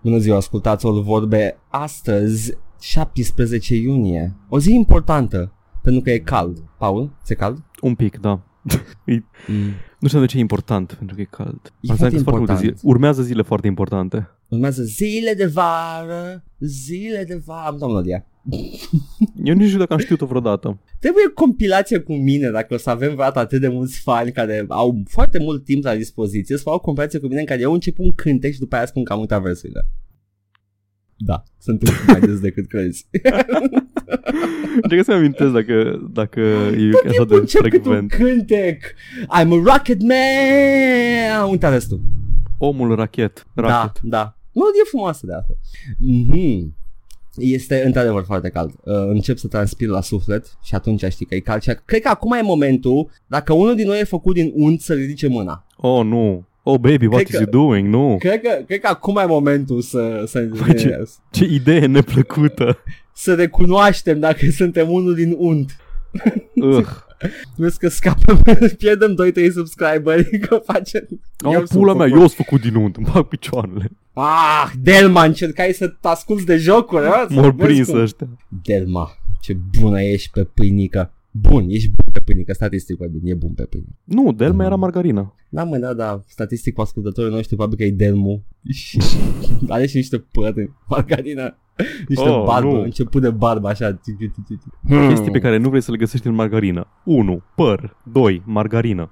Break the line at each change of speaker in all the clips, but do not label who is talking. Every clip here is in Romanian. Bună ziua, ascultați-o vorbe astăzi, 17 iunie. O zi importantă, pentru că e cald. Paul, ți-e cald?
Un pic, da. E-
Mm.
nu știu de ce e important, pentru că e cald.
E
Asta
foarte
sunt foarte multe
important.
zile. Urmează zile foarte importante.
Urmează zile de vară, zile de vară. Am dat melodia.
Eu nici nu știu dacă am știut-o vreodată.
Trebuie compilație cu mine dacă o să avem vreodată atât de mulți fani care au foarte mult timp la dispoziție să fac o compilație cu mine în care eu încep un cântec și după aia spun că am uitat versurile. Da, sunt un pic mai des decât crezi.
Trebuie să-mi amintesc dacă, dacă e
Tot
așa
timpul
de
încep cât un
frecvent.
cântec. I'm a rocket man! Uite ales tu.
Omul rachet. Rachet.
Da, da. Melodie frumoasă de altfel. Mhm. Este într-adevăr foarte cald. Uh, încep să transpir la suflet și atunci știi că e cald. Și cred că acum e momentul, dacă unul din noi e făcut din unt, să ridice mâna.
Oh, nu. Oh, baby, what
Cred
is
că-
you doing? Nu.
Cred că, cred că acum e momentul să, să,
Face- Ce idee neplăcută.
să recunoaștem dacă suntem unul din unt.
Ugh.
Vezi că scapăm, pierdem 2-3 subscriberi, că facem...
Oh,
sunt
pula mea,
făcut.
eu sunt făcut din unt. Îmi bag picioarele.
Ah, Delma, încercai să te asculti de jocuri, a? Să
M-au
vezi
prins
cum-
ăștia.
Delma, ce bună ești pe pâinică. Bun, ești bun pe pâinică, statistic vorbim, e bun pe pâinică.
Nu, Delma era
Mm.
margarina.
Da, mă, da, da, statistic cu ascultătorii noștri, probabil că e Delmu. Și are și niște păr în margarina. Niște
Oh,
oh, barbă,
nu. Hmm.
început de barbă, așa.
Chestii pe care nu vrei să le găsești în margarină. 1. Păr. 2. Margarină.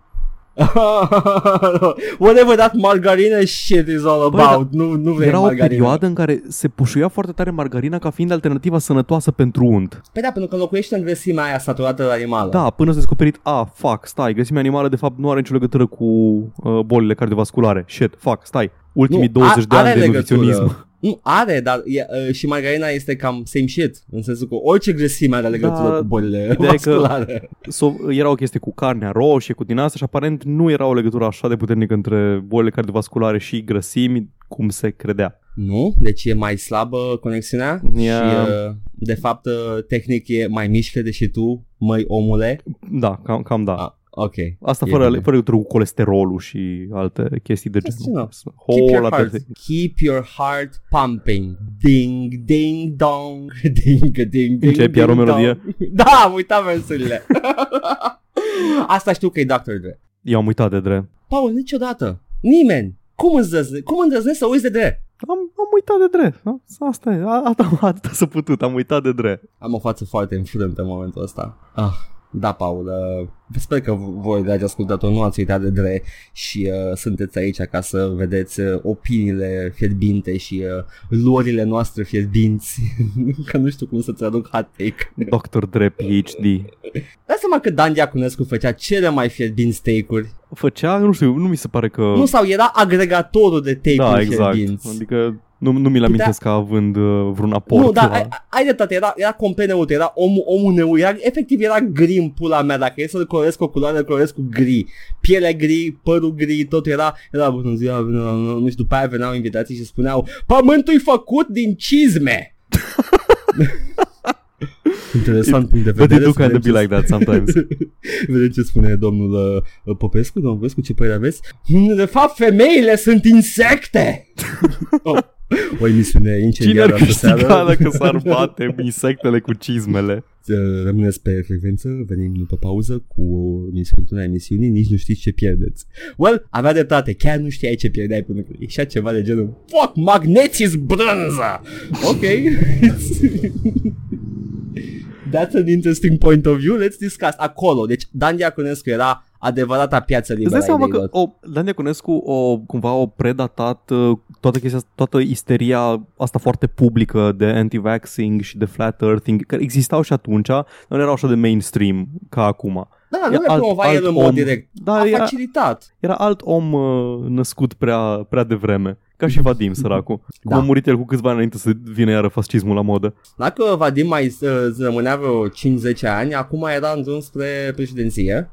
Whatever that margarina shit is all
Băi, da,
about. nu, nu vrei
Era o
margarina.
perioadă în care se pușuia foarte tare margarina ca fiind alternativa sănătoasă pentru unt.
Păi da, pentru că locuiește în grăsimea aia saturată de animală.
Da, până s-a descoperit, a, fuck, stai, găsimea animală de fapt nu are nicio legătură cu uh, bolile cardiovasculare. Shit, fuck, stai. Ultimii
Nu,
nu, 20
a-
de ani
are
de
legătură.
nutriționism.
Nu, are, dar e, uh, și margarina este cam same shit, în sensul că orice grăsime are legătură
Da,
cu bolile
ideea e că-
vasculare.
So, era o chestie cu carnea roșie, cu din asta și aparent nu era o legătură așa de puternică între bolile cardiovasculare și grăsimi, cum se credea.
Nu, deci e mai slabă conexiunea
Ia.
și uh, de fapt uh, tehnic e mai mișcă deși tu, măi omule.
Da, cam, cam da.
A, ok.
Asta
E
fără,
bine.
fără legătură cu colesterolul și alte chestii de genul.
Fascinant. Keep your,
Whole
heart,
atât-
keep your heart pumping. Ding, ding, dong. Ding, ding, ding,
Începi iar o
ding, dong.
melodie?
Da, am uitat versurile. Asta știu că e Dr. Dre.
I-am uitat de drept.
Paul, niciodată. Nimeni. Cum îndrăzne, cum îndrăznești să uiți de drept?
Am, am uitat de drept. A, Asta e. A, a, atât s-a putut. Am uitat de drept.
Am o față foarte înfrântă în momentul ăsta. Ah, da, Paul, uh, sper că voi, dragi ascultători, nu ați uitat de dre și uh, sunteți aici ca să vedeți uh, opiniile fierbinte și uh, luările noastre fierbinți, că nu știu cum să traduc hot take.
Dr. Dre, PhD.
Dați seama că Dan Diaconescu făcea cele mai fierbinți take-uri,
Făcea, nu știu, nu mi se pare că...
nu sau era agregatorul de take-uri
da, exact.
fierbinți.
Adică nu, nu mi-l amintesc ca având uh, vreun aport.
Da. Nu, dar
la-
ai, ai dreptate, era, era complet neutru, era omul, omul neutru, era, efectiv era gri în pula mea, dacă e să-l coloresc cu o culoare, îl coloresc cu gri, pielea gri, părul gri, totul era, era bună ziua, bună, bună, bună, nu știu, după aia veneau invitații și spuneau, pământul e făcut din cizme! Interesant punct de
But they
vedere.
do kind
spunem
of be
ce-
like that sometimes.
Vedem ce spune domnul uh, Popescu, domnul Popescu, ce părere aveți? "Mm, De fapt, femeile sunt insecte! oh, o emisiune
Cine
incendiară
ar
astă
câștiga
seară.
dacă s-ar bate insectele cu cizmele?
Uh, Rămâneți pe frecvență, venim după pauză cu emisiunea emisiunii, nici nu știți ce pierdeți. Well, avea dreptate, chiar nu știai ce pierdeai până când ieșea ceva de genul Fuck, magnetis brânză! Ok. That's an interesting point of view, let's discuss. Acolo, deci Dan Diaconescu era adevărata piață
Îți
liberă
dai
a
seama că
ideilor.
o, Dan Diaconescu o, cumva o predatat uh, toată chestia, asta, toată isteria asta foarte publică de anti-vaxxing și de flat earthing, care existau și atunci, dar nu erau așa de mainstream ca acum.
Da,
E
nu le
alt-
promova
alt
el în
om.
mod direct.
Da,
A
era,
facilitat.
era alt om uh, născut prea, prea devreme, ca și Vadim, săracul. Cum
Da.
a murit el cu câțiva ani înainte să vină iară fascismul la modă.
Dacă Vadim mai uh, rămânea vreo 5-10 ani, acum era în drum spre președinție.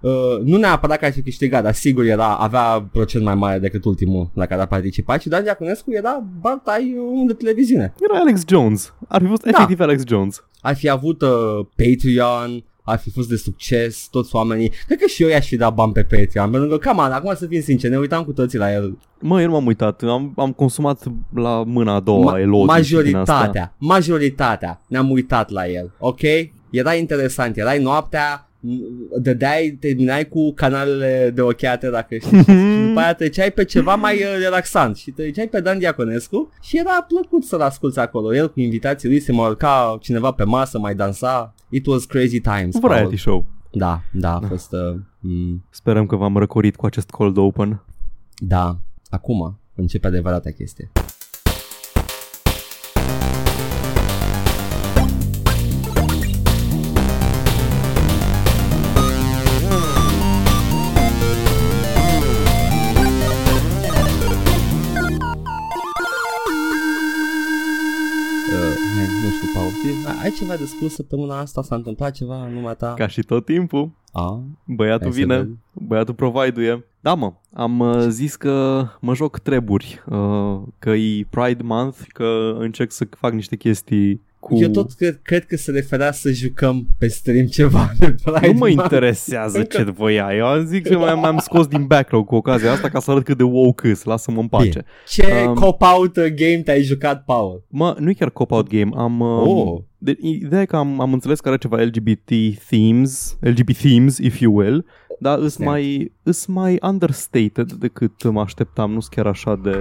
Uh, nu neapărat că ar fi câștigat, dar sigur era, avea procent mai mare decât ultimul la care a participat și Dan Diaconescu era bartai um, de televiziune.
Era Alex Jones. Ar fi fost
Da.
efectiv Alex Jones.
Ar fi avut uh, Patreon, ar fi fost de succes, toți oamenii. Cred că și eu i-aș fi dat bani pe Patreon, pentru că, cam acum să fim sinceri, ne uitam cu toții la el.
Mă, eu nu m-am uitat, am, am consumat la mâna a doua Ma- elogii
majoritatea, majoritatea ne-am uitat la el, ok? Era interesant, erai noaptea, dădeai, terminai cu canalele de ochiate dacă știi și după aia treceai pe ceva mai uh, relaxant și treceai pe Dan Diaconescu și era plăcut să-l asculti acolo. El cu invitații lui se mai urca cineva pe masă, mai dansa. It was crazy times. Paul.
Variety show.
Da, da, a
Da.
fost... Uh, mm,
Sperăm că v-am răcorit cu acest cold open.
da, acum începe adevărata chestie. Uh, hai, nu știu, Paul, știi, ai ceva de spus săptămâna asta? S-a întâmplat ceva în lumea ta?
Ca și tot timpul,
A,
băiatul
Hai să
vine,
vedem.
băiatul provide Da, mă, am uh, zis că mă joc treburi, uh, că e Pride Month, că încerc să fac niște chestii cu...
Eu tot cred, cred că se referea să jucăm pe stream ceva de Pride
Nu mă
Month.
interesează ce voia Eu am zic că m-am m-am scos din background cu ocazia asta Ca să arăt cât de woke îs Lasă-mă în pace
Bine. Ce
Um,
cop-out uh, game te-ai jucat, Paul?
Mă, nu e chiar cop-out game Am um,
Oh.
de, Ideea e că am, am înțeles că are ceva LGBT themes LGBT themes, if you will Dar îs
Yeah.
mai, îs mai understated Decât mă așteptam Nu-s chiar așa de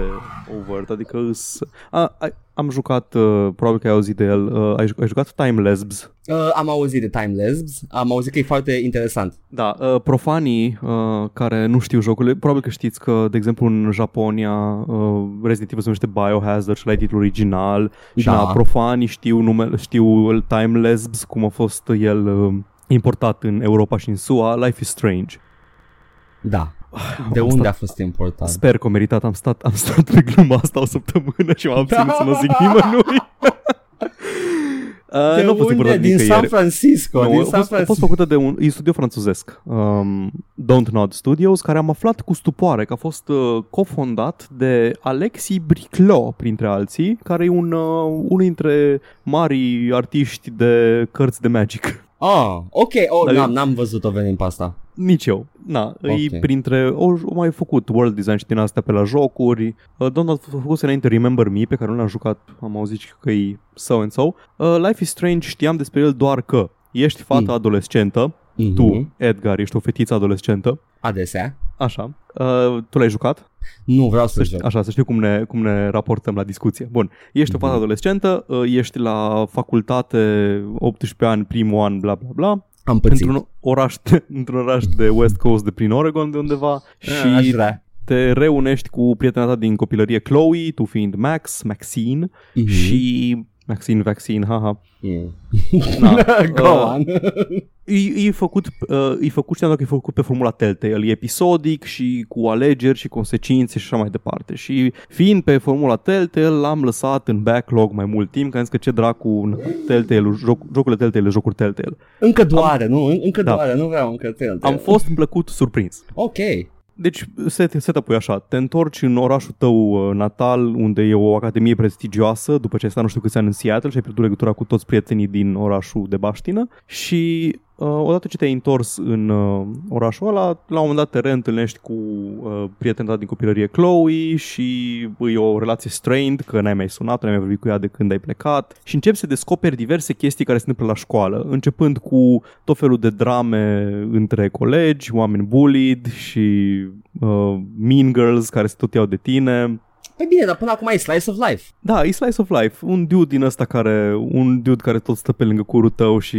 overt Adică îs a, a, Am jucat, uh, probabil că ai auzit de el uh, ai, ju- ai jucat Time Lesbs
Uh, am auzit de Time Lesbs, am auzit că e foarte interesant.
Da, uh, profanii uh, care nu știu jocurile, probabil că știți că, de exemplu, în Japonia uh, Resident Evil se numește Biohazard și la titlul original și
Da.
na, profanii știu, numele, știu Time Lesbs, cum a fost el uh, importat în Europa și în SUA, Life is Strange.
Da. De
Am
unde
stat-
a fost important?
Sper că o meritat, am stat, am stat pe gluma asta o săptămână și m-am abținut să nu zic nimănui. Uh,
De
nu a fost
unde?
importat
Din
nicăieri.
San Francisco,
Nu,
din San
a fost, a fost
Francisco.
făcută de un e studio franțuzesc, um, Don't Nod Studios, care am aflat cu stupoare că a fost uh, cofondat de Alexi Briclo, printre alții, care e un, uh, unul dintre marii artiști de cărți de Magic.
Ah, ok, oh,
Dar eu-
n-am, n-am văzut-o venind pe asta.
Nici eu. Na, okay.
Ok.
e printre... O, o mai făcut world design și din astea pe la jocuri. Uh, Don't a făcut înainte Remember Me, pe care nu l-am jucat, am auzit și că e so and so. Uh, Life is Strange știam despre el doar că ești fată
Mm.
adolescentă,
Mhm.
tu, Edgar, ești o fetiță adolescentă.
Adesea.
Așa. Uh, tu l-ai jucat?
Nu vreau să
Să ști,
joc.
așa, să știu cum ne, cum ne raportăm la discuție. Bun. Ești o fată
Mhm.
adolescentă, uh, ești la facultate, 18 ani, primul an, bla bla bla,
Am pățit.
într-un oraș, într-un oraș de West Coast de prin Oregon de undeva
Ah, aș
și
vrea.
te reunești cu prietena ta din copilărie Chloe, tu fiind Max, Maxine
Mhm.
și Maxine, vaccine, haha.
Mm.
Na,
Go
uh,
on.
E, e făcut, uh, e făcut, știam doar că e făcut pe formula Telltale, e episodic și cu alegeri și consecințe și așa mai departe. Și fiind pe formula Telltale, l-am lăsat în backlog mai mult timp, că am zis că ce dracu, na, Telltale, joc, jocurile Telltale, jocuri Telltale.
Încă doare, nu? Încă
Da.
doare, nu vreau încă te
Am fost plăcut surprins.
Ok.
Deci set, setup-ul e așa, te întorci în orașul tău uh, natal unde e o academie prestigioasă după ce ai stat nu știu câți ani în Seattle și ai pierdut legătura cu toți prietenii din orașul de baștină și uh, odată ce te-ai întors în uh, orașul ăla, la un moment dat te reîntâlnești cu uh, prietena ta din copilărie Chloe și e o relație strained că n-ai mai sunat, n-ai mai vorbit cu ea de când ai plecat și începi să descoperi diverse chestii care se întâmplă la școală, începând cu tot felul de drame între colegi, oameni bullied și uh, mean girls care se tot iau de tine.
Păi bine, dar până acum e slice of life.
Da, e slice of life. Un dude din ăsta care, un dude care tot stă pe lângă curul tău și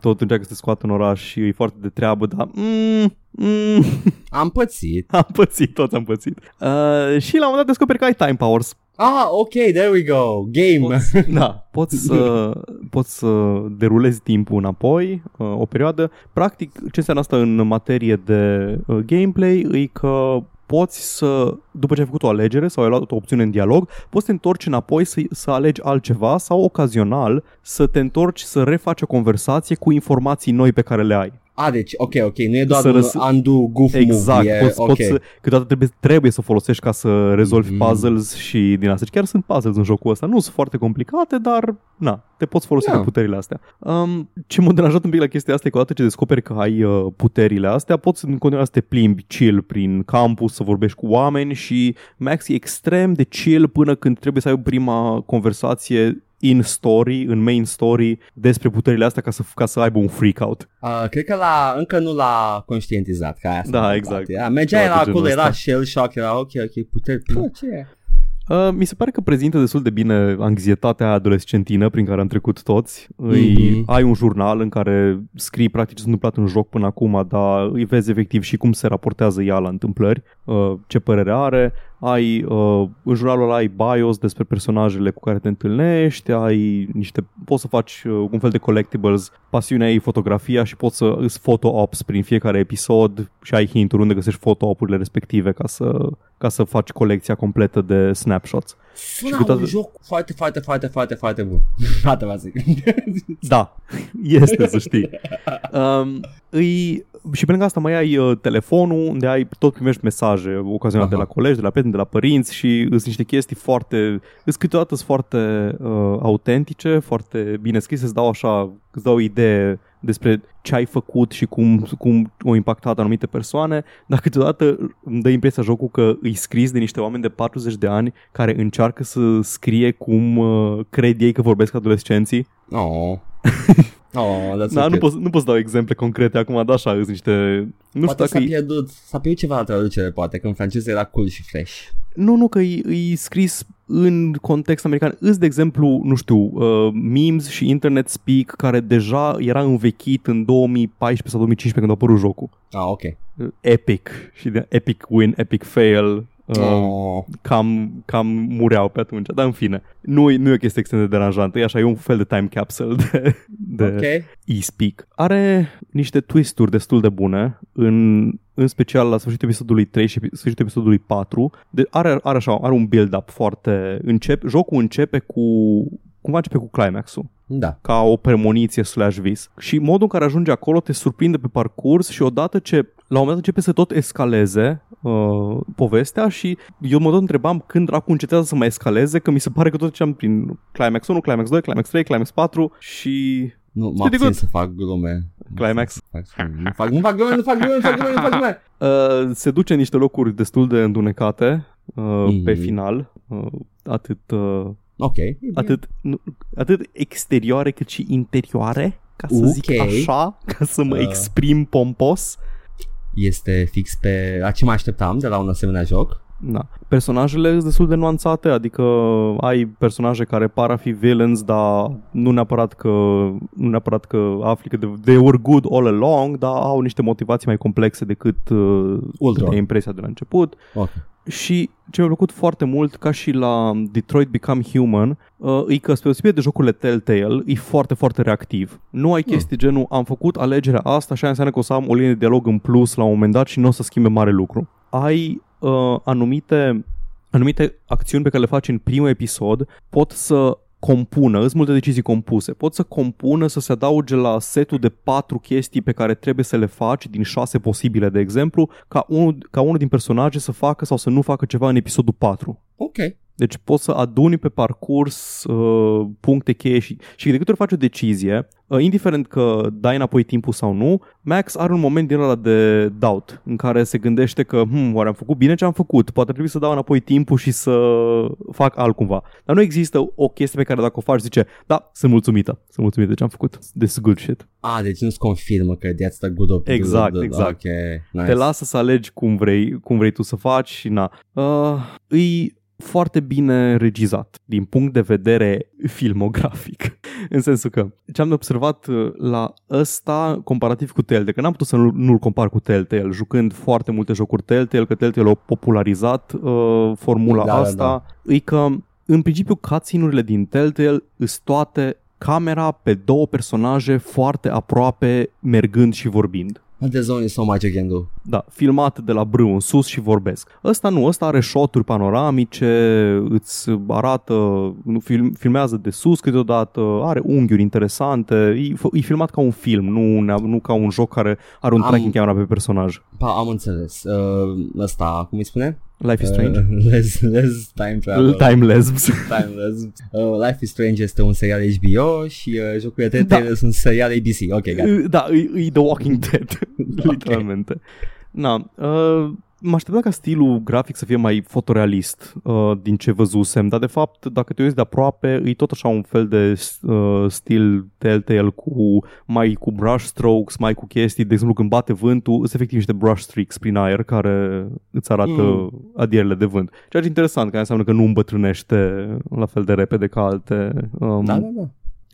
tot încearcă să te scoată în oraș și e foarte de treabă, dar mm, mm,
Am pățit.
am pățit, tot am pățit. Uh, și la un moment dat descoperi că ai time powers.
Ah, ok, there we go. Game.
Poți, da, poți să, poți să derulezi timpul înapoi uh, o perioadă. Practic, ce înseamnă asta în materie de uh, gameplay e că poți să, după ce ai făcut o alegere sau ai luat o opțiune în dialog, poți să te întorci înapoi să, să alegi altceva sau ocazional să te întorci să refaci o conversație cu informații noi pe care le ai.
A, deci, ok, ok, nu e doar
Să
un
răs-
undo goof
Exact,
move. e-
poți,
ok.
poți să, câteodată trebuie, trebuie să folosești ca să rezolvi
Mhm.
puzzles și din astea. Și Chiar sunt puzzles în jocul ăsta, nu sunt foarte complicate, dar na, trebuie te poți folosi
Da.
yeah. de puterile astea. Um, ce m-a deranjat un pic la chestia asta e că odată ce descoperi că ai uh, puterile astea, poți în continuare să te plimbi chill prin campus, să vorbești cu oameni și Max e extrem de chill până când trebuie să ai prima conversație in story, în main story, despre puterile astea ca să, ca să aibă un freak-out.
Uh, cred că la, încă nu l-a conștientizat ca aia s-a
Da,
întâmplat.
exact.
Era, mergea
Ceva
era
de genul
acolo, era
ăsta.
shell shock, era ok, ok, puteri, pă, ce e?
Uh, mi se pare că prezintă destul de bine anxietatea adolescentină prin care am trecut toți. Îi,
Mhm.
Ai un jurnal în care scrii practic ce s-a întâmplat în joc până acum, dar îi vezi efectiv și cum se raportează ea la întâmplări, uh, ce părere are. Ai, uh, în jurnalul ăla ai bios despre personajele cu care te întâlnești, ai niște, poți să faci uh, un fel de collectibles, pasiunea ei e fotografia și poți să îți photo-ops prin fiecare episod și ai hinturi unde găsești photo-op-urile respective ca să, ca să faci colecția completă de snapshots.
Sună
cu
un
toate-
joc foarte, foarte, foarte, foarte, foarte bun. Gata, vă zic.
Da, este să știi. Um, îi, și pe lângă asta mai ai uh, telefonul unde ai tot primești mesaje ocazional
Aha.
de la colegi, de la prieteni, de la părinți și sunt niște chestii foarte, îs câteodată sunt foarte uh, autentice, foarte bine scrise, îți dau așa, îți dau o idee despre ce ai făcut și cum, cum au impactat anumite persoane, dar câteodată îmi dă impresia jocul că îi scris de niște oameni de 40 de ani care încearcă să scrie cum uh, cred ei că vorbesc adolescenții
Oh. Oh, that's so
da, nu
cute.
pot, nu pot să dau exemple concrete acum, dar așa, sunt niște... Nu știu
Poate
dacă
s-a
e...
pierdut, s-a pierdut ceva la traducere, poate, când franceză era cool și fresh.
Nu, nu, că e, e scris în context american. Îs, de exemplu, nu știu, uh, memes și internet speak care deja era învechit în 2014 sau 2015 când a apărut jocul.
Ah, ok.
Uh, Epic și de epic win, epic fail... Uh,
Oh.
cam, cam mureau pe atunci, dar în fine, nu, e- nu e o chestie extrem de deranjantă, e așa, e un fel de time capsule de, de,
Ok.
e-speak. Are niște twisturi destul de bune, în, în special la sfârșitul episodului 3 și epi- sfârșitul episodului 4. De, are, are așa, are un build-up foarte... Încep, jocul începe cu... Cumva începe cu climaxul
Da.
ca o premoniție slash vis. Și modul în care ajunge acolo te surprinde pe parcurs și odată ce la un moment dat începe să tot escaleze uh, povestea și eu mă tot întrebam când dracu încetează să mai escaleze, că mi se pare că tot treceam prin Climax 1, Climax 2, Climax 3, Climax 4 și
Nu, mă
Pretty
abțin
good.
să fac glume.
Climax
Fac- Nu fac, nu fac glume, nu fac glume, nu fac glume, nu fac glume.
Uh, se duce în niște locuri destul de întunecate uh,
Mhm.
pe final, uh, atât, uh,
Ok. e bine.
atât, nu, atât exterioare cât și interioare, ca să zic
Ok.
așa, ca să mă
Uh.
exprim pompos.
Este fix pe la ce mă așteptam de la un asemenea joc.
Da. Personajele sunt destul de nuanțate, adică ai personaje care par a fi villains, dar nu neapărat că, nu neapărat că afli că de- they were good all along, dar au niște motivații mai complexe decât uh,
Ultra.
de impresia de la început.
Ok.
Și ce mi-a plăcut foarte mult, ca și la Detroit Become Human, uh, e că, spre deosebire de jocurile Telltale, e foarte, foarte reactiv. Nu
Ah.
ai chestii genul, am făcut alegerea asta și aia înseamnă că o să am o linie de dialog în plus la un moment dat și nu o să schimbe mare lucru. Ai uh, anumite, anumite acțiuni pe care le faci în primul episod, pot să compună, îți multe decizii compuse, pot să compună, să se adauge la setul de patru chestii pe care trebuie să le faci din șase posibile, de exemplu, ca unul, ca unul din personaje să facă sau să nu facă ceva în episodul 4.
Ok.
Deci poți să aduni pe parcurs uh, puncte cheie și, și de câte ori faci o decizie, uh, indiferent că dai înapoi timpul sau nu, Max are un moment din ăla de doubt în care se gândește că hmm, oare am făcut bine ce am făcut, poate trebuie să dau înapoi timpul și să fac altcumva. Dar nu există o chestie pe care dacă o faci zice, da, sunt mulțumită, sunt mulțumită de ce am făcut. This is good shit.
A, deci nu-ți confirmă că that's the good of
Exact,
good,
exact.
Ok, nice.
Te lasă să alegi cum vrei, cum vrei tu să faci și na. Uh, îi foarte bine regizat din punct de vedere filmografic. în sensul că ce am observat uh, la ăsta comparativ cu Telltale, că n-am putut să nu- nu-l compar cu Telltale, jucând foarte multe jocuri Telltale, că Telltale a popularizat uh, formula
Da,
da,
da,
asta, da, da. e că în principiu cutscene-urile din Telltale sunt toate camera pe două personaje foarte aproape mergând și vorbind.
The zone is so much you can do.
Da, filmat de la brâu în sus și vorbesc. Ăsta nu, ăsta are shoturi panoramice, îți arată, nu, film, filmează de sus câteodată, are unghiuri interesante, e, fă- e filmat ca un film, nu, nea- nu ca un joc care are un
Am-
tracking camera pe personaj.
Pa, am înțeles. Uh, asta, cum îi spune?
Life is Strange?
Uh, less, less time travel.
Time Lesbs.
Time less. Uh, Life is Strange este un serial HBO și uh, jocurile de
Da.
da. sunt serial ABC. Ok, gata.
da, e, e The Walking Dead, literalmente. Na, uh, mă așteptam ca stilul grafic să fie mai fotorealist uh, din ce văzusem, dar de fapt, dacă te uiți de aproape, e tot așa un fel de uh, stil Telltale cu mai cu brush strokes, mai cu chestii, de exemplu când bate vântul, sunt efectiv niște brush streaks prin aer care îți arată mm.
Mm.
adierele de vânt. Ceea ce e interesant, care înseamnă că nu îmbătrânește la fel de repede ca alte um,
Da, da, da.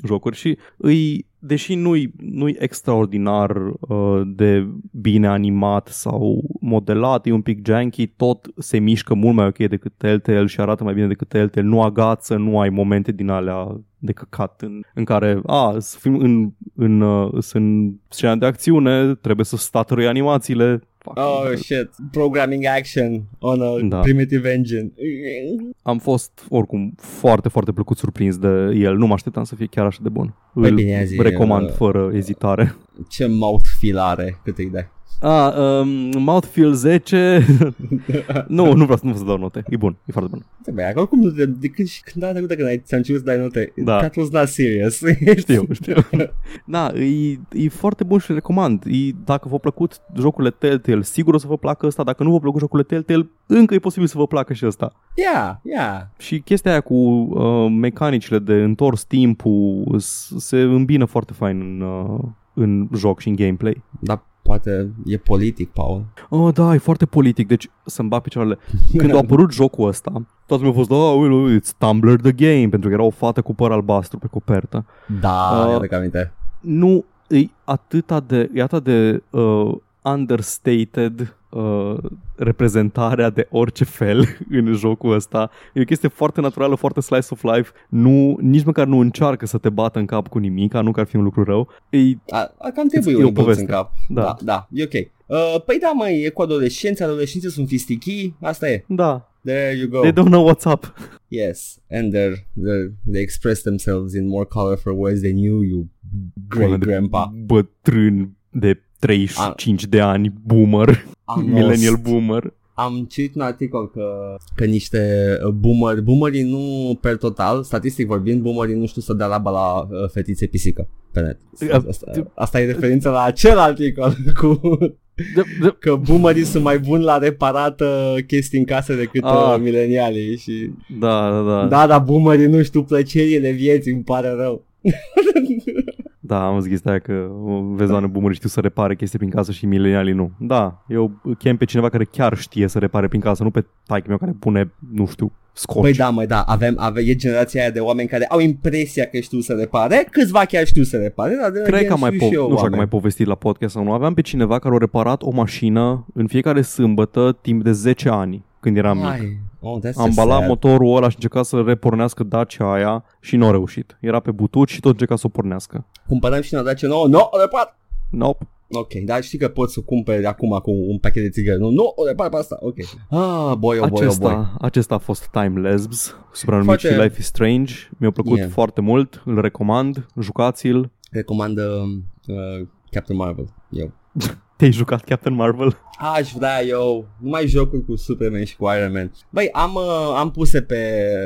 jocuri și îi, deși nu-i, nu-i extraordinar uh, de bine animat sau modelat, e un pic janky, tot se mișcă mult mai ok decât Telltale și arată mai bine decât Telltale, nu agață, nu ai momente din alea de căcat în, în care, a, să fim în, în, uh, sunt scena de acțiune, trebuie să statărui animațiile, Fuck.
Oh shit, programming action on a
Da.
da. primitive engine.
am fost oricum foarte, foarte plăcut surprins de el, nu mă așteptam să fie chiar așa de bun.
Păi
Îl
bine, azi e,
recomand
uh,
fără ezitare.
Ce mouthfeel are, cât îi dai?
A, um, Mouthfeel 10 Nu, nu vreau, să- nu vreau să dau note E bun, e foarte bun
Băi, acolo cum nu te, de când și când da, a trecut când ai, ți-am cerut să dai note,
Da.
that was not serious.
Știu, știu Da, e, e foarte bun și îl recomand e, Dacă v-au plăcut jocurile Telltale Sigur o să vă placă ăsta Dacă nu v-au plăcut jocurile Telltale Încă e posibil să vă placă și ăsta
yeah, yeah.
Și chestia aia cu uh, mecanicile de întors timpul s- Se îmbină foarte fain în, uh, în joc și în gameplay
Dar poate e politic, Paul.
Oh, da, e foarte politic, deci să-mi bag picioarele. Când a apărut jocul ăsta, toată lumea a fost, oh, well, it's Tumblr the game, pentru că era o fată cu păr albastru pe copertă.
Da,
Uh,
uh, mi aminte.
Nu, e atâta de, e atât de uh, understated uh, reprezentarea de orice fel în jocul ăsta. E o chestie foarte naturală, foarte slice of life. Nu, nici măcar nu încearcă să te bată în cap cu nimic, nu că ar fi un lucru rău. E,
A, a cam trebuie
e o
un băuț
poveste.
în cap.
da, da.
da, da e ok. Uh, păi da, măi, e cu adolescenți, adolescenții sunt fistichii, asta e.
Da,
There you go.
they don't know what's up.
Yes, and they're, they're, they express themselves in more colorful ways than you, you
Bună
great
de
grandpa.
Bătrân de 35 de ani, boomer,
Am
millennial
lost.
boomer.
Am citit un articol că, că niște uh, boomer, boomerii nu per total, statistic vorbind, boomerii nu știu să dea laba la uh, fetițe pisică pe net.
A-
Asta, asta e referință la acel articol cu
Da, da,
că boomerii sunt mai buni la reparat uh, chestii în casă decât
Ah.
uh, milenialii și
da, da, da,
da, dar boomerii nu știu plăcerile vieții, îmi pare rău.
da, am zis chestia aia că o vezi oameni boomeri știu să repare chestii prin casă și milenialii nu. Da, eu chem pe cineva care chiar știe să repare prin casă, nu pe taică meu care pune, nu știu, scoci.
Păi da, măi, da, avem, avem, e generația aia de oameni care au impresia că știu să repare, câțiva chiar știu să repare, dar de
Cred că am mai, po-
știu și eu
nu știu dacă
oameni.
am mai povestit la podcast sau nu, aveam pe cineva care a reparat o mașină în fiecare sâmbătă timp de 10 ani când eram mic.
Ai, oh, that's
Am
just
balat
sad.
motorul ăla și încerca să repornească Dacia aia și nu a reușit. Era pe butuci și tot încerca să o pornească.
Cumpărăm și ne-au dat ce nouă, nu, o repar!
Nope.
Ok, dar știi că poți să cumperi acum cu un pachet de țigări, nu, nu, o repar pe asta, ok. Ah, boy, oh, boy, oh, boy.
Acesta, acesta a fost Time Lesbs, supranumit
Foarte-
și Life is Strange. Mi-a plăcut
Yeah.
foarte mult, îl recomand, jucați-l.
Recomandă uh, Captain Marvel, eu.
Te-ai jucat Captain Marvel?
Aș vrea eu numai jocuri cu Superman și cu Iron Man. Băi, am, uh, am puse pe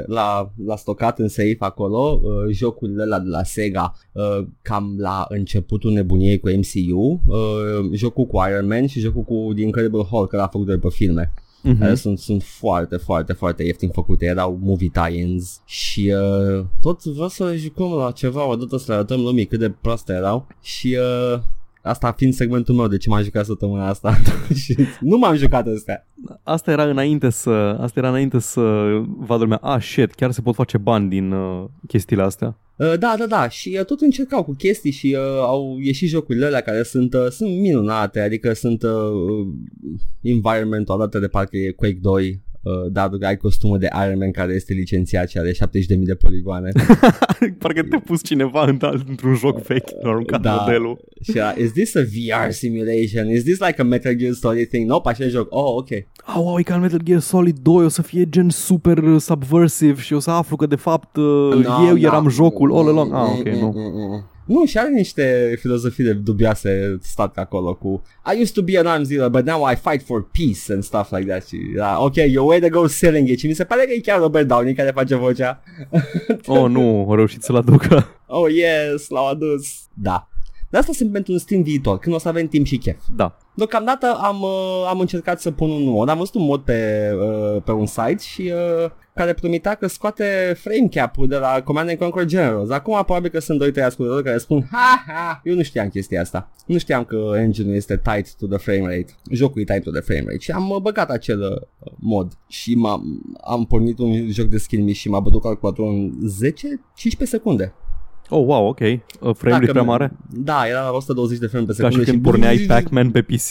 la, la stocat în safe acolo uh, jocurile ăla de la Sega uh, cam la începutul nebuniei cu MCU, uh, jocul cu Iron Man și jocul cu The Incredible Hulk care a făcut după filme. Mm-hmm. Care sunt, sunt foarte, foarte, foarte ieftin făcute, erau movie tie-ins și uh, tot vreau să jucăm la ceva, o dată să le arătăm lumii cât de proaste erau și uh, asta fiind segmentul meu de ce m-am jucat săptămâna asta și nu m-am jucat ăstea.
Asta era înainte să, asta era înainte să vadă lumea, ah, shit, chiar se pot face bani din uh, chestiile astea.
Uh, da, da, da, și uh, tot încercau cu chestii și uh, au ieșit jocurile alea care sunt, uh, sunt minunate, adică sunt uh, environment-ul odată de parcă e Quake 2, uh, dar ai costumul de Iron Man care este licențiat și are 70.000 de poligoane.
Parcă te-a pus cineva în, într-un joc vechi, l-a aruncat da.
Da.
modelul.
Și era, is this a VR simulation? Is this like a Metal Gear Solid thing? Nope, așa joc. Oh, ok.
Au, au, e ca în Metal Gear Solid 2 o să fie gen super uh, subversive și o să aflu că de fapt uh,
No,
eu
no. Mm,
eram jocul all along. Ah, ok, nu.
Mm-mm-mm. Nu, și are niște filozofii de dubioase stat acolo cu I used to be an arms dealer, but now I fight for peace and stuff like that. Și, da, ok, your way to go selling it. Și mi se pare că e chiar Robert Downey care face vocea.
Oh, nu, au reușit să-l aducă.
Oh, yes, l-au adus. Da. Dar asta sunt pentru un stream viitor, când o să avem timp și chef.
Da.
Deocamdată am, uh, am încercat să pun un mod, am văzut un mod pe, uh, pe un site și uh, care promitea că scoate frame cap-ul de la Command and Conquer Generals. Acum probabil că sunt 2-3 ascultători care spun ha ha, eu nu știam chestia asta. Nu știam că engine-ul este tight to the frame rate. Jocul e tight to the frame rate și am uh, băgat acel uh, mod și m-am, am pornit un joc de skill mici și m-a bătut calculatorul în 10-15 secunde.
Oh, wow, ok. Uh, Frame-ul e
Dacă
prea
nu-
mare?
Da, era la 120 de frame pe
Ca
secundă
și când porneai Pac-Man pe PC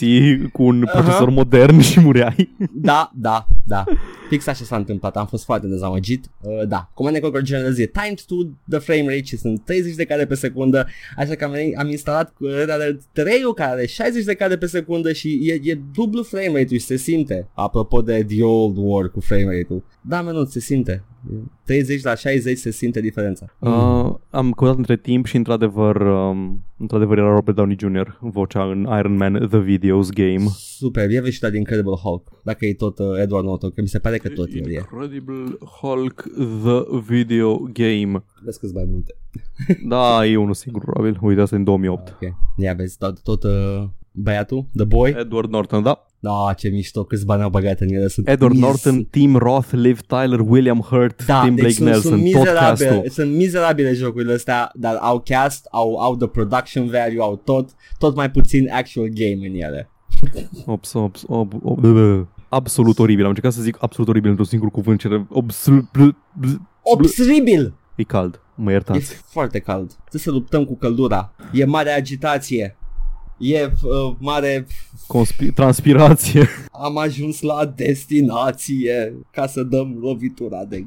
cu un procesor modern și mureai.
Da, da, da. Fix așa s-a întâmplat. Am fost foarte dezamăgit. Uh, da, Command Conquer Generals e timed to the frame rate și sunt 30 de cadre pe secundă. Așa că am, am instalat cu Red Alert 3 care are 60 de cadre pe secundă și e, e dublu frame rate-ul și se simte. Apropo de The Old War cu frame rate-ul. Da, mă, nu, se simte. 30 la 60 se simte diferența. Mm.
Uh, am căutat între timp și într-adevăr, um, într-adevăr era Robert Downey Jr. vocea în Iron Man The Videos Game.
Super, e și ăla din Incredible Hulk, dacă e tot uh, Edward Norton, că mi se pare că tot el e.
Incredible Hulk The Video Game.
Vezi câți mai multe.
Da, e unul singur probabil. Uite, asta e în 2008.
Ok, ia vezi, tot, tot uh, băiatul, The Boy.
Edward Norton, da.
Da, ce mișto, câți bani au băgat în ele sunt
Edward
mis-
Norton, Tim Roth, Liv Tyler, William Hurt,
da,
Tim
deci
Blake
sunt,
Nelson,
sunt
tot castul.
mizerabile, sunt mizerabile jocurile astea, dar au cast, au, au the production value, au tot, tot mai puțin actual game în ele.
Obs, obs, ob, ob, bă. absolut oribil. Am încercat să zic absolut oribil într-un singur cuvânt. Cere, obsul, bl, bl,
Obsribil!
e cald. Mă
E
iertați.
foarte cald. Trebuie să luptăm cu căldura. E mare agitație. E uh, mare...
Conspi- transpirație.
Am ajuns la destinație ca să dăm lovitura de...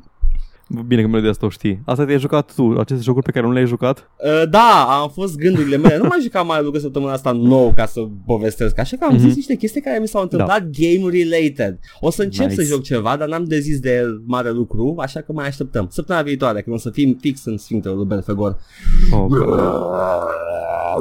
Bine că melodia asta o știi. Asta te-ai jucat tu, aceste jocuri pe care nu le-ai jucat?
Uh, da, am fost gândurile mele. Nu m-am jucat mai lucru săptămâna asta nou ca să povestesc. Așa că am
Mhm. Da.
zis niște chestii care mi s-au întâmplat game related. O să încep
Nice.
să joc ceva, dar n-am de zis de el mare lucru, așa că mai așteptăm. Săptămâna viitoare, când o să fim fix în Sfintele lui Belfegor.
Oh, God.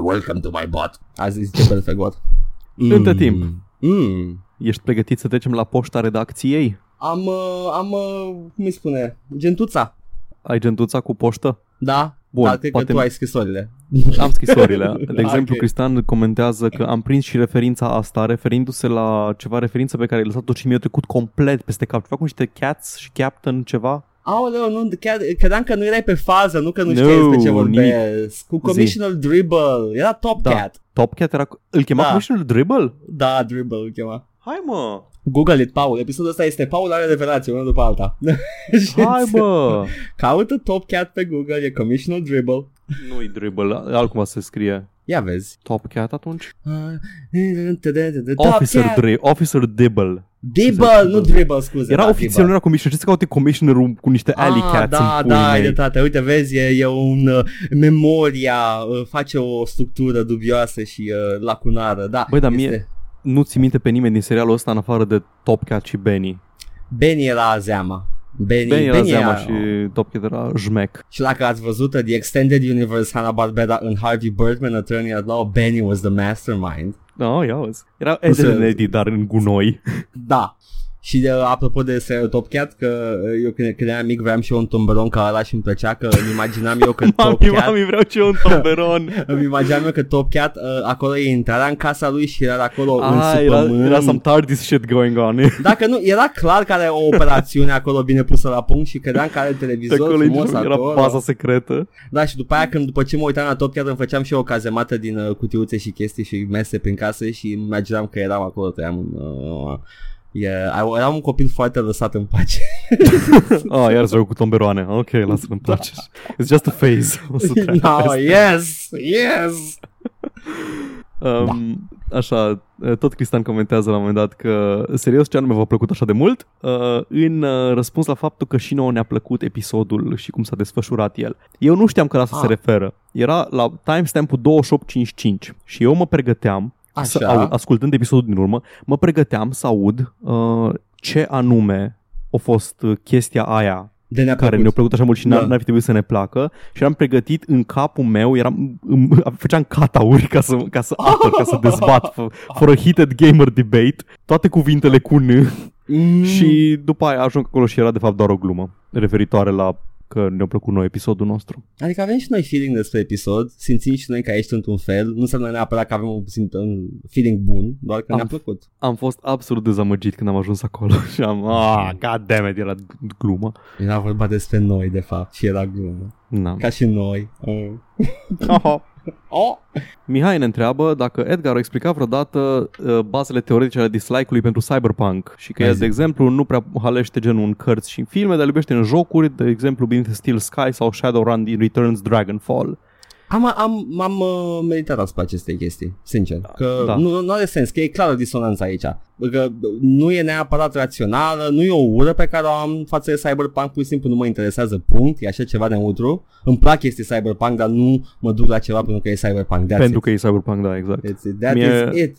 Welcome to my bot. A zis de Belfegor.
Între timp.
Mm.
Ești pregătit să trecem la poșta redacției?
Am, uh, am, uh, cum îi spune, gentuța.
Ai gentuța cu poștă?
Da?
Bun,
Dar cred
poate-
că tu ai scrisorile.
Am scrisorile. De
Da,
exemplu,
ok.
Cristian comentează că am prins și referința asta, referindu-se la ceva referință pe care ai lăsat-o și mi-a trecut complet peste cap. Ceva cu niște cats și captain ceva?
Aoleu, nu, chiar, credeam că nu erai pe fază, nu că nu
Nu,
știai despre ce vorbesc. Cu Commissioner Dribble, era Top
Da.
Cat.
Top Cat era... Îl chema
Da.
da. Commissioner Dribble?
Da, Dribble îl chema.
Hai mă!
Google it, Paul. Episodul ăsta este Paul are revelații, una după alta. Și
Hai mă!
Caută Top Cat pe Google, e Commissioner Dribble.
Nu-i Dribble, altcumva se scrie.
Ia vezi.
Top Cat atunci?
Top
Officer,
Cat.
Dri- Officer Dibble.
Dribble, nu Dribble, scuze.
Era
da,
oficial, nu
Dribble.
era commissioner. Știi să caute commissionerul cu niște alley
ah,
cats
da,
în puii
da, ai
mei.
dreptate. Uite, vezi, e, e un uh, memoria, uh, face o structură dubioasă și uh, lacunară, da.
Băi, dar mie-
este-
Nu ți minte pe nimeni din serialul ăsta în afară de Top Cat și Benny.
Benny era zeama. Benny,
Benny era zeama
și...
și Top Cat era jmec.
și dacă ați văzut uh, The Extended Universe Hanna-Barbera în Harvey Birdman Attorney at Law, Benny was the mastermind.
Da, oh, ia uzi. Era
Nu se-
Ed and Eddie, dar în gunoi.
Da. Și de, apropo de serial Top Cat, că uh, eu când, când eram mic vreau și eu un tomberon ca ăla și îmi plăcea că îmi imaginam eu că Top
Mami,
Cat,
mami, vreau și eu un tomberon.
îmi imaginam eu că Top Cat uh, acolo e intrarea în casa lui și era acolo
Ah,
în
era,
supământ.
era some TARDIS shit going on.
Dacă nu, era clar că are o operațiune acolo bine pusă la punct și credeam că are
De
televizor
acolo
frumos
era
acolo.
baza secretă.
Da, și după aia când după ce mă uitam la top chiar îmi făceam și eu o cazemată din uh, cutiuțe și chestii și mese prin casă și îmi imaginam că eram acolo, tăiam un... Uh, yeah, I- eram un copil foarte lăsat în pace.
Ah, iar joc cu tomberoane. Ok, lasă-l în pace. It's just a phase. O să treacă peste.
no, yes, yes! Da.
Um, Așa, tot Cristian comentează la un moment dat că serios ce anume v-a plăcut așa de mult uh, în uh, răspuns la faptul că și nouă ne-a plăcut episodul și cum s-a desfășurat el. Eu nu știam că la asta
Ah.
se referă. Era la timestamp-ul 2855 și eu mă pregăteam, să,
Așa,
au, ascultând episodul din urmă, mă pregăteam să aud uh, ce anume a fost uh, chestia aia
De ne-a
care ne-au
plăcut.
plăcut așa mult și n-ar,
Da.
n-ar fi trebuit să ne placă și eram pregătit în capul meu, eram, îmi, făceam catauri ca să, ca să apăr, ca să dezbat for, for a heated gamer debate, toate cuvintele cu N
Mm.
și după aia ajung acolo și era de fapt doar o glumă referitoare la că ne-a plăcut noi episodul nostru.
Adică avem și noi feeling despre episod, simțim și noi că ești într-un fel, nu înseamnă neapărat că avem un, simt- un feeling bun, doar că ne-a
Am-
plăcut.
Am fost absolut dezamăgit când am ajuns acolo și am, ah, god damn it, era glumă.
Era vorba despre noi, de fapt, și era glumă.
Na.
Ca și noi. Uh. Oh!
Mihai ne întreabă dacă Edgar a explicat vreodată uh, bazele teoretice ale dislike-ului pentru cyberpunk și că
Hai
el,
zi.
de exemplu, nu prea halește genul în cărți și în filme, dar iubește în jocuri, de exemplu, Beneath Steel Sky sau Shadowrun din Returns Dragonfall.
Am, am, m-am uh, meditat asupra acestei chestii, sincer. Că da.
Da.
nu, nu are sens, că e clară disonanța aici. Că nu e neapărat rațională, nu e o ură pe care o am față de Cyberpunk, pur și simplu nu mă interesează, punct, e așa ceva neutru. Îmi plac chestii Cyberpunk, dar nu mă duc la ceva pentru că e Cyberpunk. That's
pentru
it.
că e cyberpunk, da, exact.
That's it. That
Mie-
is it.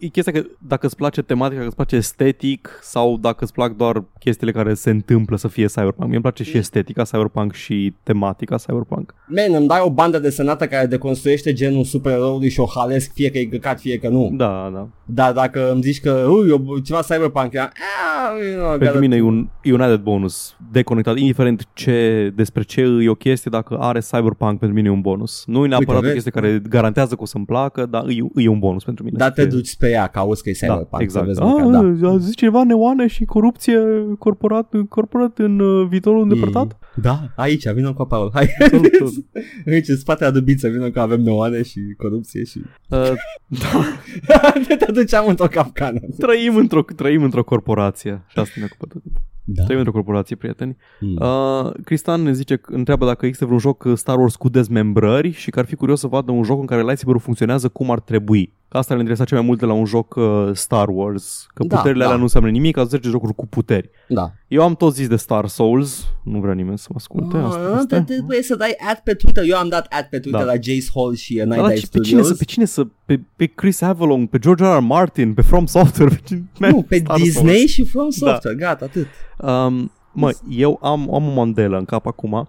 E, e chestia că dacă îți place tematica, dacă îți place estetic sau dacă îți plac doar chestiile care se întâmplă să fie cyberpunk. Mie îmi place și estetica cyberpunk și tematica cyberpunk.
Man, îmi dai o bandă desenată care deconstruiește genul supereroului și o halesc fie că e găcat, fie că nu.
Da, da.
Dar dacă îmi zici că ui, eu- ceva cyberpunk, ea, "Ah, you know,
Pentru
gotta-
mine e un, e un added bonus deconectat, indiferent ce, despre ce e o chestie, dacă are Cyberpunk, pentru mine e un bonus. Nu e neapărat
Uite,
o
vezi?
chestie care garantează că o să-mi placă, dar e, e un bonus pentru mine.
Dar te
E-
duci spre ea, că auzi că e
Deci- da,
cyberpunk. să
exact.
Vezi
Ah,
măcar, da.
a zis ceva neoane și corupție corporat, corporat în uh, viitorul îndepărtat?
Mm. Da, aici, vină cu Paul. Hai. Mm.
Absolut.
aici, în spatele dubiță, vină că avem neoane și corupție și...
Uh,
te duceam într-o capcană.
trăim, într-o, trăim într-o corporație. Și asta ne ocupă tot timpul.
Da.
Trăim într-o corporație, prieteni.
Mm.
Uh, Cristian ne zice, întreabă dacă există vreun joc uh, Star Wars cu dezmembrări și că ar fi curios să vadă un joc în care lightsaber-ul funcționează cum ar trebui. Că Asta le interesa cel mai mult de la un joc uh, Star Wars, că
Da,
puterile
da.
alea nu înseamnă nimic, ați zice jocuri cu puteri.
Da.
Eu am tot zis de Star Souls, nu vrea nimeni să mă asculte.
Ah,
asta este.
te- Trebuie să dai ad pe Twitter. Eu am dat ad pe Twitter
Da.
la Jace Hall și uh,
Dar
Night
la
Dive
ce, pe cine
Studios.
să, pe cine să, pe, pe Chris Avalon, pe George R. R. Martin, pe From Software, pe cine?
Nu, pe
Star
Disney
Souls.
și From Software. Gata, atât.
Um, mă, eu am, am o Mandela în cap acum.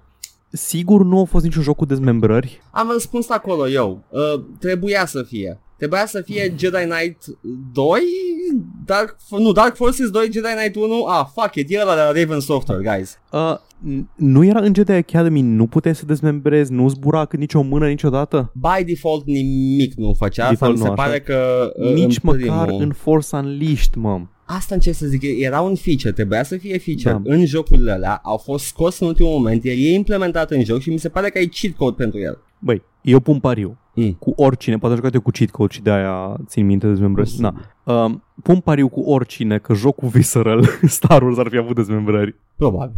Sigur nu a fost niciun joc cu dezmembrări,
Am răspuns acolo eu. Uh, trebuia să fie. Trebuia să fie Jedi Knight 2, Dark, nu, Dark Forces 2, Jedi Knight 1, ah, fuck it, e ăla de la Raven Software, guys.
Uh, n- nu era în Jedi Academy, nu puteai să dezmembrezi, nu zbura cât nicio mână niciodată?
By default nimic nu făcea asta,
Default
mi se
nu, așa.
pare că uh,
Nici
în
măcar
primul...
în Force Unleashed, mă.
Asta încerc să zic, era un feature, trebuia să fie feature
Da.
în jocurile alea, au fost scos în ultimul moment, el e implementat în joc și mi se pare că ai cheat code pentru el.
Băi, eu pun pariu
Mm.
cu oricine, poate a jucat eu cu cheat code și de-aia țin minte dezmembrări.
Mhm.
Na. Uh, pun pariu cu oricine că jocul Visceral Star Wars ar fi avut dezmembrări.
Probabil.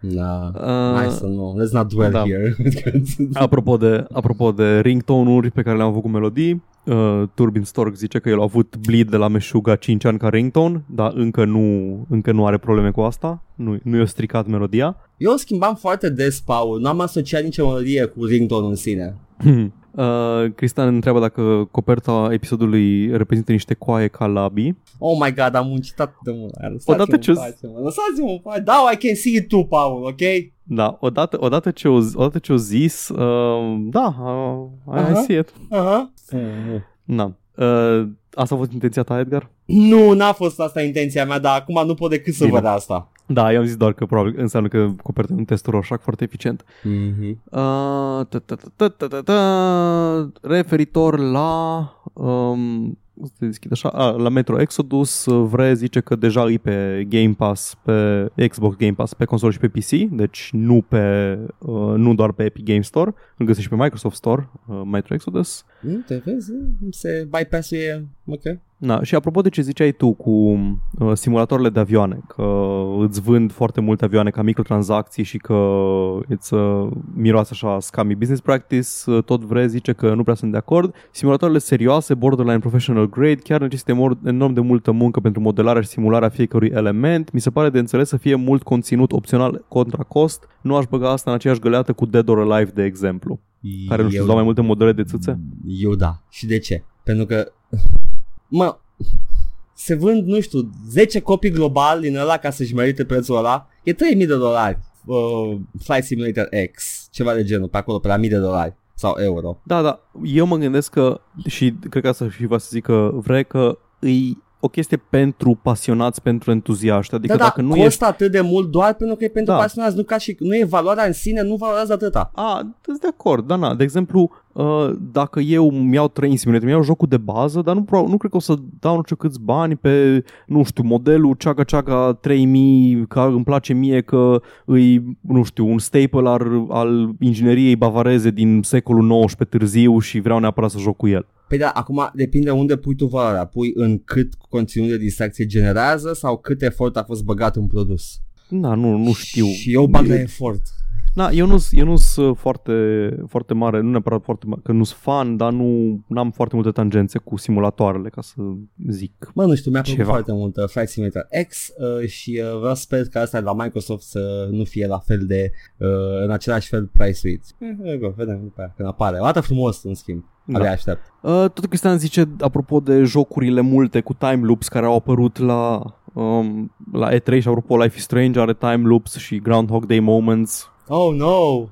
Da. Hai
Uh,
să nu, let's not dwell
da.
here.
apropo, de, apropo de ringtone-uri pe care le-am avut cu melodii, Uh, Turbin Stork zice că el a avut bleed de la Meșuga 5 ani ca ringtone, dar încă nu, încă nu are probleme cu asta, nu, nu i-a stricat melodia.
Eu schimbam foarte des, Paul, n-am asociat nicio melodie cu ringtone în sine.
Uh, Cristian ne întreabă dacă coperta episodului reprezintă niște coaie ca labii.
Oh my god, am muncit atât de mult.
Odată
Lăsați-mă
ce-
în pace, mă. Lăsați-mă în pace. Da, I can see it too, Paul, ok?
Da, odată, odată, ce, o, odată ce o zis, uh, da, uh, I, I
Aha.
see it.
Aha.
Na. Uh, asta a fost intenția ta, Edgar?
Nu, n-a fost asta intenția mea, dar acum nu pot decât să
Bine.
văd asta.
Da, eu am zis doar că probabil înseamnă că coperta e un test roșac foarte eficient.
Mm-hmm.
Uh, ta, ta, ta, ta, ta, ta, ta, referitor la um, se deschid așa, a, la Metro Exodus uh, Vre zice că deja e pe Game Pass pe Xbox Game Pass pe console și pe PC, deci nu pe uh, nu doar pe Epic Game Store îl găsești și pe Microsoft Store, uh, Metro Exodus
Mm, te vezi? Se bypass-uie, ok?
Na, și apropo de ce ziceai tu cu uh, simulatoarele de avioane, că îți vând foarte multe avioane ca microtransacții și că îți uh, miroase așa scummy business practice, uh, tot vrei zice că nu prea sunt de acord. Simulatoarele serioase, borderline professional grade, chiar necesită mor- enorm de multă muncă pentru modelarea și simularea fiecărui element. Mi se pare de înțeles să fie mult conținut opțional contra cost. Nu aș băga asta în aceeași găleată cu Dead or Alive, de exemplu, care nu știu, îți dau mai multe modele de țâțe.
Eu da. Și de ce? Pentru că... Mă, se vând, nu știu, 10 copii global din ăla ca să-și merite prețul ăla. E 3000 de dolari. uh, Flight Simulator X, ceva de genul, pe acolo, pe la mii de dolari sau euro.
Da, da, eu mă gândesc că și cred că asta și vă să zic că vrei că îi o chestie pentru pasionați, pentru entuziaști. Adică
Da, da,
dacă nu
costă
ești...
atât de mult doar pentru că e pentru
Da.
pasionați, nu ca și, nu e valoarea în sine, nu valorează atâta.
A, sunt de acord, da, na. De exemplu, uh, dacă eu mi-au train simulator, mi-au jocul de bază, dar nu, proba- nu cred că o să dau nu știu câți bani pe, nu știu, modelul Ceaga Ceaga 3000, că îmi place mie că îi, nu știu, un staple al, al ingineriei bavareze din secolul XIX târziu și vreau neapărat să joc cu el.
Păi da, acum depinde unde pui tu valoarea. Pui în cât conținut de distracție generează sau cât efort a fost băgat în produs.
Da, nu, nu știu.
Și eu bag la
E-
efort.
Na, eu nu eu nu sunt foarte, foarte mare, nu neapărat foarte mare, că nu sunt fan, dar nu am foarte multe tangențe cu simulatoarele, ca să zic.
Mă, nu știu, mi-a plăcut
Ceva.
foarte mult uh, Flight Simulator X uh, și uh, vreau să sper că asta de la Microsoft să nu fie la fel de, uh, în același fel, priceuit.
Mhm.
Eh, bă, vedem după aia când apare. O dată frumos, în schimb. Da. Abia aștept.
Uh, tot Cristian zice, apropo de jocurile multe cu time loops care au apărut la, um, la E3 și apropo Life is Strange are time loops și Groundhog Day Moments
Oh, no!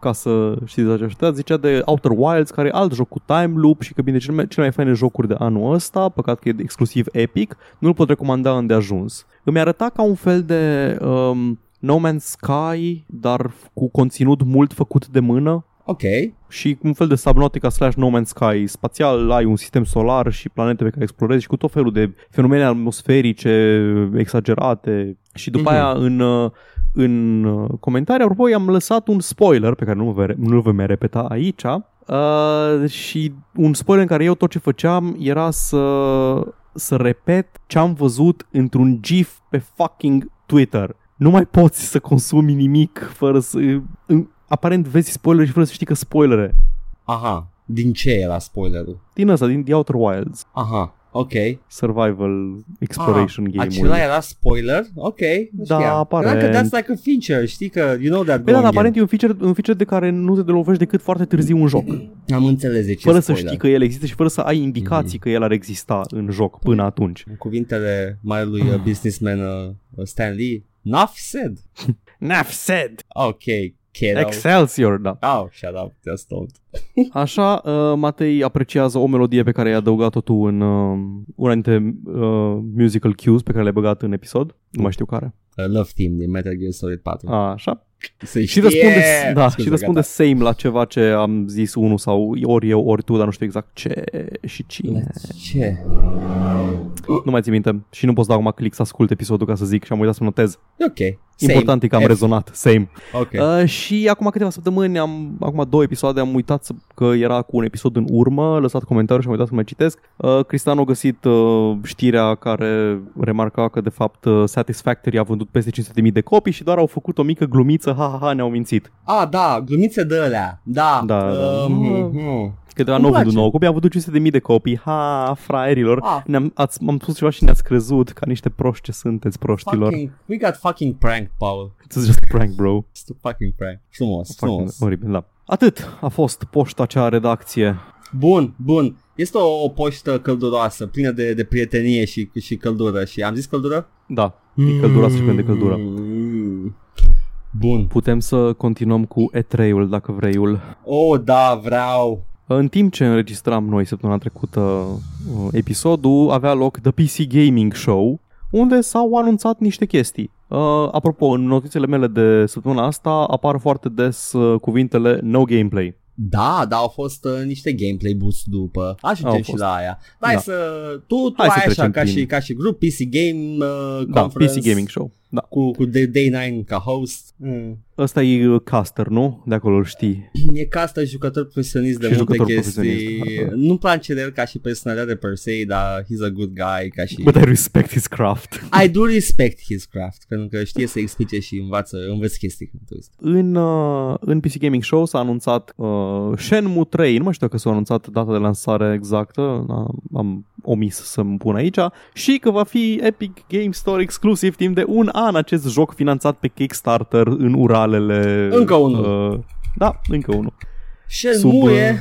ca să știți aceștia, zicea de Outer Wilds, care e alt joc cu time loop și că bine, cele mai, cele mai faine jocuri de anul ăsta, păcat că e exclusiv Epic, nu-l pot recomanda îndeajuns. Îmi arăta ca un fel de um, No Man's Sky, dar cu conținut mult făcut de mână
Ok.
și un fel de Subnautica slash No Man's Sky spațial, ai un sistem solar și planete pe care explorezi și cu tot felul de fenomene atmosferice exagerate și după
Mhm.
aia în, uh, în uh, comentarii, apropo, i-am lăsat un spoiler pe care nu vă, nu vă mai repeta aici uh, și un spoiler în care eu tot ce făceam era să, să repet ce am văzut într-un GIF pe fucking Twitter. Nu mai poți să consumi nimic fără să... În, aparent vezi spoilere și fără să știi că spoilere.
Aha. Din ce era spoilerul?
Din asta, din The Outer Wilds,
Aha. Ok.
survival exploration game-ul.
Ah, Acela era spoiler? Ok. Nu
Da,
știam.
aparent.
Credeam că that's like a feature, știi că you know that
Păi da,
going
dar
in.
aparent e un feature, un feature de care nu te lovești decât foarte târziu în joc,
Am înțeles de Mm, ce
fără să
spoiler. Mm.
știi că el există și fără să ai indicații că el ar exista în joc până atunci.
În cuvintele marelui uh, businessman uh, Stan Lee, enough said.
Naf said!
Ok, kiddo.
Excelsior, da.
Oh, shut up, just don't.
Așa, uh, Matei apreciază o melodie pe care ai adăugat-o tu în uh, una dintre uh, musical cues pe care le-ai băgat în episod. Nu mai știu care.
Uh, love Team din Metal Gear Solid 4. Ah.
Așa. Și răspunde, da, și răspunde same la ceva ce am zis unul sau ori eu, ori tu, dar nu știu exact ce și cine.
Ce?
Nu mai țin minte. Și nu pot să dau acum click să ascult episodul ca să zic și am uitat să notez.
E ok. Same.
Important e că am
F.
rezonat. Same.
Ok. Uh,
Okay. Uh, și acum câteva săptămâni, am, acum două episoade, am uitat să, că era cu un episod în urmă, lăsat comentariu și am uitat să mai citesc. Uh, Cristian a găsit uh, știrea care remarca că de fapt uh, Satisfactory a vândut peste 500.000 de copii și doar au făcut o mică glumiță, ha ha ha, ne-au mințit.
ah, da, glumițe de alea. Da.
Da, da.
uh, mm-hmm.
Că de la
Îmi
nou vândut
place.
9 copii, a vândut 500.000 de copii, ha, fraierilor.
Ah,
Ne-am, ați, m-am spus ceva și ne-ați crezut ca niște proști ce sunteți proștilor.
fucking, we got fucking prank, Paul.
It's just a prank, bro.
It's a fucking prank. Frumos,
Fucking
frumos.
oribil, da. Atât a fost poșta acea redacție.
Bun, bun. Este o, o poștă călduroasă, plină de, de prietenie și, și căldură. Și am zis căldură?
Da, e căldura să de căldura.
Mm. Bun.
Putem să continuăm cu E3-ul, dacă vrei
Oh, da, vreau.
În timp ce înregistram noi săptămâna trecută uh, episodul, avea loc The PC Gaming Show, unde s-au anunțat niște chestii. Uh, apropo, în notițele mele de săptămâna asta apar foarte des uh, cuvintele no gameplay.
Da, da, au fost uh, niște gameplay boost după. Ajungem
Au
și
fost.
la aia. Hai
Da.
să... Tu, tu
Hai
ai
să
așa,
trecem
ca
prin-
și, ca și grup, PC Game uh,
Da,
Conference.
PC Gaming Show. Da.
Cu, cu Day- Day9 ca host. Mm.
Ăsta e uh, caster, nu? De acolo îl știi.
E ca asta jucător profesionist de
Și
multe
jucător
chestii.
profesionist, da.
Nu-mi place de el ca și personalitate per se, dar he's a good guy ca și...
But I respect his craft.
I do respect his craft, pentru că știe să explice și învață, înveți chestii când tu
În, uh, în PC Gaming Show s-a anunțat uh, Shenmue 3, nu mai știu dacă s-a anunțat data de lansare exactă, da, am omis să-mi pun aici, și că va fi Epic Game Store exclusiv timp de un an acest joc finanțat pe Kickstarter în uralele...
Încă unul.
Uh, da, încă unul.
Shenmue
Sub, uh,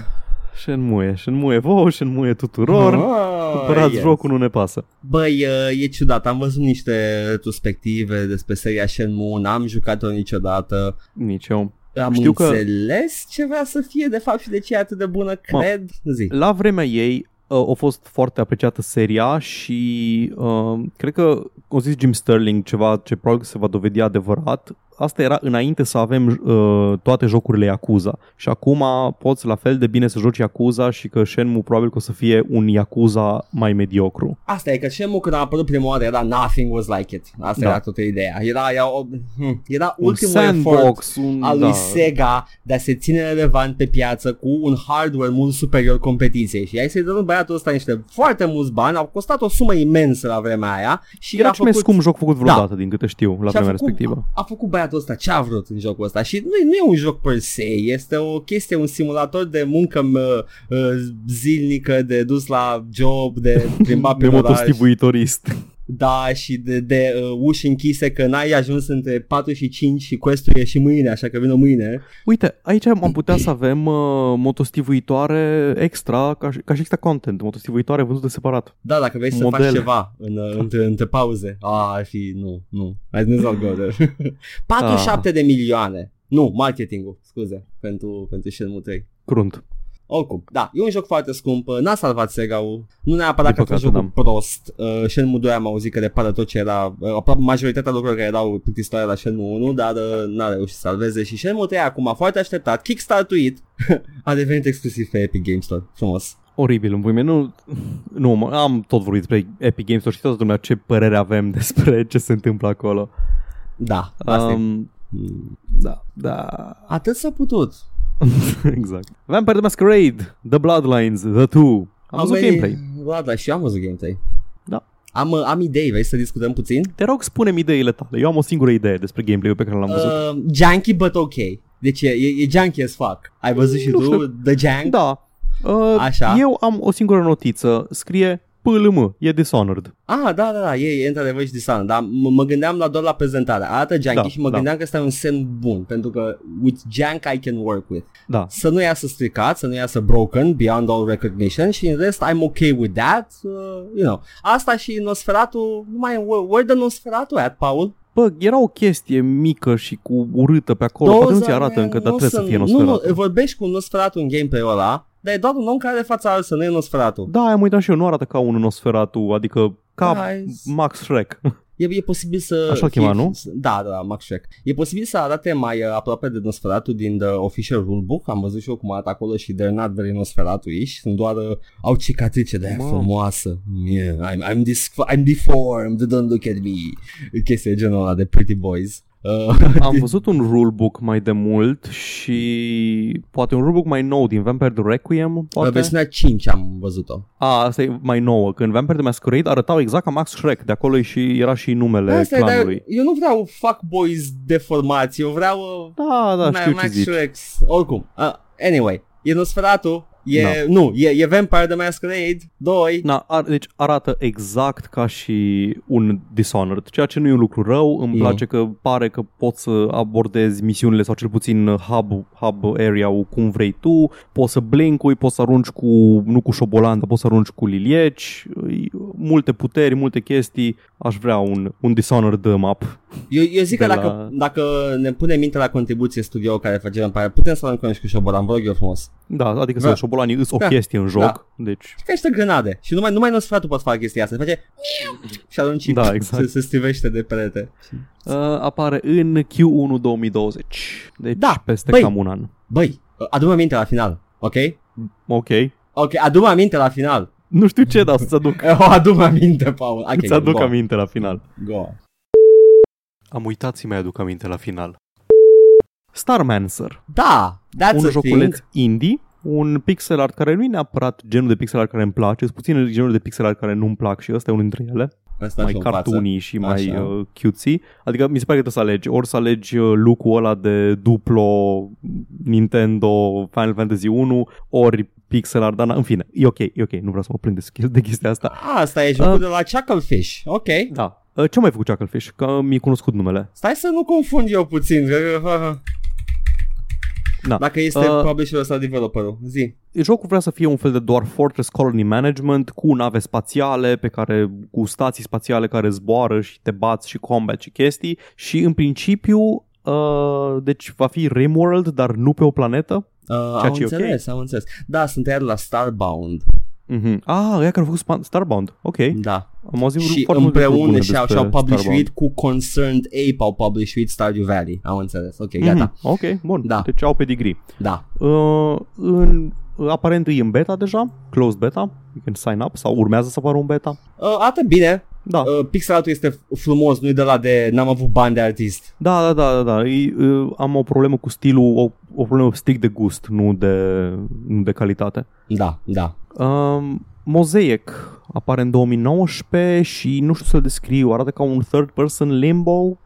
Shenmue, Shenmue vouă, Shenmue tuturor.
Ah,
Cumpărați
yes.
jocul, nu ne pasă.
Băi, uh, e ciudat, am văzut niște retrospective despre seria Shenmue, n-am jucat-o niciodată,
Nici eu.
am
Știu că-
înțeles ce vrea să fie de fapt și de ce e atât de bună, cred, zi.
La vremea ei uh, a fost foarte apreciată seria și uh, cred că o zis Jim Sterling ceva ce probabil se va dovedi adevărat. Asta era înainte să avem uh, toate jocurile Yakuza și acum poți la fel de bine să joci Yakuza și că Shenmue probabil că o să fie un Yakuza mai mediocru.
Asta e că Shenmue când a apărut prima oară era nothing was like it, asta
Da.
era toată ideea, era, era, o- hm, era ultimul
un
efort
sandbox, da. un...
al lui Sega de a se ține relevant pe piață cu un hardware mult superior competiției și ai să-i dăm băiatul ăsta niște foarte mulți bani, au costat o sumă imensă la vremea aia și
Era
a
cel mai
făcut Da.
scump joc făcut vreodată, din câte știu, la
Și a
vremea
făcut-
respectivă.
a făcut băiatul ăsta ce a vrut în jocul ăsta și nu, nu e un joc per se, este o chestie, un simulator de muncă mă, uh, zilnică, de dus la job, de plimba pe
Pe
oraș,
motostivuitorist.
da, și de, de uh, uși închise că n-ai ajuns între 4 și 5 și quest-ul e și mâine, așa că vină mâine.
Uite, aici am putea să avem uh, motostivuitoare extra, ca și, ca și extra content, motostivuitoare vândute separat.
Da, dacă vrei să
Modele.
faci ceva în, uh, între, între pauze. A, ar fi, nu, nu. Hai nu not go there. 47 de milioane. Nu, marketingul, scuze, pentru, pentru Shenmue 3.
Crunt.
Oricum, da, e un joc foarte scump, uh, n-a salvat Sega-ul, nu neapărat
Din
că a fost
păcate,
jocul prost, uh, Shenmue 2 am auzit că repară tot ce era, uh, aproape majoritatea lucrurilor care erau plictisitoare la Shenmue 1, dar uh, n-a reușit să salveze și Shenmue 3 acum, foarte așteptat, kickstart-uit, a devenit exclusiv pe Epic Games Store, frumos.
Oribil, în puime. Nu, nu, mă, am tot vorbit despre Epic Games Store și toată lumea ce părere avem despre ce se întâmplă acolo.
Da, asta e.
Um,
Mm.
da, da,
Atât s-a putut.
exact. Vampire the Masquerade, The Bloodlines, The Two. Am văzut
venit-
gameplay.
Da, da, și eu am văzut gameplay.
Da.
Am, uh, am idei, vrei să discutăm puțin?
Te rog, spune-mi ideile tale. Eu am o singură idee despre gameplay-ul pe care l-am văzut.
Uh, junkie, but ok. Deci e, e, e junkie as fuck. Ai văzut și
Mm, Nu
tu
știu.
The Jank?
Da. Uh,
Așa.
Eu am o singură notiță. Scrie PLM, e Dishonored.
Ah, da, da, da, e, e într-adevăr și Dishonored, dar m- mă gândeam la doar la prezentare. Arată junkie
Da,
și mă
da.
gândeam că ăsta e un semn bun, pentru că with junk I can work with.
Da.
Să nu iasă stricat, să nu iasă broken, beyond all recognition și în rest I'm okay with that, uh, you know. Asta și Nosferatu, nu mai e word, word de Nosferatu at, Paul?
Bă, era o chestie mică și cu urâtă pe acolo, poate nu ți arată
Doza,
încă, dar
nu
trebuie să
sunt-
fie
Nu,
Nosferatu.
nu, vorbești cu un Nosferatu în gameplay-ul ăla, dar e doar un om care are fața altă, nu e Nosferatu.
Da, am uitat și eu, nu arată ca un Nosferatu, adică ca
Da, e-
Max Shrek.
E, e posibil să...
Așa îl
fie-
chema, nu?
Da, da, da, Max Shrek. E posibil să arate mai uh, aproape de Nosferatu din The Official Rulebook. Am văzut și eu cum arată acolo și they're not very nosferatu iși Sunt doar... Uh, au cicatrice de aia
Mamă.
frumoasă. Yeah, I'm, I'm, dis- I'm deformed, don't look at me. Chestia de genul ăla de Pretty Boys. Uh,
Am văzut un rulebook mai de mult și poate un rulebook mai nou din Vampire the Requiem, poate.
versiunea 5 am văzut-o.
A, asta e mai nouă, când Vampire the Masquerade arătau exact ca Max Shrek, de acolo e și era și numele
Asta e,
clanului.
dar eu nu vreau fuckboys deformați, eu vreau uh,
Da, da,
Ma-
știu ce
Max
zici.
Shrek's. Oricum, uh, anyway, e Nosferatu, e,
Da.
nu, e, e Vampire the Masquerade 2.
Na, ar, deci arată exact ca și un Dishonored, ceea ce nu e un lucru rău, îmi
Mm.
place că pare că poți să abordezi misiunile sau cel puțin hub, hub area-ul cum vrei tu, poți să blinkui, poți să arunci cu, nu cu șobolan, dar poți să arunci cu lilieci, îi- multe puteri, multe chestii, aș vrea un, un Dishonored map.
Eu, eu zic că
de
dacă,
la-
dacă ne punem minte la contribuție studio care face Vampire, putem să aruncăm și cu șobolan, vă rog eu frumos.
Da, adică
Da.
să șobolanii îs o
Da.
chestie în joc,
Da.
deci...
Ca niște grenade și numai, numai Nosferatu poate face chestia asta, face și atunci
Da, exact.
se, se strivește de perete.
Uh, apare în Q1 2020, deci
Da,
peste
băi.
cam un an.
Băi, adu-mi aminte la final, ok?
Ok.
Ok, adu-mi aminte la final.
Nu știu ce, dar o să-ți aduc.
Eu adu-mi aminte, Paul. Okay,
Îți aduc
go.
aminte la final.
Go.
Am uitat să-i mai aduc aminte la final. Starmancer,
Da, that's
un
a
joculeț
thing.
indie, un pixel art care nu e neapărat genul de pixel art care îmi place, sunt puține genuri de pixel art care nu-mi plac și ăsta e unul dintre ele,
Asta
mai
și în față.
cartoonii și mai
Așa.
uh, cutesy, adică mi se pare că trebuie să alegi, ori să alegi uh, look-ul ăla de duplo Nintendo Final Fantasy 1, ori pixel art, dar na- în fine, e ok, e ok, nu vreau să mă plâng de chesti- de chestia asta.
A, asta e jocul de la Chucklefish. Ok.
Da. Uh, Ce mai făcut Chucklefish? Că mi-e cunoscut numele.
Stai să nu confund eu puțin.
Da.
Dacă este
Uh,
uh, publisherul sau developerul, zi.
Jocul vrea să fie un fel de doar Fortress Colony Management cu nave spațiale pe care cu stații spațiale care zboară și te bați și combat și chestii și în principiu uh, deci va fi Rimworld dar nu pe o planetă.
Uh,
ce e
am
ok.
înțeles, am înțeles. Da, sunt iar la Starbound.
Mhm. Ah, ea care a făcut Spa- Starbound. Ok.
Da.
Am auzit
și
foarte multe lucruri
împreună
bune
și-au,
despre
și-au publishuit
Starbound.
cu Concerned Ape au publishuit Stardew Valley. Am înțeles. Ok,
Mhm.
gata.
Ok, bun.
Da.
Deci au pedigree.
Da.
Uh, în, aparent e în beta deja, closed beta, you can sign up sau urmează să apară un beta.
Uh, arată bine.
Da.
Uh, pixel art este frumos, nu e de la de n-am avut bani de artist.
Da, da, da, da, da. E, uh, am o problemă cu stilul, o, o problemă strict de gust, nu de, nu de calitate.
Da, da.
Um, Mosaic apare în 2019 și nu știu să-l descriu, arată ca un third person limbo,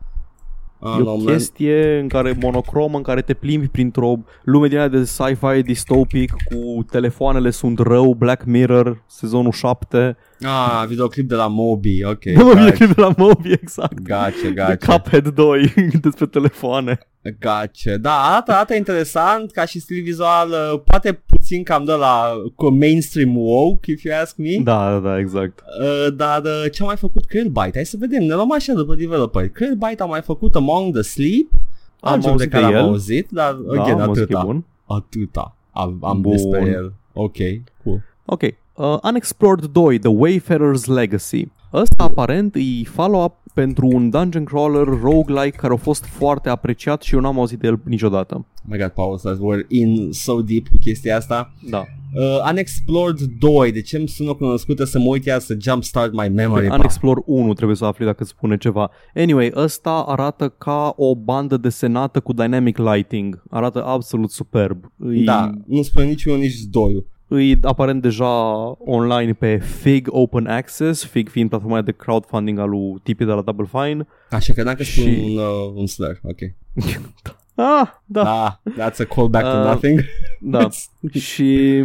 Uh,
e
la
o
un moment-
chestie în care monocrom, în care te plimbi printr-o lume din aia de sci-fi distopic cu telefoanele sunt rău, Black Mirror, sezonul 7.
Ah, videoclip de la Moby, ok.
Da, mă,
gace,
videoclip de la Mobi, exact.
Gace,
De
gace,
Cuphead 2 despre telefoane.
gace. Da, arată, arată interesant ca și stil vizual, uh, poate puțin cam de la cu mainstream woke, if you ask me.
Da, da, da, exact.
Uh, dar uh, ce a mai făcut Krillbite? Hai să vedem, ne luăm așa după developer. Krillbite a mai făcut Among the Sleep, am
Am auzit
de
de
care
el.
am auzit, dar
Da,
again,
mă, zic că e
atâta,
bun.
atâta. Am, am
Bun.
despre el. Ok, cool. Oh
Ok. Uh, Unexplored 2, The Wayfarer's Legacy. Ăsta aparent e follow-up pentru un dungeon crawler roguelike care a fost foarte apreciat și eu n-am auzit de el niciodată.
Oh my god, Paul, să we're in so deep cu chestia asta.
Da.
Uh, Unexplored 2, de ce îmi sună cunoscută să mă uit ea să jumpstart my memory?
Pe
Unex-
Unexplore 1 trebuie să afli dacă îți spune ceva. Anyway, ăsta arată ca o bandă desenată cu dynamic lighting. Arată absolut superb. E,
da, nu spune niciunul, nici doi.
E aparent deja online pe Fig Open Access, Fig fiind platforma de crowdfunding al lui tipii de la Double Fine.
Așa că dacă spun
Și-
un, uh, un slur, ok.
Ah, da,
Da, that's a callback to
Uh,
nothing.
da. Și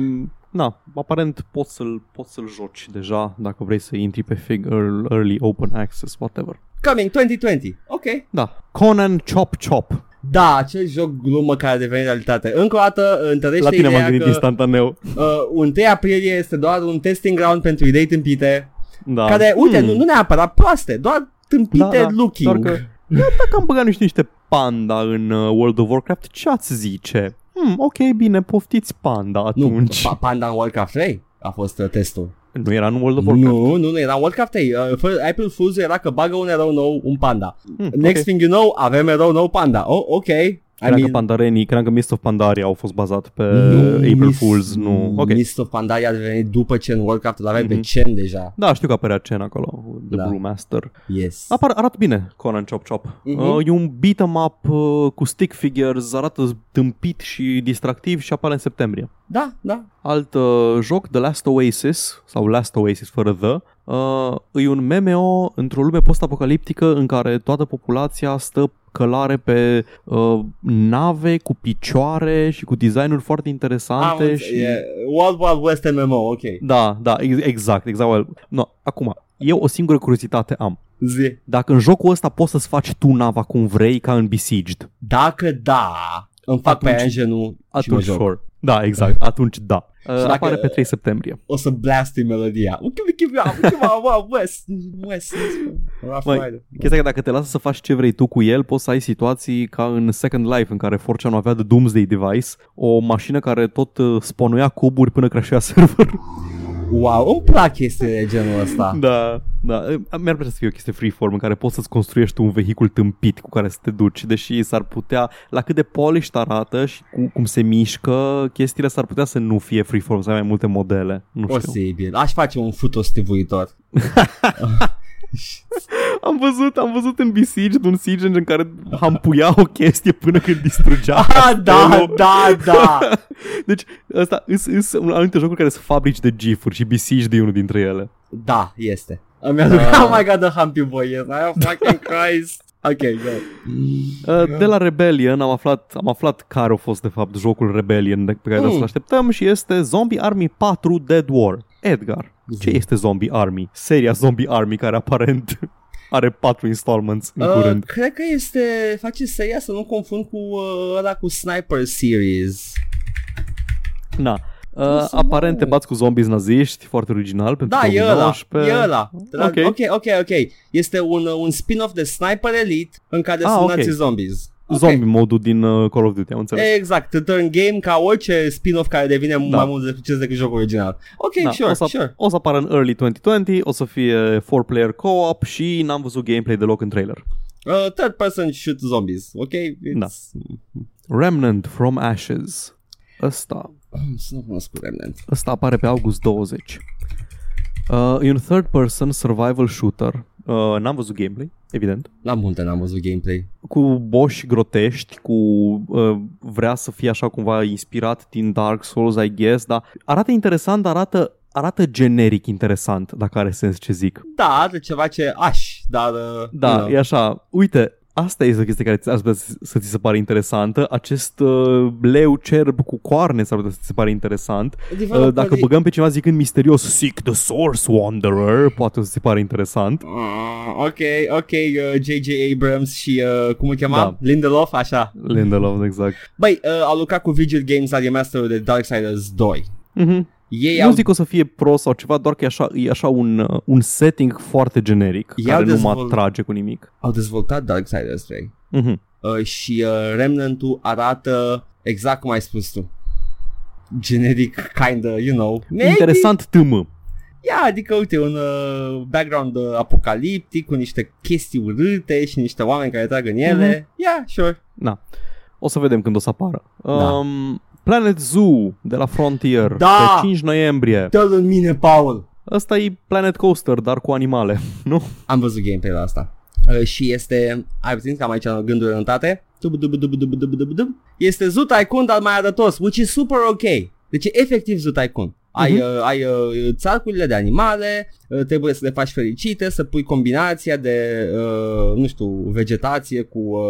na, aparent poți să-l, poți să-l joci deja dacă vrei să intri pe Fig Earl- Early Open Access, whatever.
Coming 2020, ok.
Da. Conan Chop Chop.
Da, acel joc glumă care a devenit realitate. Încă o dată întărește
La tine m-am
ideea
gândit
că
instantaneu.
uh, 1 aprilie este doar un testing ground pentru idei tâmpite,
Da.
da. care, uite,
Hmm.
nu, nu neapărat proaste, doar tâmpite
Da, da,
looking.
doar că- Da, Dacă am băgat niște, niște panda în uh, World of Warcraft, ce ați zice? Hmm, ok, bine, poftiți panda
Nu,
atunci.
pa- Panda în Warcraft 3 a fost uh, testul.
Nu, nu era în World of Warcraft.
Nu, nu, nu, era în Warcraft 3. Uh, fă- April Fools era că bagă un erou nou, un panda.
Hmm,
Next
ok.
thing you know, avem erou nou, panda. Oh, ok. I
Cream că
mean-
pandarenii, cream că Mist of Pandaria au fost bazat pe
Nu,
Uh, April
Miss-
Fools, nu. Ok.
Mist of Pandaria a devenit după ce în Warcraft îl aveai mm-hmm. pe
Mhm.
Chen deja.
Da, știu că apărea Chen acolo, The
Da.
Blue Master.
Yes.
Apar, arată bine Conan Chop Chop.
Mhm.
Uh, e un beat'em up uh, cu stick figures, arată tâmpit și distractiv și apare în septembrie.
Da, da.
Alt uh, joc, The Last Oasis, sau Last Oasis fără The, uh, e un MMO într-o lume post-apocaliptică în care toată populația stă călare pe uh, nave cu picioare și cu designuri foarte interesante
înțe-
și...
e Wild Wild West MMO, ok.
Da, da, ex- exact, exact. well, No, acum, eu o singură curiozitate am.
Zi.
Dacă în jocul ăsta poți să-ți faci tu nava cum vrei, ca în Besieged,
Dacă da, îmi fac
Atunci-
pe aia în genul și mă
atunci
joc.
sure. Da, exact, atunci da. Uh,
dacă-
apare pe 3 septembrie.
O să blastui melodia. Give me, give me, give me, West, West, Rough
Măi,
Rider.
Chestia e că dacă te lasă să faci ce vrei tu cu el, poți să ai situații ca în Second Life, în care Forcean avea de Doomsday Device, o mașină care tot uh, sponuia cuburi până crashea serverul.
Wow, îmi plac chestiile de genul ăsta.
Da, da. Eh, Mi-ar plăcea să fie o chestie freeform în care poți să-ți construiești un vehicul tâmpit cu care să te duci, deși s-ar putea, la cât de polished arată și cu, cum se mișcă, chestiile s-ar putea să nu fie freeform, să ai mai multe modele. Nu știu.
Posibil. Aș face un futostivuitor.
Am văzut, am văzut în Besieged un Siege în care hampuia o chestie până când distrugea.
Ah, da,
castelul.
da, da.
Deci ăsta îs- îs un anumite jocuri care sunt fabrici de gifuri și Besieged e unul dintre ele.
Da, este. Îmi aduc,
Da.
oh my god, the Humpy Boy, yes, I fucking Christ. Ok, go.
Uh, De la Rebellion am aflat, am aflat care a fost de fapt jocul Rebellion de- pe care
Mm.
mm. să-l așteptăm și este Zombie Army 4 Dead War. Edgar, ce este Zombie Army? Seria Zombie Army care aparent Are patru installments în
Uh,
curând.
Cred că este, face seria să nu confund cu uh, ăla cu Sniper Series.
Na. Uh,
să
aparent
mă-
te bați cu zombies naziști, foarte original pentru
Da, e ăla,
2019.
e ăla.
Ok.
Okay. ok, ok, ok. Este un, uh, un spin-off de Sniper Elite în care
Ah,
sunt
ok.
nazi zombies. Ok.
Zombie modul din uh, Call of Duty, am înțeles.
Exact, turn game ca orice spin-off care devine
Da.
mai mult de succes decât jocul original. Ok,
Da,
sure,
o să-
sure.
O să apară în early 2020, o să fie 4-player co-op și n-am văzut gameplay deloc în trailer.
Uh, third person shoot zombies, ok? It's...
Da. Remnant from Ashes. Ăsta,
Să nu cunosc Remnant.
ăsta apare pe august 20. Uh, e un third-person survival shooter. Uh, n-am văzut gameplay, evident.
La multe n-am văzut gameplay.
Cu boși grotești, cu uh, vrea să fie așa cumva inspirat din Dark Souls, I guess, dar arată interesant, dar arată, arată generic interesant, dacă are sens ce zic.
Da, are ceva ce aș, dar... Uh,
Da,
you know.
e așa. Uite, asta este o chestie care ți- ar putea să- să ți se pare interesantă. Acest uh, leu cerb cu coarne s-ar putea să ți se pare interesant. Uh,
Developerii-
dacă băgăm pe cineva zicând misterios Seek the Source Wanderer, poate o să ți se pare interesant.
Ah, ok, ok, uh, J.J. Abrams și uh, cum îl chema? Da.
Da.
Lindelof, așa.
Lindelof, exact.
Băi, uh, au lucrat cu Vigil Games la remasterul de Darksiders 2.
Mm-hmm.
Ei
Eu
au,
nu zic că o să fie pro sau ceva, doar că e așa, e așa un, uh, un setting foarte generic
I-au
care nu mă
dezvolt-
atrage cu nimic.
au dezvoltat Darksiders 3
Mm-hmm.
uh, și uh, Remnant-ul arată exact cum ai spus tu. Generic, kinda, you know. Maybe.
Interesant tâmă.
Ia, adică, uite, un uh, background uh, apocaliptic cu niște chestii urâte și niște oameni care trag în ele. Ia, yeah, sure.
O să vedem când o să apară.
Da.
Um, Planet Zoo de la Frontier
Da!
pe 5 noiembrie.
Dă-l în mine, Paul!
Asta e Planet Coaster, dar cu animale.
Am văzut gameplay la asta. Uh, și este, ai puțin că am aici gânduri rătate. Dub, dub, dub, dub, dub, dub, dub. Este Zoo Tycoon, dar mai arătos, which is super ok. Deci e efectiv Zoo Tycoon. Ai, uh-huh. uh, ai uh, țarcurile de animale, uh, trebuie să le faci fericite, să pui combinația de, uh, nu știu, vegetație cu uh,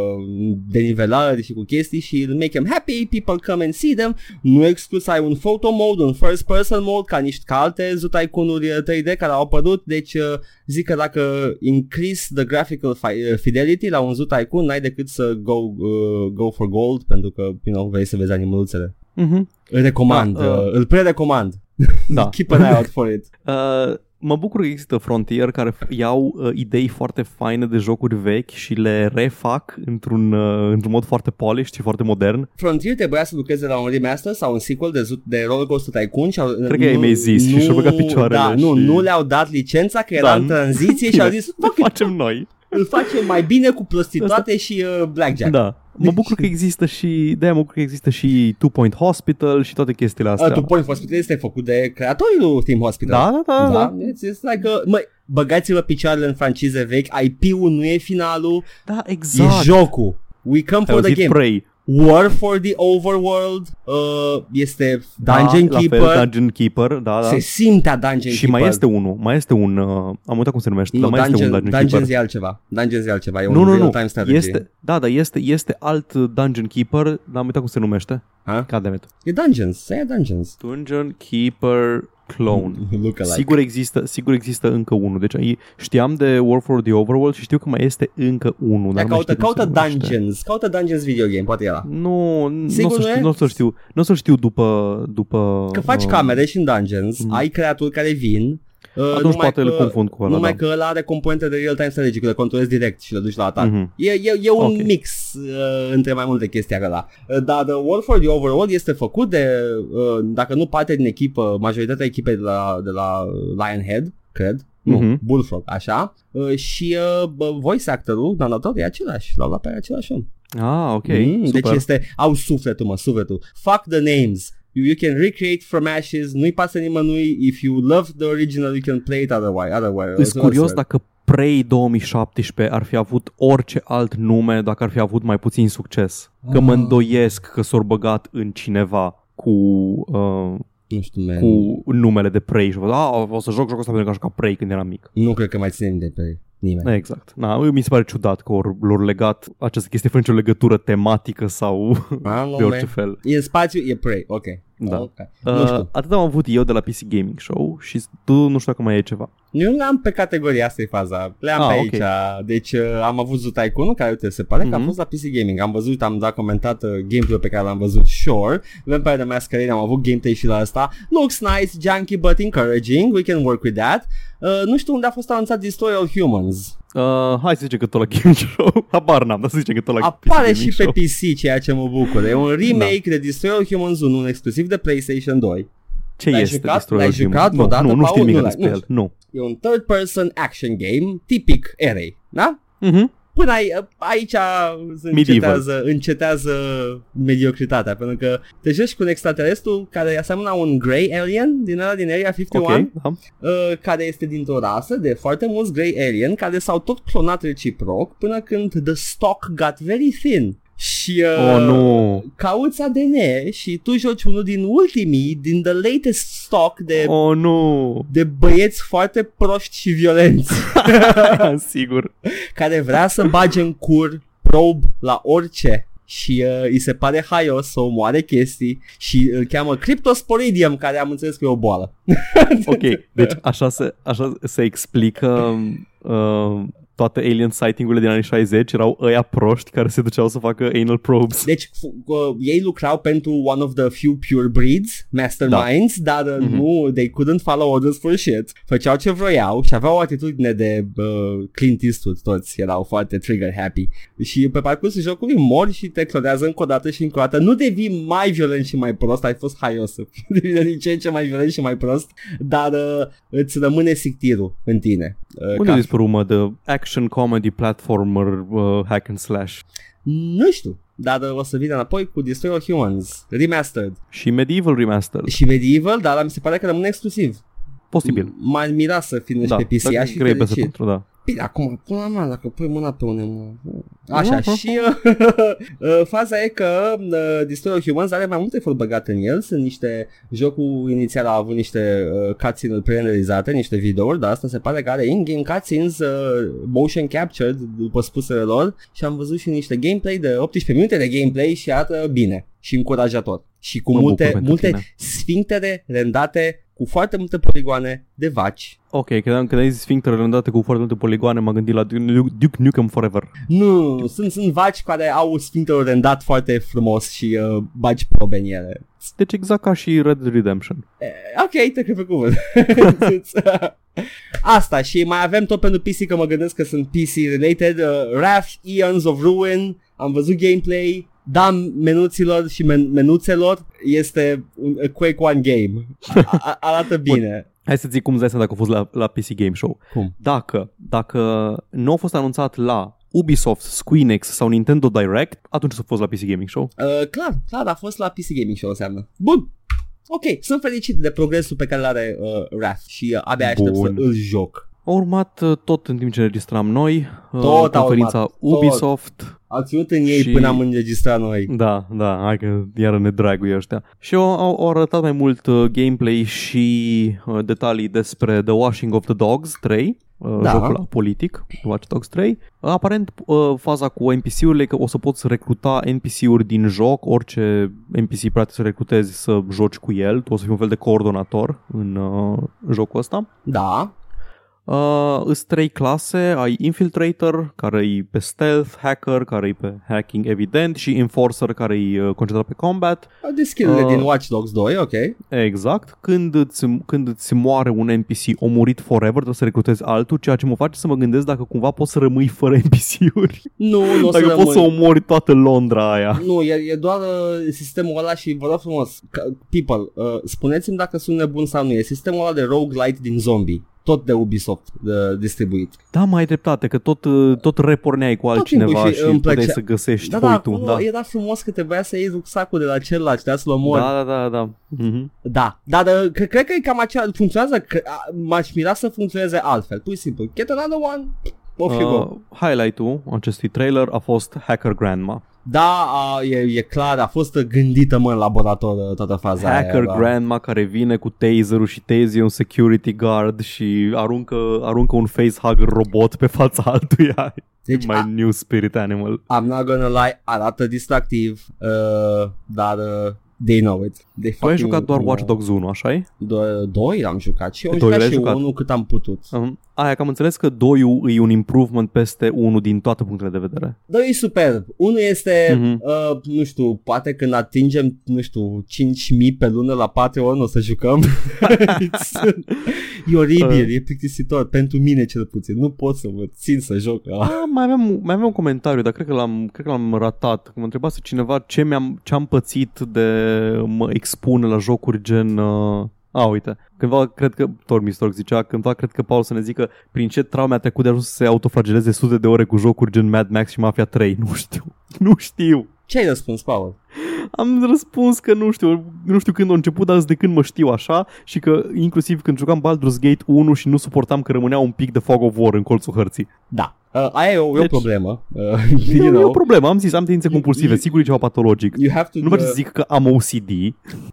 denivelări și cu chestii și it'll make them happy, people come and see them. Nu exclus, ai un photo mode, un first person mode, ca niște ca alte Zoo Tycoon-uri uh, 3D care au apărut, deci uh, zic că dacă increase the graphical fi- uh, fidelity la un Zoo Tycoon, n-ai decât să go, uh, go for gold, pentru că, you know, vrei să vezi animăluțele.
Mm-hmm.
Îl recomand, da,
Da,
uh,
uh,
îl prerecomand.
Da.
Keep an eye out for it.
Uh, mă bucur că există Frontier care f- iau uh, idei foarte faine de jocuri vechi și le refac într-un, uh, într-un mod foarte polished și foarte modern.
Frontier trebuia să lucreze la un remaster sau un sequel de, Zoo- de Roller Coaster Tycoon și au,
Cred că i-ai mai zis și și-au băgat picioarele
da, nu,
și-
nu le-au dat licența că era
Da,
în
nu-
tranziție și
Bine.
au zis fuck it,
Facem noi.
îl facem mai bine cu prostituate și uh, blackjack.
Da. Mă
Deci-
bucur că există și de mă bucur că există și Two Point Hospital și toate chestiile astea.
Uh, tu Point Hospital este făcut de creatorul Team Hospital.
da, da, da, da.
Da, it's, it's like a, mă, băgați-vă picioarele în francize vechi, IP-ul nu e finalul,
Da, exact.
exact. e jocul. We come
Ai
for the
auzit
game.
Prey.
War for the Overworld uh, este Dungeon
da,
Keeper.
La fel, Dungeon Keeper, da, da.
Se simte a Dungeon
și
Keeper.
mai este unul, mai este un, uh, am uitat cum se numește,
nu,
dar mai
Dungeon,
este un Dungeon Keeper.
Dungeons e altceva. Dungeons e altceva. E
Nu,
un
nu, nu.
real-time strategy.
Este, da, da, este, este alt Dungeon Keeper, dar am uitat cum se numește.
Ha?
Cademet.
E Dungeons. Aia e Dungeons.
Dungeon Keeper Clone.
Look alike.
Sigur există, sigur există încă unul. Deci ai- știam de War for the Overworld și știu că mai este încă unul.
Ia
Dar nu mai
caută,
știu cum
caută
se numește.
Dungeons. Caută Dungeons video game, poate e ăla.
Nu, nu o să
Sigur nu e?
știu, nu o să știu, nu o să știu după, după
Că faci
uh,
camere și în Dungeons,
mm.
ai creaturi care vin, uh,
Atunci
numai
poate
că-
îl confund cu ăla,
Numai
da.
că ăla are componente de real-time strategy, că le controlezi direct și le duci la atac. Mm-hmm.
Mhm.
E, e, e un
Ok.
okay. mix uh, între mai multe chestii acela. Uh, Dar uh, World for the Overall este făcut de, uh, dacă nu parte din echipă, majoritatea echipei de la, de la Lionhead, cred. Nu,
Mhm.
Bullfrog, așa uh, Și uh, bă, voice actorul, nanator, e același L-au luat pe același om
Ah, ok,
Mm,
super.
deci este, au sufletul, mă, sufletul. Fuck the names. You, you can recreate from ashes, nu-i pasă nimănui. If you love the original, you can play it otherwise. otherwise
Sunt curios dacă Prey 2017 ar fi avut orice alt nume dacă ar fi avut mai puțin succes. Că mă
Ah.
îndoiesc că s-au băgat în cineva cu, uh,
Nu știu, man.
cu numele de Prey și au zis, "Ah, o să joc jocul ăsta pentru că aș ca Prey când eram mic.
Nu cred că mai ținem de pe nimeni.
Exact. Na, mi se pare ciudat că or, lor legat această chestie fără nicio legătură tematică sau
Ah, nu,
de orice
man.
fel.
E în spațiu, e prey, ok.
Da.
Okay. Nu
Uh,
știu.
atât am avut eu de la PC Gaming Show și tu nu știu dacă mai e ceva.
Eu n-am pe categoria asta e faza. Le am
Ah,
pe
ok.
aici. Deci uh, am avut Zutaikun, care uite, se pare că a
Mhm.
fost la PC Gaming. Am văzut, am dat comentat uh, gameplay pe care l-am văzut Sure. Vampire the Masquerade, am avut gameplay și la asta. Looks nice, janky, but encouraging. We can work with that. Uh, nu știu unde a fost anunțat Destroy All Humans.
Uh, hai să zicem că tot la Gaming Show. Habar n-am, dar să zicem că tot la
Apare
PC
și
Gaming
pe
Show. Da.
PC, ceea ce mă bucură. E un remake de Destroy All Humans 1, un exclusiv de PlayStation 2.
Ce
L-ai
este
jucat?
Destroy
L-ai
All Humans?
jucat
Nu,
vreodată,
nu, nu știu
Paul?
nimic
Nu
despre
l-ai-
el. Nu.
E un third-person action game, tipic erei, da?
Mhm.
până ai, aici se
Medieval.
încetează, încetează mediocritatea, pentru că te joci cu un extraterestru care aseamănă un grey alien din ăla din Area 51,
Ok, da.
uh, care este dintr-o rasă de foarte mulți grey alien care s-au tot clonat reciproc până când the stock got very thin. Și uh,
Oh, nu.
cauți ADN și tu joci unul din ultimii, din the latest stock de,
Oh, nu.
de băieți foarte proști și violenți
Sigur.
care vrea să bage în cur probe la orice și uh, îi se pare haios să omoare chestii și îl cheamă Cryptosporidium, care am înțeles că e o boală.
Ok, deci așa se, așa se explică uh, toate alien sighting-urile din anii 60 erau ăia proști care se duceau să facă anal probes.
Deci f- uh, ei lucrau pentru one of the few pure breeds, masterminds, da. dar uh,
Mhm.
nu, they couldn't follow orders for shit. Făceau ce vroiau și aveau o atitudine de uh, Clint Eastwood, toți erau foarte trigger happy. Și pe parcursul jocului mori și te clonează încă o dată și încă o dată. Nu devii mai violent și mai prost, ai fost haios. Devine din ce în ce mai violent și mai prost, dar uh, îți rămâne sictirul în tine. Uh,
Unde
ca-
a dispărut, mă, de action comedy platformer uh, hack and slash?
Nu știu, dar uh, o să vină înapoi cu Destroy All Humans, remastered.
Și Medieval Remastered.
Și Medieval, da, dar mi se pare că rămâne exclusiv.
Posibil.
M- M-ar mira să
Deci
finești da, pe PC,
dacă
aș fi
grei peste
fericit.
control, da.
Bine, Păi, acum, pula mea, dacă pui mâna pe unde mă... Așa,
Mhm.
și uh, uh, faza e că uh, Destroy All Humans are mai multe furi băgate în el, sunt niște... Jocul inițial a avut niște uh, cutscene-uri prerenderizate, niște videouri, dar asta se pare că are in-game cutscenes uh, motion captured, după spusele lor, și am văzut și niște gameplay de 18 minute de gameplay și arată bine și încurajator. Și cu
Mă bucur
multe,
pentru
multe
tine.
sfinctere rendate cu foarte multe poligoane de vaci.
Ok, credeam că ai zis sfinctere rândate cu foarte multe poligoane, m-am gândit la Duke, Duke Nukem Forever.
Nu, sunt, sunt vaci care au sfinctere rendat foarte frumos și uh, bagi probe în ele.
Deci exact ca și Red Dead Redemption.
Ok, te cred pe cuvânt. uh, Asta și mai avem tot pentru PC că mă gândesc că sunt PC related uh, Wrath, Eons of Ruin Am văzut gameplay Da, menuților și men- menuțelor Este un a Quake One game a- a- Arată bine
Hai să zic cum îți dai seama dacă a fost la, la PC Game Show.
Cum?
Dacă, dacă nu a fost anunțat la Ubisoft, Squeenix sau Nintendo Direct, atunci s-a fost la PC Gaming Show.
uh, Clar, clar, a fost la PC Gaming Show înseamnă Bun Ok, sunt fericit de progresul pe care l are uh, Wrath și uh, abia aștept
Bun.
să îl joc.
A urmat uh, tot în timp ce înregistram noi, uh,
Tot a
conferința
urmat, tot.
Ubisoft,
Au ținut în ei
Și-
până am înregistrat noi.
Da, da, hai că iară ne draguie ăștia. Și au, au au arătat mai mult uh, gameplay și uh, detalii despre The Washing of the Dogs 3. Uh,
Da.
da. Jocul ăla politic, Watch Dogs 3. Aparent, uh, faza cu NPC-urile e că o să poți recruta NPC-uri din joc, orice NPC practic să recrutezi să joci cu el, tu o să fii un fel de coordonator în uh, jocul ăsta.
Da,
Uh, îs trei clase, ai Infiltrator, care e pe stealth, Hacker, care e pe hacking evident și Enforcer, care e uh, concentrat pe combat.
de skill-urile
Uh,
din Watch Dogs 2, ok.
Exact. Când îți, când îți moare un NPC omurit forever, trebuie să recrutezi altul, ceea ce mă face să mă gândesc dacă cumva poți să rămâi fără NPC-uri.
Nu, nu o să
Dacă
rămâi.
poți să omori toată Londra aia.
Nu, e, e doar uh, sistemul ăla și vă rog frumos, ca- people, uh, spuneți-mi dacă sunt nebun sau nu. E sistemul ăla de roguelite din zombie, tot de Ubisoft uh, distribuit.
Da, mai ai dreptate, că tot, uh, tot reporneai cu altcineva
timpul și uh,
și,
îmi
și puteai
plăcea-
să găsești
Da,
da,
da,
tu.
acolo
Da.
era frumos că trebuia să iei rucsacul de la celălalt și trebuia să-l omori.
da, da, da, da. Mhm.
Da, dar uh, cre- cred că e cam acela, funcționează, că, a, m-aș mira să funcționeze altfel, pur și simplu. Get another one, off you go.
Uh, highlight-ul acestui trailer a fost Hacker Grandma.
Da, a, e, e clar, a fost uh, gândită, mă, în laborator uh, toată faza
Hacker
aia, da.
grandma care vine cu taserul și taser un security guard și aruncă, aruncă un facehugger robot pe fața altuia.
Deci,
My
a-
new spirit animal.
I'm not gonna lie, arată distractiv, uh, dar uh, They know it. They
Tu ai
fucking
jucat doar
know.
Watch Dogs 1, așa e?
Do- doi am jucat și eu am
Doi
jucat
l-ai
și
jucat.
unul cât am putut.
Um, aia că am înțeles că 2 e un improvement peste 1 din toate punctele de vedere.
Doi e superb. Unul este,
Mhm.
uh, nu știu, poate când atingem, nu știu, 5.000 pe lună la Patreon o să jucăm. e oribil,
Ah.
e plictisitor, pentru mine cel puțin. Nu pot să mă țin să joc. Ah.
Ah, mai aveam, mai aveam un comentariu, dar cred că l-am, cred că l-am ratat. Că mă întrebase cineva ce, mi-am, ce am pățit de mă expun la jocuri gen... Uh... A, uite, cândva cred că, Tormistorg zicea, cândva cred că Paul să ne zică prin ce traume a trecut de ajuns să se autofrageleze sute de ore cu jocuri gen Mad Max și Mafia 3. Nu știu, nu știu.
Ce ai răspuns, Paul?
Am răspuns că nu știu, nu știu când a început, dar de când mă știu așa și că inclusiv când jucam Baldur's Gate 1 și nu suportam că rămânea un pic de fog of war în colțul hărții.
Da. Uh, aia e o, e o
Deci-
problemă. Uh,
Nu,
you
nu e o
know,
problemă, am zis, am tendințe compulsive, sigur e ceva patologic.
you have to
Nu merge să zic că am OCD.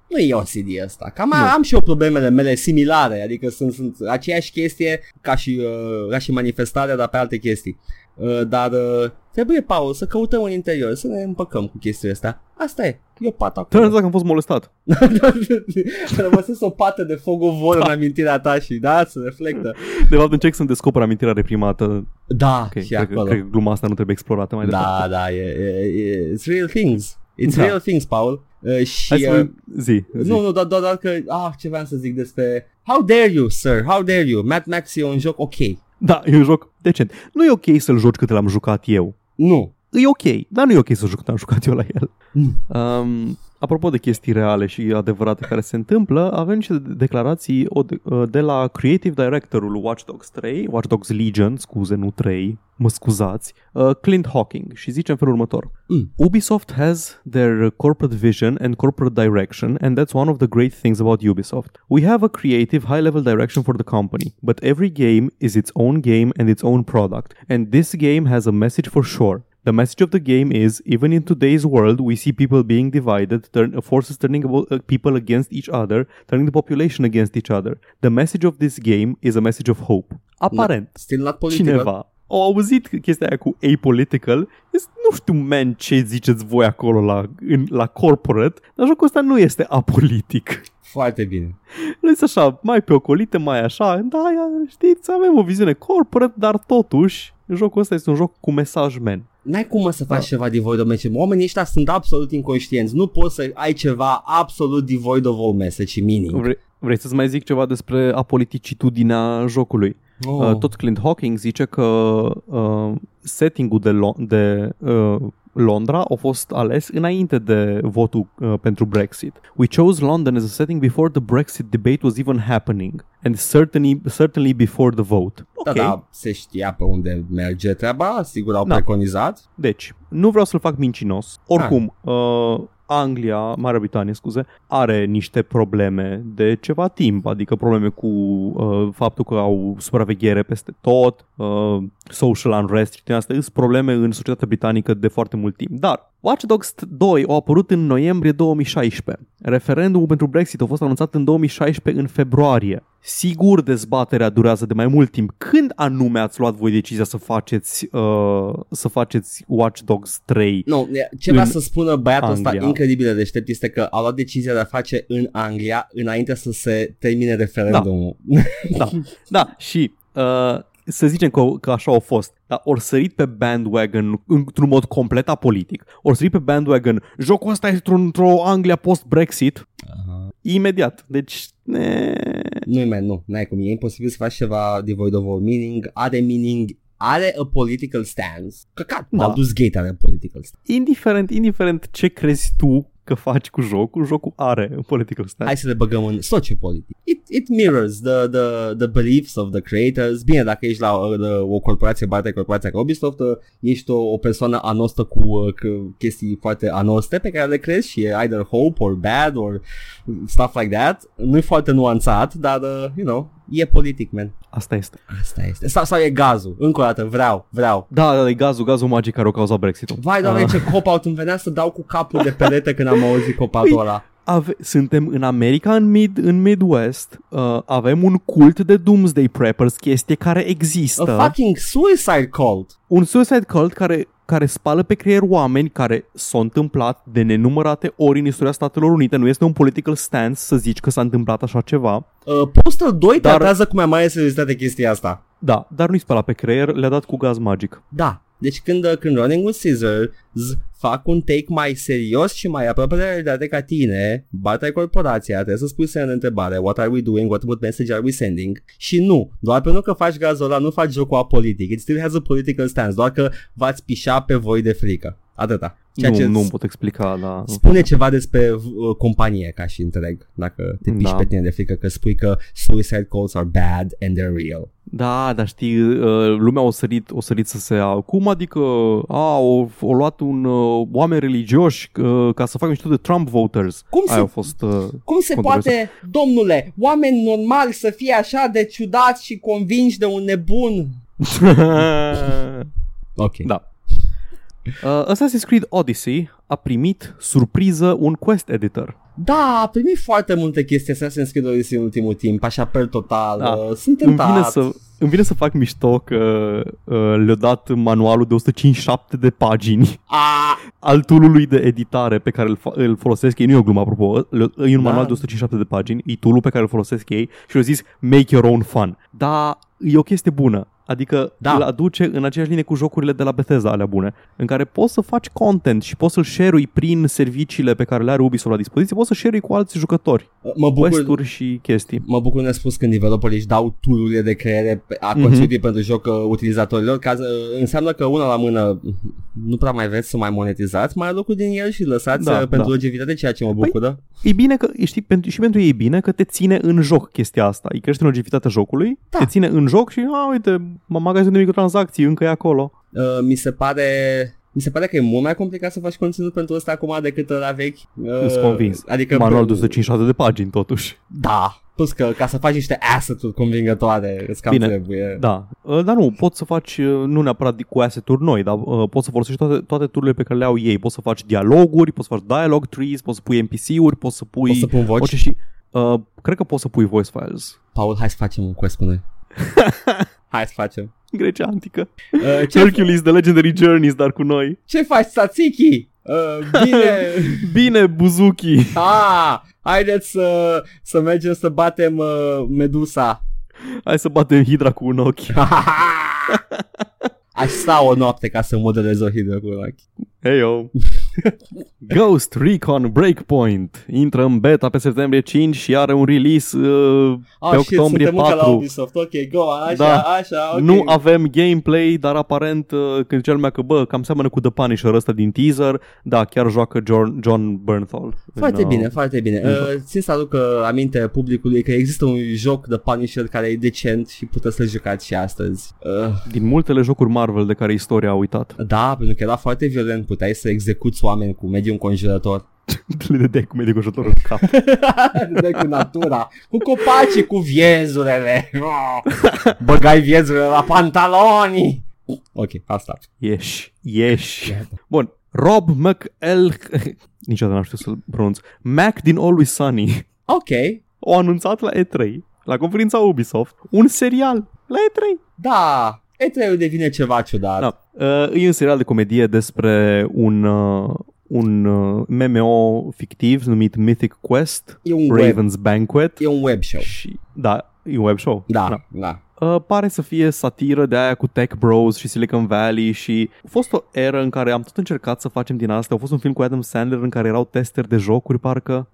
Nu e OCD asta. Cam
Nu.
am și eu problemele mele similare, adică sunt, sunt aceeași chestie ca și, uh, ca și manifestarea, dar pe alte chestii. Uh, dar uh, trebuie, Paul, să căutăm în interior, să ne împăcăm cu chestia asta. Asta e, eu pat
Turns
acum.
out că am fost molestat.
Rămăsesc o pată de fogovor în amintirea ta și da, se reflectă.
De fapt încerc să-mi descoper amintirea reprimată.
Da,
Ok,
okay, și
cred, că,
acolo.
cred că gluma asta nu trebuie explorată mai
da,
departe.
da, e, e, e, it's real things. It's
Da.
real things, Paul. Uh, și,
Hai
uh,
să zi, zi.
Nu, nu, doar, doar, doar că, ah, ce vreau să zic despre... How dare you, sir, how dare you? Mad Max e un joc ok.
Da, e un joc decent. Nu e ok să-l joci cât l-am jucat eu.
Nu.
e ok, dar nu e ok să joc cât am jucat eu la el.
Mm.
Um, apropo de chestii reale și adevărate care se întâmplă, avem niște de- declarații o de- uh, de la creative directorul Watch Dogs 3, Watch Dogs Legion, scuze, nu 3, mă scuzați, uh, Clint Hawking și zice în felul următor.
Mm.
Ubisoft has their uh, corporate vision and corporate direction and that's one of the great things about Ubisoft. We have a creative high-level direction for the company, but every game is its own game and its own product and this game has a message for sure. The message of the game is even in today's world, we see people being divided, turn, forces turning abo- uh, people against each other, turning the population against each other. The message of this game is a message of hope. Apparent,
Still not political.
cineva au auzit chestia aia cu apolitical. Este- Nu știu, man, ce ziceți voi acolo la, în, la corporate, dar jocul ăsta nu este apolitic.
Foarte bine.
Nu este așa, mai pe ocolite, mai așa, da, ia, știți, avem o viziune corporate, dar totuși, jocul ăsta este un joc cu mesaj, man.
N-ai cum mă să
Da.
faci ceva devoid of message. Oamenii ăștia sunt absolut inconștienți. Nu poți să ai ceva absolut devoid of all message și meaning.
Vrei, vrei să-ți mai zic ceva despre apoliticitudinea jocului?
Oh.
Uh, tot Clint Hawking zice că uh, setting-ul de, Lon- de uh, Londra a fost ales înainte de votul uh, pentru Brexit. We chose London as a setting before the Brexit debate was even happening and certainly, certainly before the vote.
Da, da, se știa pe unde merge treaba, sigur au
Da.
preconizat.
Deci, nu vreau să-l fac mincinos.
Ah.
Oricum, uh, Anglia, Marea Britanie, scuze, are niște probleme de ceva timp, adică probleme cu uh, faptul că au supraveghere peste tot, uh, social unrest și din asta sunt probleme în societatea britanică de foarte mult timp. Dar Watch Dogs 2 au apărut în noiembrie 2016. Referendumul pentru Brexit a fost anunțat în 2016 în februarie. Sigur, dezbaterea durează de mai mult timp. Când anume ați luat voi decizia să faceți, uh, să faceți Watch Dogs 3?
Nu, e- ce vrea
În
să spună băiatul ăsta
Anglia.
incredibil de deștept este că a luat decizia de a face în Anglia înainte să se termine referendumul.
Da, și uh, să zicem că, că așa au fost, dar ori sărit pe bandwagon într-un mod complet apolitic, ori sărit pe bandwagon, jocul ăsta este într-o Anglia post-Brexit,
Aha.
imediat. Deci, ne...
Nu, man, nu, n-ai cum, e imposibil să faci ceva devoid of all meaning, are meaning, are a political stance. Căcat,
Da.
da. Baldur's Gate are a political stance.
indiferent, indiferent ce crezi tu că faci cu jocul, jocul are un political stance.
Hai să le băgăm în sociopolitic. It, it mirrors the, the, the beliefs of the creators. Bine, dacă ești la uh, the- o corporație, bate corporația ca Ubisoft, uh, ești o, o persoană anostă cu uh, c- chestii foarte anoste pe care le crezi și e either hope or bad or stuff like that. Nu e foarte nuanțat, dar, uh, you know, e politic, man.
Asta este.
Asta este. Sau, sau e gazul. Încă o dată, vreau, vreau.
Da, da, da, e gazul, gazul magic care a cauzat Brexit-ul. Uh,
Vai, doamne,
Ah.
ce cop-out îmi venea să dau cu capul de perete când am auzit cop-out-ul ăla.
Ave- suntem în America, în, mid, în Midwest, uh, avem un cult de Doomsday Preppers, chestie care există.
A fucking suicide cult.
un suicide cult care care spală pe creier oameni care s-au întâmplat de nenumărate ori în istoria Statelor Unite. Nu este un political stance să zici că s-a întâmplat așa ceva.
Uh, Postal 2
Dar-
Dar... tratează cu mai mare seriozitate chestia asta.
Da, dar nu-i spălat pe creier, le-a dat cu gaz magic.
Da. Deci când, când Running with Scissors fac un take mai serios și mai aproape de realitate ca tine, bate corporația, trebuie să spui semne de întrebare, what are we doing, what what message are we sending? Și nu, doar pentru că faci gazul ăla, nu faci jocul apolitic, it still has a political stance, doar că v-ați pișa pe voi de frică. Atâta. Ceea
nu,
ce
nu pot explica, da. dar...
Spune ceva despre uh, companie ca și întreg, dacă te piși
Da.
da. pe tine de frică că spui că suicide calls are bad and they're real.
Da, dar știi, uh, lumea o sărit, o sărit să se ia. Cum adică, a, o, o luat un uh, oameni religioși uh, ca să facă mișto de Trump voters.
Cum
Aia
se-
a fost... uh,
Cum se
Controversă.
poate, domnule, oameni normali să fie așa de ciudați și convinși de un nebun? Ok.
Da. Uh, Assassin's Creed Odyssey a primit surpriză un quest editor.
Da, a primit foarte multe chestii Assassin's Creed Odyssey în ultimul timp, așa per total.
Da.
Da. Sunt
Îmi
tentat.
vine, să, îmi vine să fac mișto că uh, le-a dat manualul de 157 de pagini
A,
al tool de editare pe care îl, fa- îl folosesc ei. Nu e o glumă, apropo. le- E un
Da.
manual de 157 de pagini, e tool pe care îl folosesc ei și le-a zis make your own fun. Dar e o chestie bună. Adică da.
Da.
îl aduce în aceeași linie cu jocurile de la Bethesda alea bune, în care poți să faci content și poți să-l share prin serviciile pe care le are Ubisoft la dispoziție, poți să share cu alți jucători,
mă bucur,
quest-uri și chestii.
mă bucur ne spus când developerii își dau tururile de creere pe-
Mhm.
a conținutului mm-hmm. pentru joc uh, utilizatorilor, ca, uh, înseamnă că una la mână nu prea mai vreți să mai monetizați, mai lucruri din el și lăsați
Da,
da, pentru
da.
da. longevitate, ceea ce mă
Păi-
bucură.
E bine că, știi, pentru, și pentru ei e bine că te ține în joc chestia asta. Îi crește longevitatea jocului, da.
Da.
te ține în joc și, a, uite, mă magazin de microtransacții, încă e acolo.
Uh, mi se pare mi se pare că e mult mai complicat să faci conținut pentru ăsta acum decât la vechi. Uh,
Sunt convins.
Adică
Manual de 156 de pagini, totuși.
Da. Plus că ca să faci niște asset-uri convingătoare îți cam
Bine.
trebuie.
Da, Uh, dar nu, poți să faci, uh, nu neapărat di- cu asset-uri noi, dar uh, poți să folosești toate, toate tururile pe care le au ei. Poți să faci dialoguri, poți să faci dialog trees, poți să pui NPC-uri, poți să pui...
O să pun voci.
orice și, uh, cred că poți să pui voice files.
Paul, hai să facem un quest cu noi. hai să facem.
Grecia antică.
Uh, ce,
Hercules de Legendary Journeys, dar cu noi.
ce faci, Tzatziki? Uh, bine.
Bine, Buzuki!
ah, haideți să, să mergem să batem uh, Medusa.
Hai să batem Hidra cu un ochi.
Aș sta o noapte ca să modelez o hidră cu un ochi.
Hey yo. Ghost Recon Breakpoint intră în beta pe septembrie 5 și are un release uh,
Ah,
Pe
shit,
octombrie
suntem încă
4.
la Ubisoft, ok, go, așa,
Da.
așa, ok.
Nu avem gameplay, dar aparent uh, când zicea lumea că bă, cam seamănă cu The Punisher ăsta din teaser, da, chiar joacă John, John Bernthal.
Foarte
în, uh,
bine, foarte bine.
Mhm.
Uh, țin să aduc uh, aminte publicului că există un joc de Punisher care e decent și puteți să-l jucați și astăzi. Uh,
Din multele jocuri Marvel de care istoria a uitat.
da, pentru că era foarte violent, puteai să execuți oameni cu mediul înconjurător.
Le dădeai cu medic în cap.
de cu natura, cu copacii, cu viezurele. Băgai viezurile la pantaloni. Ok, asta.
Ieși, ieși. Bun, Rob McEl... Niciodată n-am știut să-l pronunț. Mac din Always Sunny.
Ok,
au anunțat la E3, la conferința Ubisoft, un serial la E3.
da, E3-ul devine ceva ciudat.
Da. Uh, e un serial de comedie despre un, uh, un uh, MMO fictiv numit Mythic Quest,
E un web,
Raven's Banquet.
e un web show.
Și, da, e un web show.
Da, da.
Uh, pare să fie satiră de aia cu Tech Bros și Silicon Valley și a fost o eră în care am tot încercat să facem din asta. A fost un film cu Adam Sandler în care erau testeri de jocuri, parcă.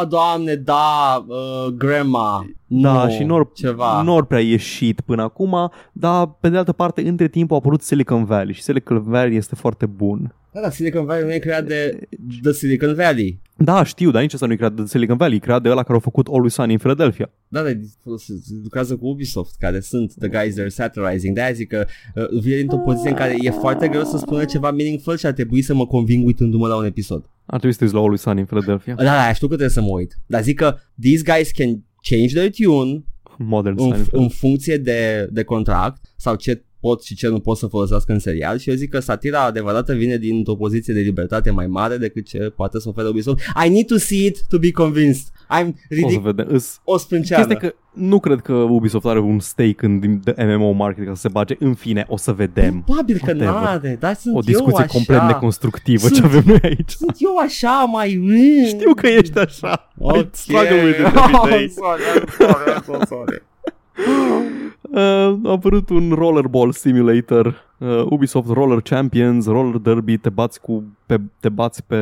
Ah, doamne, da, uh, grandma.
Da,
Nu,
și nor,
ceva.
nor prea ieșit până acum, dar pe de altă parte, între timp a apărut Silicon Valley și Silicon Valley este foarte bun.
Da, da, Silicon Valley nu e creat de The Silicon Valley.
Da, știu, dar nici asta nu e creat de Silicon Valley, e creat de ăla care au făcut Always Sunny în Philadelphia.
Da, dar se lucrează cu Ubisoft, care sunt the guys that are satirizing. De-aia zic că uh, vine dintr-o poziție în care e foarte greu să spună ceva meaningful și ar trebui să mă conving uitându-mă la un episod.
Ar trebui să te uiți la Always Sunny în Philadelphia.
Da, da, știu că trebuie să mă uit. Dar zic că these guys can change their tune
Modern Sunny.
în,
în
în
Philadelphia.
funcție de, de contract sau ce pot și ce nu pot să folosească în serial și eu zic că satira adevărată vine dintr-o poziție de libertate mai mare decât ce poate să ofere Ubisoft. I need to see it to be convinced. I'm
O să
ridic
vedem. Îs,
o
chestia
sprânceană.
e că nu cred că Ubisoft are un stake în din- de MMO market ca să se bage. În fine, o să vedem.
Probabil că
Whatever.
n-are, dar sunt
O discuție
Păi, eu așa.
complet neconstructivă ce
Sunt-
avem noi aici.
Sunt eu așa mai...
Știu că ești așa. I
Ok.
struggle with it every day.
I'm sorry, I'm sorry, I'm so sorry.
Uh, a apărut un rollerball simulator, uh, Ubisoft Roller Champions, Roller Derby, te bați, cu, pe, te bați pe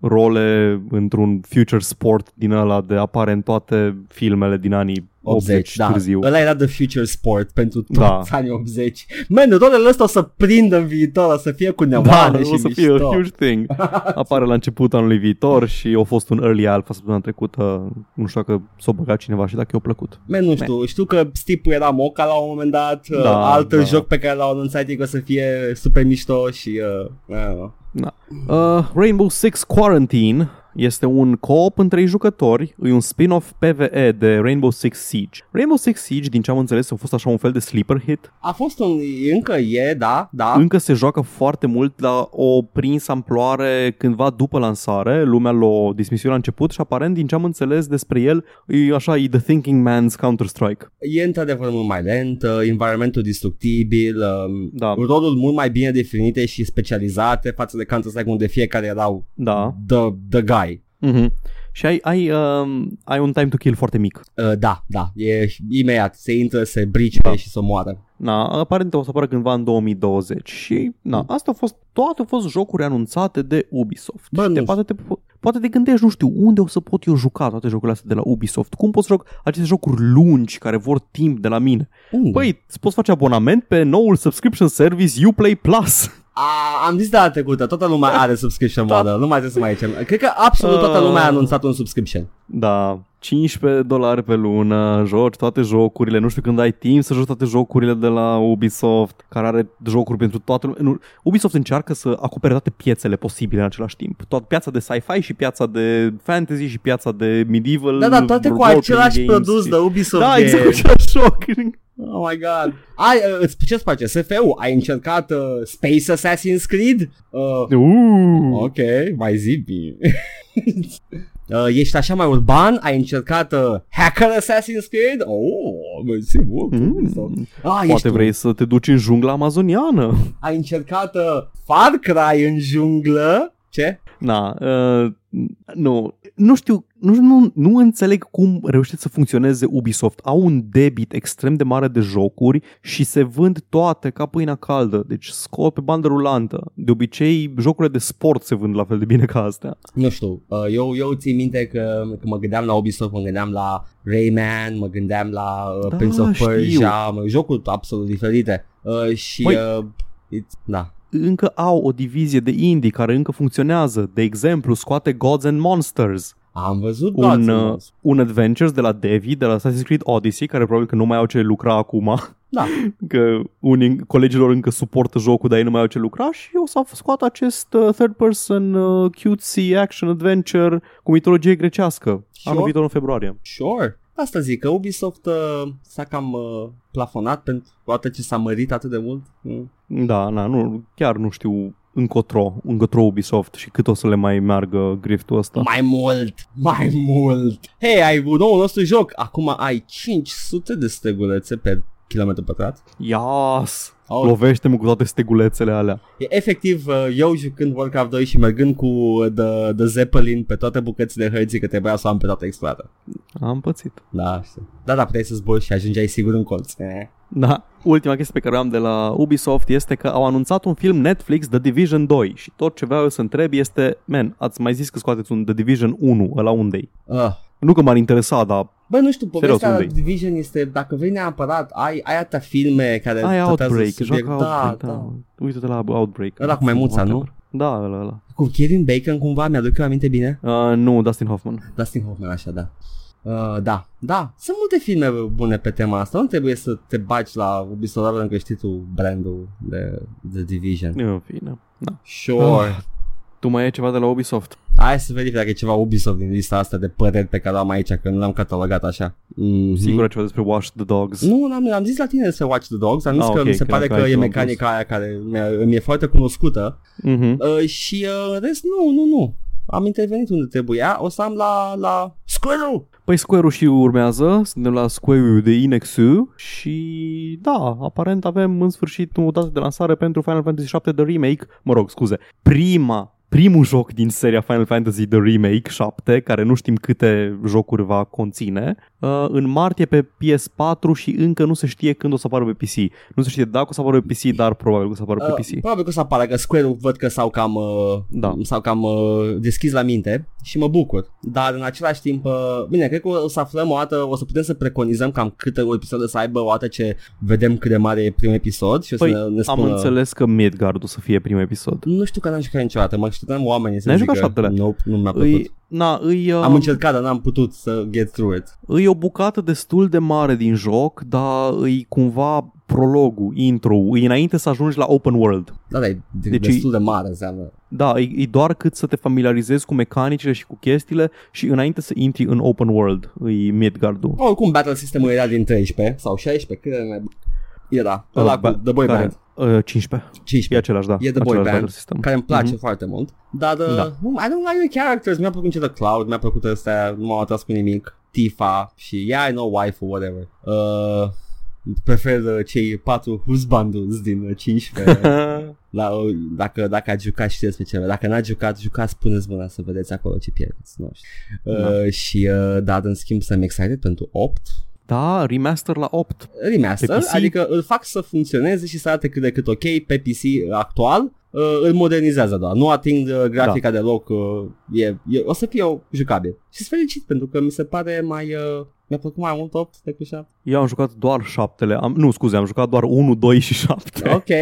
role într-un future sport din ăla de apare în toate filmele din anii 80,
80, da.
târziu.
Ăla era The Future Sport pentru
Da.
toți anii 80. Man, rolele ăsta o să prindă în viitor, o să fie cu
Da,
neamane și
o să fie
mișto.
a huge thing. Apare la început anului viitor și a fost un early alpha săptămâna trecută. Nu știu dacă s-a băgat cineva și dacă i-a plăcut.
Man, nu știu, știu că Stipu era moca la un moment dat, da,
Da,
alt da.
da.
joc pe care l-au anunțat e că o să fie super mișto și... Uh, I don't know.
Uh, Rainbow Six Quarantine este un co-op între jucători, e un spin-off PvE de Rainbow Six Siege. Rainbow Six Siege, din ce am înțeles, a fost așa un fel de sleeper hit.
A fost un... încă e, da, da.
Încă se joacă foarte mult, dar o prins amploare cândva după lansare, lumea l-a dismisiunea început și aparent, din ce am înțeles despre el, e așa, e The Thinking Man's Counter-Strike.
E într-adevăr mult mai lent, uh, environmentul destructibil, um,
Da,
rolul mult mai bine definite și specializate față de Counter-Strike unde fiecare erau
da.
the, the guy.
Mm-hmm. Și ai, ai, um, ai un time to kill foarte mic.
Uh, da, da, e imediat, se intră, se brice da.
Da.
și se moară.
Na, aparent o să apară cândva în 2020 și na,
Hmm.
asta au fost, toate au fost jocuri anunțate de Ubisoft.
Bă, nu
te,
știu.
poate, te, po- poate te gândești, nu știu, unde o să pot eu juca toate jocurile astea de la Ubisoft? Cum pot să joc aceste jocuri lungi care vor timp de la mine?
Unde?
Băi, îți poți face abonament pe noul subscription service Uplay Plus.
A, am zis data trecută, toată lumea are subscription
Da. Uh.
model, nu mai trebuie să mai zicem. Cred că absolut toată lumea a anunțat un subscription.
Da, 15 dolari pe lună, joci toate jocurile, nu știu când ai timp să joci toate jocurile de la Ubisoft, care are jocuri pentru toată lumea. Nu, Ubisoft încearcă să acopere toate piețele posibile în același timp. Toată piața de sci-fi și piața de fantasy și piața de medieval.
Da, da, toate cu
role-playing
același
games
produs
și-
de Ubisoft.
Da,
e-
exact cu același joc.
Oh my god. Ai, uh, îți, ce-ți place? SF-ul? Ai încercat uh, Space Assassin's Creed? Uh,
Uuu.
ok, mai zi bine. Uh, ești așa mai urban? Ai încercat uh, Hacker Assassin's Creed? Oh, mersi mult. Ubisoft.
Mm.
Ah, ești
Poate
un
vrei să te duci în jungla amazoniană.
ai încercat uh, Far Cry în junglă? Ce?
Na, uh, nu, nu știu, nu, nu, nu înțeleg cum reușește să funcționeze Ubisoft. Au un debit extrem de mare de jocuri și se vând toate ca pâinea caldă, deci scot pe bandă rulantă. De obicei, jocurile de sport se vând la fel de bine ca astea.
Nu știu, uh, eu, eu țin minte că, că mă gândeam la Ubisoft, mă gândeam la Rayman, mă gândeam la uh,
Da,
Prince of
știu.
Persia, mă, jocuri absolut diferite. Uh, și,
Măi.
uh, it's, da.
Încă au o divizie de indie care încă funcționează. De exemplu, scoate Gods and Monsters,
Am văzut
Un,
Gods and
uh,
Monsters.
un Adventures de la Devi, de la Assassin's Creed Odyssey, care probabil că nu mai au ce lucra acum.
Da.
Că unii colegilor încă suportă jocul, dar ei nu mai au ce lucra și o să scoată acest uh, third person uh, cutesy action adventure cu mitologie grecească.
Și
Anul
eu?
viitor în februarie.
Sure. Asta zic, că Ubisoft uh, s-a cam uh, plafonat pentru toate ce s-a mărit atât de mult. Mm.
Da, na, nu, chiar nu știu încotro, încotro Ubisoft și cât o să le mai meargă griftul ăsta.
Mai mult, mai mult. Hei, ai noul nostru joc. Acum ai 500 de stegulețe pe kilometru pătrat.
Ias!
Oh,
Lovește-mă cu toate stegulețele alea.
E efectiv, uh, eu jucând Warcraft 2 și mergând cu uh, The, the Zeppelin pe toate bucățile hărții că trebuia să o am pe toată explorată.
Am pățit.
Da, știu. Da, da, puteai să zbori și ajungeai sigur în colț. Eh.
Da, ultima chestie pe care o am de la Ubisoft este că au anunțat un film Netflix The Division 2 și tot ce vreau eu să întreb este, man, ați mai zis că scoateți un The Division 1, ăla unde
Uh.
Nu că m-ar interesa, dar
Bă, nu știu, povestea la
unde-i?
Division este, dacă vei neapărat, ai, ai atâtea filme care
ai
tratează
Outbreak,
subiect-
joacă
da,
Outbreak, da,
da.
Uite-te la Outbreak.
Ăla cu maimuța, nu?
Da, ăla, ăla.
Cu Kevin Bacon cumva, mi-aduc eu aminte bine?
Uh, nu, Dustin Hoffman.
Dustin Hoffman, așa, da. Uh, da, da, sunt multe filme bune pe tema asta, nu trebuie să te bagi la Ubisoft doar pentru că știi tu brandul de, de Division.
În fine. Da.
Sure.
Tu mai ai ceva de la Ubisoft?
Hai să vedem dacă e ceva Ubisoft din lista asta de păreri pe care o am aici, că nu l-am catalogat așa. Mm-hmm.
Sigur ai ceva despre Wash the Dogs?
Nu, n-am, am zis la tine despre Watch the Dogs, am zis
Ah,
că
ok,
mi se
credeam
pare
că
că,
ai
e
ceva
mecanica aia care mi-e, mi-e foarte cunoscută
Mhm.
uh, și uh, în rest nu, nu, nu. am intervenit unde trebuia, o să am la, la squirrel.
Păi Square-ul și urmează, suntem la Square-ul de Inexu și da, aparent avem în sfârșit o dată de lansare pentru Final Fantasy VII de remake, mă rog, scuze, prima primul joc din seria Final Fantasy The Remake 7, care nu știm câte jocuri va conține, uh, în martie pe PS4 și încă nu se știe când o să apară pe PC. Nu se știe dacă o să apară pe PC, dar probabil că o să apară pe
Uh,
PC.
probabil că o să apară, că Square-ul văd că s-au cam, uh,
Da.
s-au cam uh, deschis la minte și mă bucur. Dar în același timp, uh, bine, cred că o să aflăm o dată, o să putem să preconizăm cam câte episoade să aibă o dată ce vedem cât de mare e primul episod și o să
Păi,
ne, ne
Am
spună...
înțeles că Midgard o să fie primul episod.
Nu știu că n-am jucat niciodată, mă așteptam oamenii să
N-ai
zică
jucat șaptele?
Nope, nu mi-a plăcut.
Îi, na, îi, uh,
Da, Am încercat, dar n-am putut să get through it.
îi o bucată destul de mare din joc, dar îi cumva prologul, intro îi înainte să ajungi la open world.
Da, dar e de-
Deci-
destul de mare înseamnă.
Da, e, e doar cât să te familiarizezi cu mecanicile și cu chestiile și înainte să intri în open world, îi Midgard-ul.
Oricum, battle system-ul era din 13 sau 16, cât de mai... Era, ăla cu
ba-
The Boy
care?
Band,
Uh, 15. E
15,
același, da.
E The Boy
același
Band,
battle system.
care îmi place
Mhm.
foarte mult. Dar, uh,
Da.
nu, I don't like the characters, mi-a plăcut nici The Cloud, mi-a plăcut ăsta, nu m-au atras cu nimic. Tifa și, yeah, I know wife or whatever. Uh, prefer uh, cei patru husbandos din uh, 15 La, uh, dacă, dacă ați jucat știți pe ceva Dacă n-ați jucat, jucați, puneți mâna să vedeți acolo ce pierdeți nu știu.
Da.
Uh, Și uh, da, în schimb sunt excited pentru 8
da, remaster la 8.
Remaster,
Pe PC?
adică îl fac să funcționeze și să arate cât de cât ok pe PC actual Uh, îl modernizează doar, nu ating uh, grafica
Da.
deloc, uh, e, e, o să fie o jucabil. Și sunt fericit pentru că mi se pare mai, uh, mi-a plăcut mai mult 8 decât 7.
Eu am jucat doar 7 am, Nu, scuze, am jucat doar 1, 2 și 7
Ok,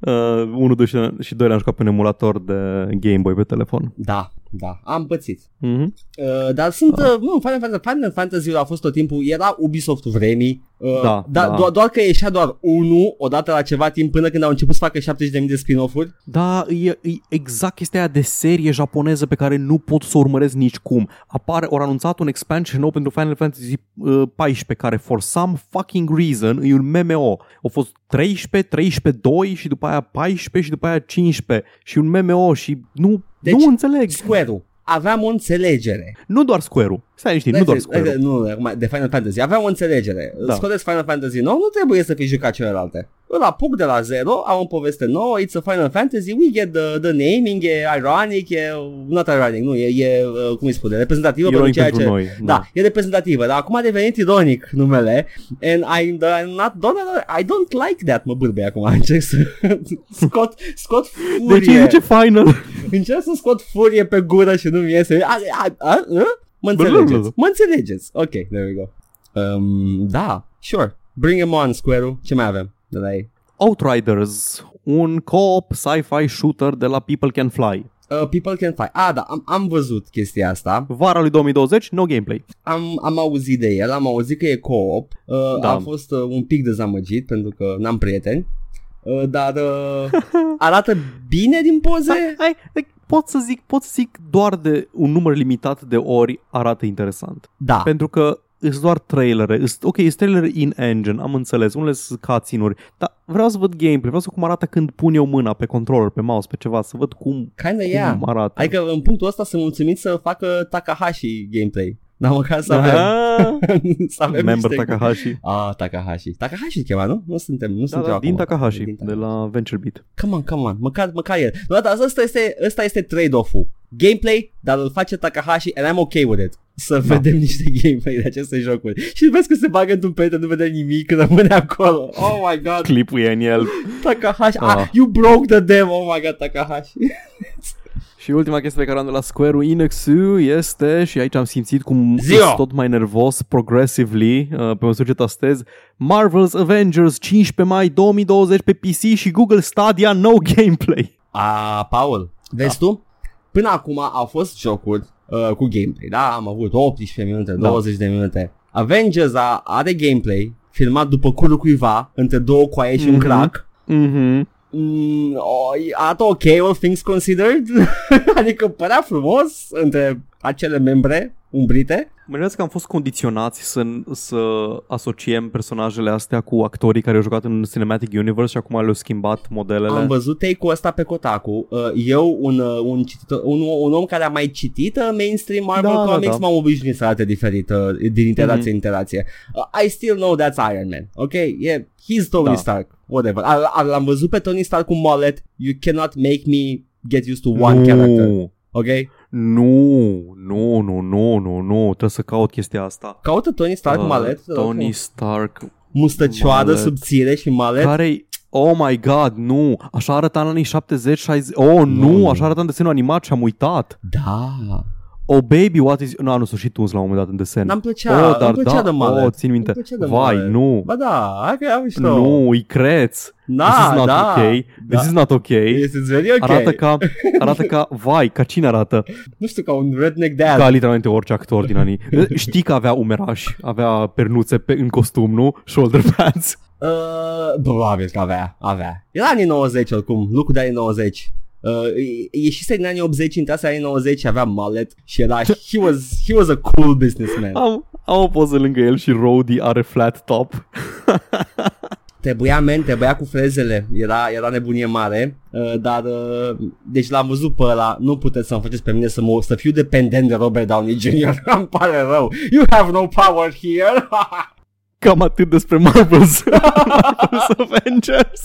uh, 1, 2 și, și 2 l-am jucat pe un emulator de Game Boy pe telefon
da, da, am pățit.
mm-hmm.
Uh, dar sunt, uh, nu, Final Fantasy, Final Fantasy a fost tot timpul, era Ubisoft vremii, uh,
Da,
da,
da.
Doar, doar că ieșea doar unul odată la ceva timp până când au început să facă 70.000 de spin-off-uri.
Da, e, e exact chestia aia de serie japoneză pe care nu pot să o urmăresc nici cum. Apare, ori anunțat un expansion nou pentru Final Fantasy uh, 14, care for some fucking reason e un MMO. Au fost 13, 13, 2 și după aia 14 și după aia 15 și un MMO și nu,
Deci-
nu înțeleg.
Square-ul. Aveam o înțelegere.
Nu doar Square-ul. Stai liniștit, nu
Hai
doar
să- hai să-
Square-ul.
nu, acum, de Final Fantasy. Aveam o înțelegere.
Da.
Da. Scoteți Final Fantasy nou, nu trebuie să fi jucat celelalte. Îl apuc de la zero, am o poveste nouă, it's a Final Fantasy, we get the, the naming, e ironic, e, not ironic, nu, e, e uh, cum îi spune, reprezentativă
Eroi
pentru ceea
pentru
ce...
noi.
Da, e reprezentativă, dar acum a devenit ironic numele and I'm, I'm not, don't, I don't like that, mă bâlbe acum, încerc să scot, scot
De ce
furie,
Deci zice Final?
Păi încerc să scot furie pe gură și nu-mi iese, a, a, a, a? mă înțelegeți, mă înțelegeți, ok, there we go, um, da, sure, bring him on, square ce mai avem de la ei?
Outriders, un co-op sci-fi shooter de la People Can Fly.
Uh, people can fly. Ah, da, am, am văzut chestia asta.
Vara lui 2020, no gameplay.
Am, am auzit de el, am auzit că e co-op. Uh,
Da.
da. Am fost uh, un pic dezamăgit pentru că n-am prieteni. Uh, dar uh, arată bine din poze.
Hai, hai, pot să zic, pot să zic doar de un număr limitat de ori arată interesant.
Da.
Pentru că sunt doar trailere. Îs- Ok, sunt trailere in-engine, am înțeles. Unele sunt cutscene-uri. Dar vreau să văd gameplay, vreau să cum arată când pun eu mâna pe controller, pe mouse, pe ceva, să văd cum,
Kinda yeah.
cum arată.
Adică în punctul ăsta sunt mulțumit să facă Takahashi gameplay. Dar măcar să avem,
Ah,
să avem
Member
niște...
Takahashi.
Ah, Takahashi. Takahashi îl chema, nu? Nu suntem, nu
Da,
suntem
da,
acum.
din Takahashi,
Din
de la Venture Beat.
Come on, come on. Măcar, măcar el. Nu, dar asta este, asta este trade-off-ul. Gameplay, dar îl face Takahashi and I'm okay with it. Să
Da.
da. vedem niște gameplay de aceste jocuri. Și vezi că se bagă într-un prieten, nu vede nimic, rămâne acolo. Oh my god,
Clipul e în el.
Takahashi.
Ah.
Ah, you broke the dam. Oh my god, Takahashi.
Și ultima chestie pe care am de la Square-ul Inexu este, și aici am simțit cum
Zio!
sunt tot mai nervos progressively, uh, pe măsură ce tastez, Marvel's Avengers 15 mai 2020 pe PC și Google Stadia no gameplay.
A, Paul, Da. vezi tu? Până acum au fost jocuri uh, cu gameplay, da? Am avut 18 minute, 20 de minute. Avengers a, are gameplay filmat după curul cuiva, între două coaie și un
Mhm.
crack.
Mm-hmm.
Mm, o, arată ok, all things considered. adică părea frumos între acele membre umbrite.
Mă gândesc că am fost condiționați să, să asociem personajele astea cu actorii care au jucat în Cinematic Universe și acum le-au schimbat modelele.
Am văzut take-ul ăsta pe Kotaku. Uh, Eu, un, uh, un, cititor, un, un om care a mai citit uh, mainstream Marvel
Da, da,
Comics,
da.
m-am obișnuit să arate diferit uh, din interație
Mhm.
în interație. Uh, I still know that's Iron Man, ok? Yeah, he's Tony
Da.
Stark, whatever. Al- al- L-am văzut pe Tony Stark cu mullet. You cannot make me get used to one
nu,
character, ok?
Nu, nu, nu, nu, nu, nu, trebuie să caut chestia asta.
Caută Tony Stark
Uh,
mullet. te rog
Tony
frumos.
Stark.
Mustăcioară,
Mullet.
subțire și mullet.
care Oh my god, nu! Așa arăta în anii 70, 60... Oh, nu!
Nu.
Așa arăta în desenul animat și am uitat.
Da.
Oh, baby, what is... Nu, nu, s-a și tuns la un moment dat în desen.
N-am plăcea,
oh,
îmi plăcea de mullet.
Oh, țin minte.
Îmi plăcea de
Vai,
mullet.
nu!
Ba da, hai că am mișto.
Nu, îi creț. This
Da,
is not
da.
okay.
da.
This is not okay.
Yes, it's very okay.
Arată ca, arată ca, vai, ca cine arată?
Nu știu, ca un redneck dad.
Ca literalmente orice actor din anii. Știi că avea umeraș, avea pernuțe pe, în costum, nu? Shoulder pads.
Uh, probabil că avea, avea. Era anii 90 oricum, lucru de anii 90. Uh, e- ieșise din anii 80, intrase în anii 90 și avea mullet și era, he was, he was a cool businessman.
Am, am o poză lângă el și Rody are flat top.
Trebuia men, trebuia cu frezele, era, era nebunie mare, uh, dar uh, deci l-am văzut pe ăla, nu puteți să-mi faceți pe mine să, mă, să fiu dependent de Robert Downey Jr., îmi pare rău, you have no power here.
Cam atât despre Marvel's, Marvel's Avengers.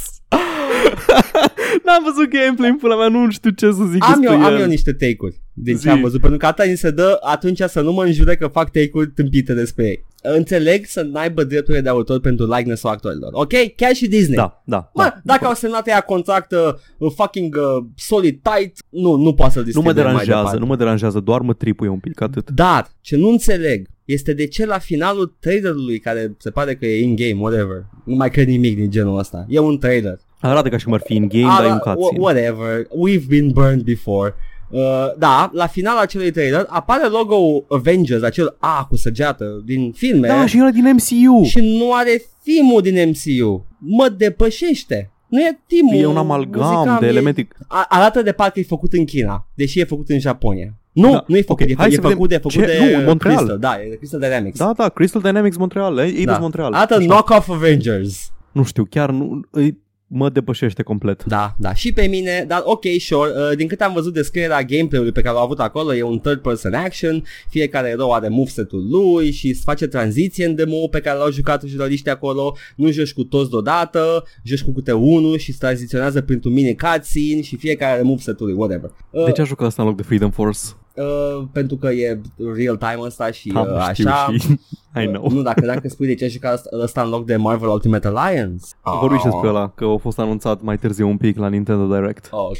N-am văzut gameplay în pula mea, nu știu ce să zic
am,
despre
eu,
el.
am eu niște take-uri din
Zi.
ce am văzut, pentru că atâta ni se dă atunci să nu mă înjure că fac take-uri tâmpite despre ei. Înțeleg să n-aibă drepturile de autor pentru likeness-ul actorilor, ok? Chiar și Disney.
Da, da.
Mă,
da.
dacă au semnat ea contract uh, fucking uh, solid tight, nu, nu poate să-l
Nu mă
distribuie mai
deranjează,
departe.
nu mă deranjează, doar mă tripuie un pic, atât.
Dar ce nu înțeleg este de ce la finalul trailerului care se pare că e in-game, whatever, nu mai cred nimic din genul ăsta. E un trailer.
Arată ca și cum ar fi în game, dar e un
wh- Ah,
cutscene.
da, whatever, we've been burned before. Uh, da, la finalul acelui trailer apare logo Avengers, acel A cu săgeată din filme
Da, și era din MCU.
și nu are theme din MCU. Mă depășește. Nu e theme
E un amalgam de elemente.
A- arată de parcă e făcut în China, deși e făcut în Japonia. Nu,
Da,
nu e făcut,
ok,
e,
hai
e
să vedem
făcut, e făcut
ce-
de
nu, în Montreal.
Crystal, da, e de Crystal Dynamics.
Da, da, Crystal Dynamics Montreal, Avis
Da.
Montreal.
Arată
Așa.
Knockoff Avengers.
Nu știu, chiar nu, îi- mă depășește complet.
Da, da, și pe mine, dar ok, sure, uh, din câte am văzut descrierea gameplay-ului pe care l-au avut acolo, e un third person action, fiecare erou are moveset-ul lui și îți face tranziție în demo pe care l-au jucat jurnaliștii acolo, nu joci cu toți deodată, joci cu câte unul și îți tranziționează printr-un mini cutscene și fiecare are moveset-ul lui, whatever. Uh,
De ce a jucat asta în loc de Freedom Force?
Uh, pentru că e real time ăsta și
Am,
uh,
Da, știu
așa.
și... I
Uh,
know.
Nu, dacă, dacă spui de ce ai jucat ăsta în loc de Marvel Ultimate Alliance.
Vorbim și despre
Ah,
ăla, că a fost anunțat mai târziu un pic la Nintendo Direct.
Ok,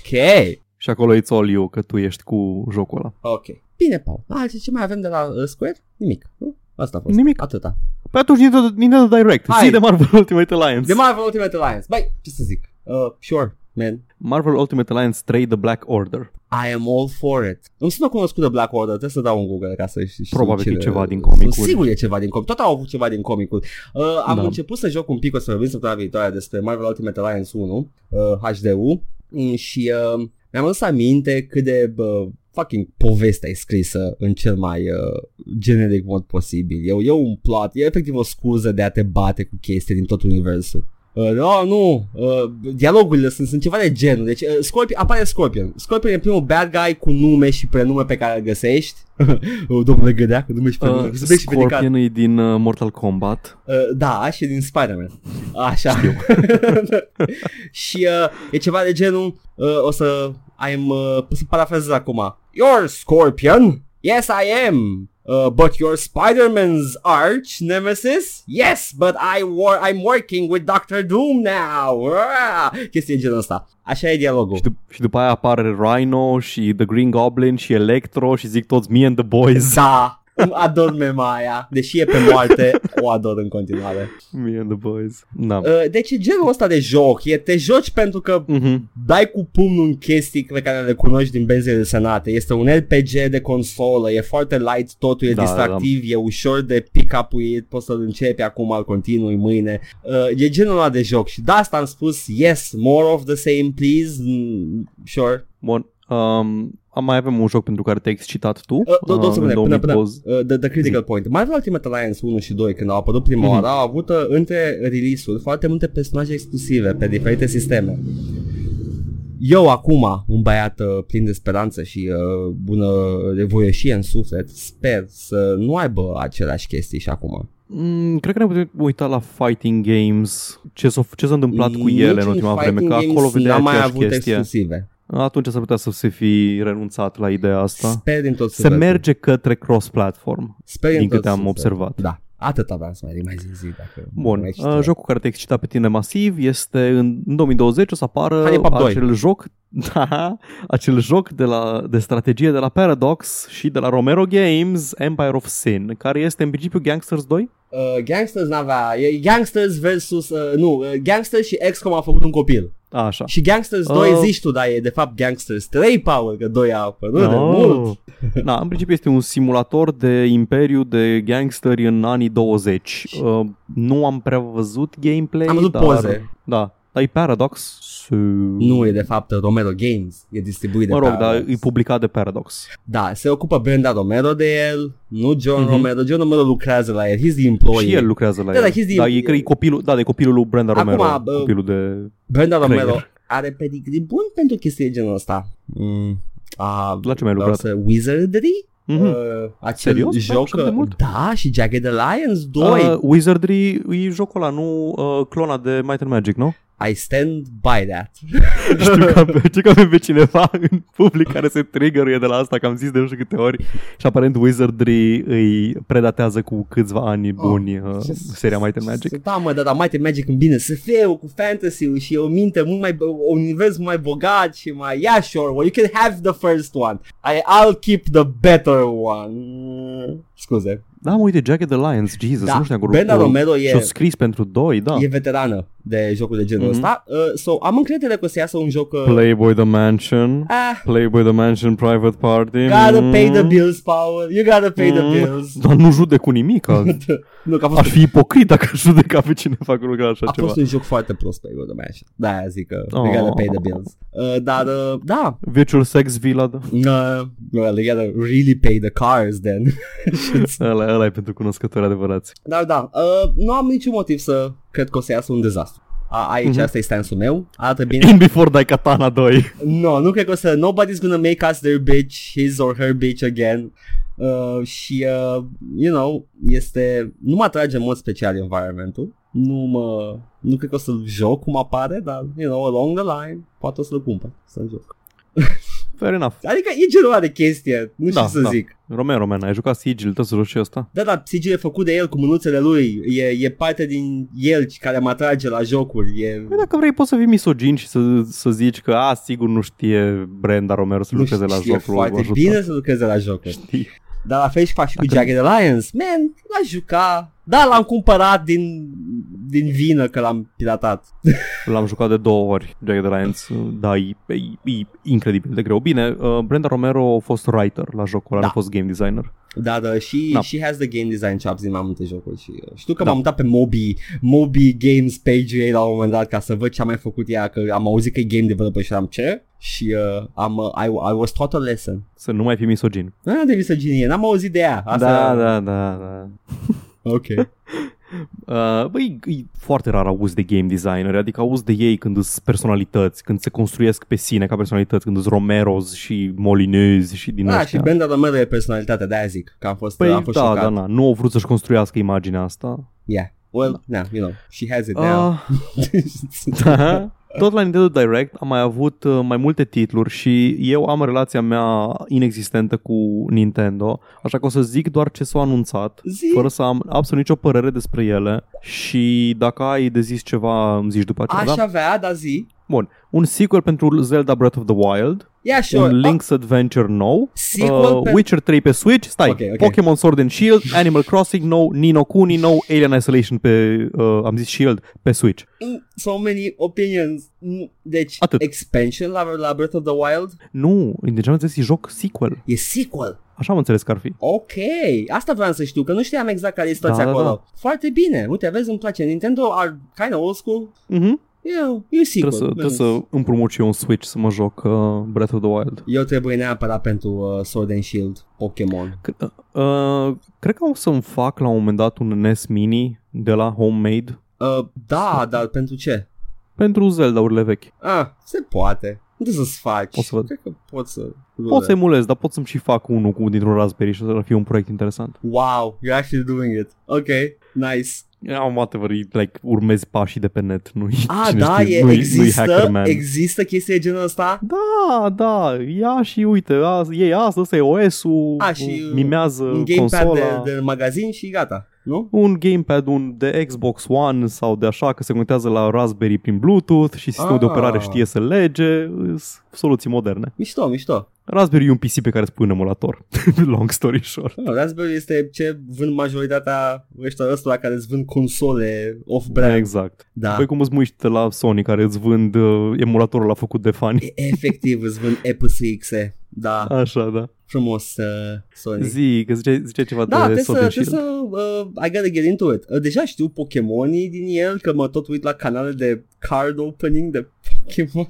Și acolo it's all you, că tu ești cu jocul ăla.
ok. Bine, Paul. Alte ce mai avem de la uh, Square? Nimic. Nu? Asta a fost.
Nimic.
Atâta.
Pe atunci Nintendo, Nintendo Direct,
Hai.
zi de Marvel Ultimate Alliance.
De Marvel Ultimate Alliance. Băi, ce să zic? Uh, sure, man.
Marvel Ultimate Alliance 3 The Black Order.
I am all for it. Îmi sună cunoscut de Black Order, trebuie să dau un Google ca să știu
Probabil că
cine...
e ceva din comicuri.
Sunt Sigur e ceva din comic. Tot au avut ceva din comicul. Uh, am
Da.
început să joc un pic, o să vorbim săptămâna viitoare despre Marvel Ultimate Alliance 1, uh, HDU, mm, și uh, mi-am adus aminte cât de bă, fucking povestea e scrisă în cel mai uh, generic mod posibil. E, e un plot, e efectiv o scuză de a te bate cu chestii din tot universul. Uh, no, nu, uh, dialogurile sunt, sunt ceva de genul, deci uh, Scorpion, apare Scorpion. Scorpion e primul bad guy cu nume și prenume pe care îl găsești. Uh, Domnule Gâdea, cu nume și prenume.
Uh,
Uh, Subiect și predicat.
Scorpion e din uh, Mortal Kombat.
Uh, da, și din Spider-Man. Așa.
Știu.
și uh, e ceva de genul, uh, o să am uh, să parafrazez acum. You're Scorpion? Yes, I am. Uh, but you're Spider-Man's arch nemesis? Yes, but I war- I'm working with Doctor Doom now. Ah! Chestii de genul ăsta. Așa e dialogul.
Și, dup- și după aia apare Rhino și The Green Goblin și Electro și zic toți me and the boys.
Da, îmi ador mema aia. Deși e pe moarte, o ador în continuare.
Me and the boys. Da.
Uh, deci e genul ăsta de joc. E te joci pentru că
Mhm.
dai cu pumnul în chestii pe care le cunoști din benzile de sănate. Este un RPG de consolă, e foarte light, totul e
Da,
da,
da, da.
distractiv, da. e ușor de pick-up-uit, poți să-l începi acum, îl continui mâine. Uh, e genul ăla de joc și de asta am spus yes, more of the same, please. Mm, sure.
Bun. Um, mai avem un joc pentru care te-ai excitat tu.
Uh, Două două
uh,
secunde,
în
până, până,
2020.
uh, the, the Critical Point. Marvel Ultimate Alliance 1 și 2, când au apărut prima
Mhm.
oară, au avut uh, între release-uri foarte multe personaje exclusive pe diferite sisteme. Eu acum, un băiat uh, plin de speranță și uh, bună revoieșie în suflet, sper să nu aibă aceleași chestii și acum.
Mm, cred că ne putem uita la fighting games, ce s-a, ce s-a întâmplat cu ele în
Niciun
ultima
fighting
vreme, că
games
acolo vedeai
n-a mai
aceeași
avut
chestie.
exclusive.
Atunci s-ar putea să se fi renunțat la ideea asta.
Sper din tot
Se
sufletul.
merge către cross-platform,
Sper din
din
tot
câte am
sufletul.
observat.
Da, atât aveam să mai zic, mai zic, zic dacă
Bun,
mai
uh, jocul care te excita pe tine masiv este în, în 2020 o să apară
Honeypot 2.
acel joc, da, acel joc de, la, de strategie de la Paradox și de la Romero Games, Empire of Sin, care este în principiu Gangsters 2?
Uh, gangsters n-avea, e Gangsters versus, uh, nu, uh, Gangsters și XCOM a făcut un copil.
Așa.
Și Gangsters 2
Oh.
zici tu, dar e de fapt Gangsters 3 power, că 2 a apărut de mult.
Da, în principiu este un simulator de imperiu de gangsteri în anii 20. Uh, nu am prea văzut gameplay,
Am văzut
dar...
poze.
Da, dar e Paradox.
Nu, e de fapt Romero Games, e distribuit
Mă
de
rog, dar
Paradox.
e publicat de Paradox.
Da, se ocupă Brenda Romero de el, nu John
Mhm.
Romero, John Romero lucrează la el, he's the employee.
Și el lucrează la
Da,
el.
da, he's the-
Dar e, cred, e copilul, da, de copilul lui Brenda
Acum,
Romero.
bă,
copilul de...
Brenda
Creier.
Romero are pedigree bun pentru chestii de genul ăsta. Mm. A,
La ce mai
vreau
lucrat?
să Wizardry?
Mhm.
Uh, acel
Serios? Da,
joc,
așa de mult?
da, și Jagged Alliance 2.
Uh, Wizardry e jocul ăla, nu uh, clona de Might and Magic, nu?
I stand by that.
Știu că, am, știu că avem pe cineva în public care se trigger de la asta, că am zis de nu știu câte ori și aparent Wizardry îi predatează cu câțiva
Ah,
ani buni uh,
ce-
seria Might and Magic.
Da, mă, da, da, Might and Magic îmi bine SF-ul cu fantasy-ul și e o minte mult mai, un univers mai bogat și mai, yeah, sure, well, you can have the first one. I, I'll keep the better one. Mm, Scuze.
Da, mă, uite, Jagged Alliance, Jesus,
Da,
nu știu acolo.
Brenda
acolo.
Romero e-
Și-o scris pentru doi, da.
E veterană de jocul de genul
Mhm.
ăsta. Uh, so, am încredere că o să iasă un joc... Uh,
Playboy The Mansion,
ah,
Playboy The Mansion Private Party.
gotta pay the bills, Paul. You gotta pay the
Mm.
bills.
Dar nu judec cu nimic. a-
Da. nu, că a fost,
Ar fi ipocrit dacă aș judeca pe cineva cu lucrul așa
a
ceva.
fost un joc foarte prost pe Golden Mansion. Da, aia zic că
Oh.
you gotta pay the bills. Uh, dar, uh, da,
Virtual Sex Villa, da?
No, well, they gotta really pay the cars then. Shit's-
Ăla, ăla e pentru cunoscători adevărați.
Dar da, uh, nu am niciun motiv să cred că o să iasă un dezastru. A, aici
Mhm.
mm-hmm. asta e stansul meu, arată bine.
In Before Daikatana 2.
no, nu cred că o să, nobody's gonna make us their bitch, his or her bitch again. Uh, și, uh, you know, este, nu mă atrage în mod special environmentul. Nu mă, nu cred că o să-l joc cum apare, dar, you know, along the line, poate o să-l cumpăr, să-l joc.
Fair enough.
Adică e genul ăla de chestie, nu știu
Da,
da, să
da.
da. zic.
Romeo, Romeo, ai jucat Sigil, tot să joci și ăsta?
Da, da, CG e făcut de el cu mânuțele lui, e, e parte din el care mă atrage la jocuri, e...
Păi dacă vrei poți să fii misogin și să, să zici că a, sigur nu știe Brenda Romero să
nu
lucreze la
știe
jocul
foarte
ajută.
bine să lucreze la jocuri.
Știi.
Dar la fel și fac și cu
Dacă-
Jagged Alliance. Man, l-aș juca. Da, l-am cumpărat din, din vină că l-am piratat.
L-am jucat de două ori, Jagged Alliance, da, e, e, e incredibil de greu. Bine, uh, Brenda Romero a fost writer la jocul ăla,
Da.
nu a fost game designer.
Dar uh, și
Da.
da. she has the game design chops din mai multe jocuri și uh, știu că
Da.
m-am mutat pe Mobi, Mobi Games page ei la un moment dat ca să văd ce a mai făcut ea, că am auzit că e game developer și am ce? Și uh, am, uh, I, I was taught a lesson.
Să nu mai fii misogin.
Nu de misoginie, n-am auzit de ea. Asta...
Da, da, da, da.
Ok.
Uh, băi, e foarte rar auzi de game designer, adică auzi de ei când îs personalități, când se construiesc pe sine ca personalități, când îs Romeros și Molinez și din
Da, și
ăștia.
Brenda Romero e personalitatea, de-aia zic că am fost,
Păi
am fost
da,
șocat.
da, da, nu au vrut să-și construiască imaginea asta.
Yeah. Well, da. you know, she has it now.
Uh, da. Tot la Nintendo Direct am mai avut uh, mai multe titluri și eu am relația mea inexistentă cu Nintendo, așa că o să zic doar ce s-au anunțat.
Zi.
fără să am absolut nicio părere despre ele și dacă ai de zis ceva, îmi zici după aceea.
Aș
Da?
avea, dar zi.
Un sequel pentru Zelda Breath of the Wild,
Yeah,
sure.
sure. Ah,
un Link's Adventure nou,
sequel
uh,
pe-
Witcher 3 pe Switch, stai,
Ok, ok.
Pokémon Sword and Shield, Animal Crossing nou, Nino Kuni nou, Alien Isolation pe, uh, am zis Shield, pe Switch.
Oh, so many opinions. Mm, Deci,
Atât.
expansion la, la Breath of the Wild
Nu, deci am înțeles, e joc sequel.
e sequel.
Așa am înțeles că ar fi.
Ok, asta vreau să știu, că nu știam exact care e situația
Da, da,
acolo. Foarte bine, uite, vezi, îmi place. Nintendo are kind of old school.
Mhm.
Eu, e sigur.
Trebuie să, trebuie să împrumut și eu un Switch să mă joc uh, Breath of the Wild.
Eu trebuie neapărat pentru uh, Sword and Shield Pokémon.
C- uh, cred că o să-mi fac la un moment dat un NES Mini de la Homemade
Uh, da, dar pentru ce?
pentru Zelda-urile vechi.
Ah, se poate. Nu trebuie să-ți faci.
O să văd.
Cred că poți să...
Pot să emulez, dar pot să-mi și fac unul cu dintr-un Raspberry și să fie un proiect interesant.
Wow, you're actually doing it. Ok, nice.
Yeah, whatever, e, like, urmezi pașii de pe net, nu
Ah, da, e, există, există chestii de genul ăsta?
Da, da, ia și uite, a, ei asta, ăsta e OS-ul,
A, Ah, și
mimează
Un gamepad
consola.
de, de magazin și gata, nu?
un gamepad un de Xbox One sau de așa că se conectează la Raspberry prin Bluetooth și sistemul de
Ah.
operare știe să lege, sunt soluții moderne.
Mișto, mișto.
Raspberry e un PC pe care îți pui un emulator, long story short.
No, Raspberry este ce vând majoritatea ăștia ăstora care îți vând console off-brand.
Exact.
Da.
Păi cum îți muiște la Sony care îți vând uh, emulatorul la făcut de fani.
E- Efectiv, îți vând EPSX-e. Da,
Așa, da.
frumos, uh, Sony.
Zi, că ziceai, ziceai ceva
Da,
de
trebuie să,
Sword and
trebuie
Shield.
să uh, I gotta get into it. Uh, deja știu Pokemonii din el, că mă tot uit la canale de card opening de Pokemon.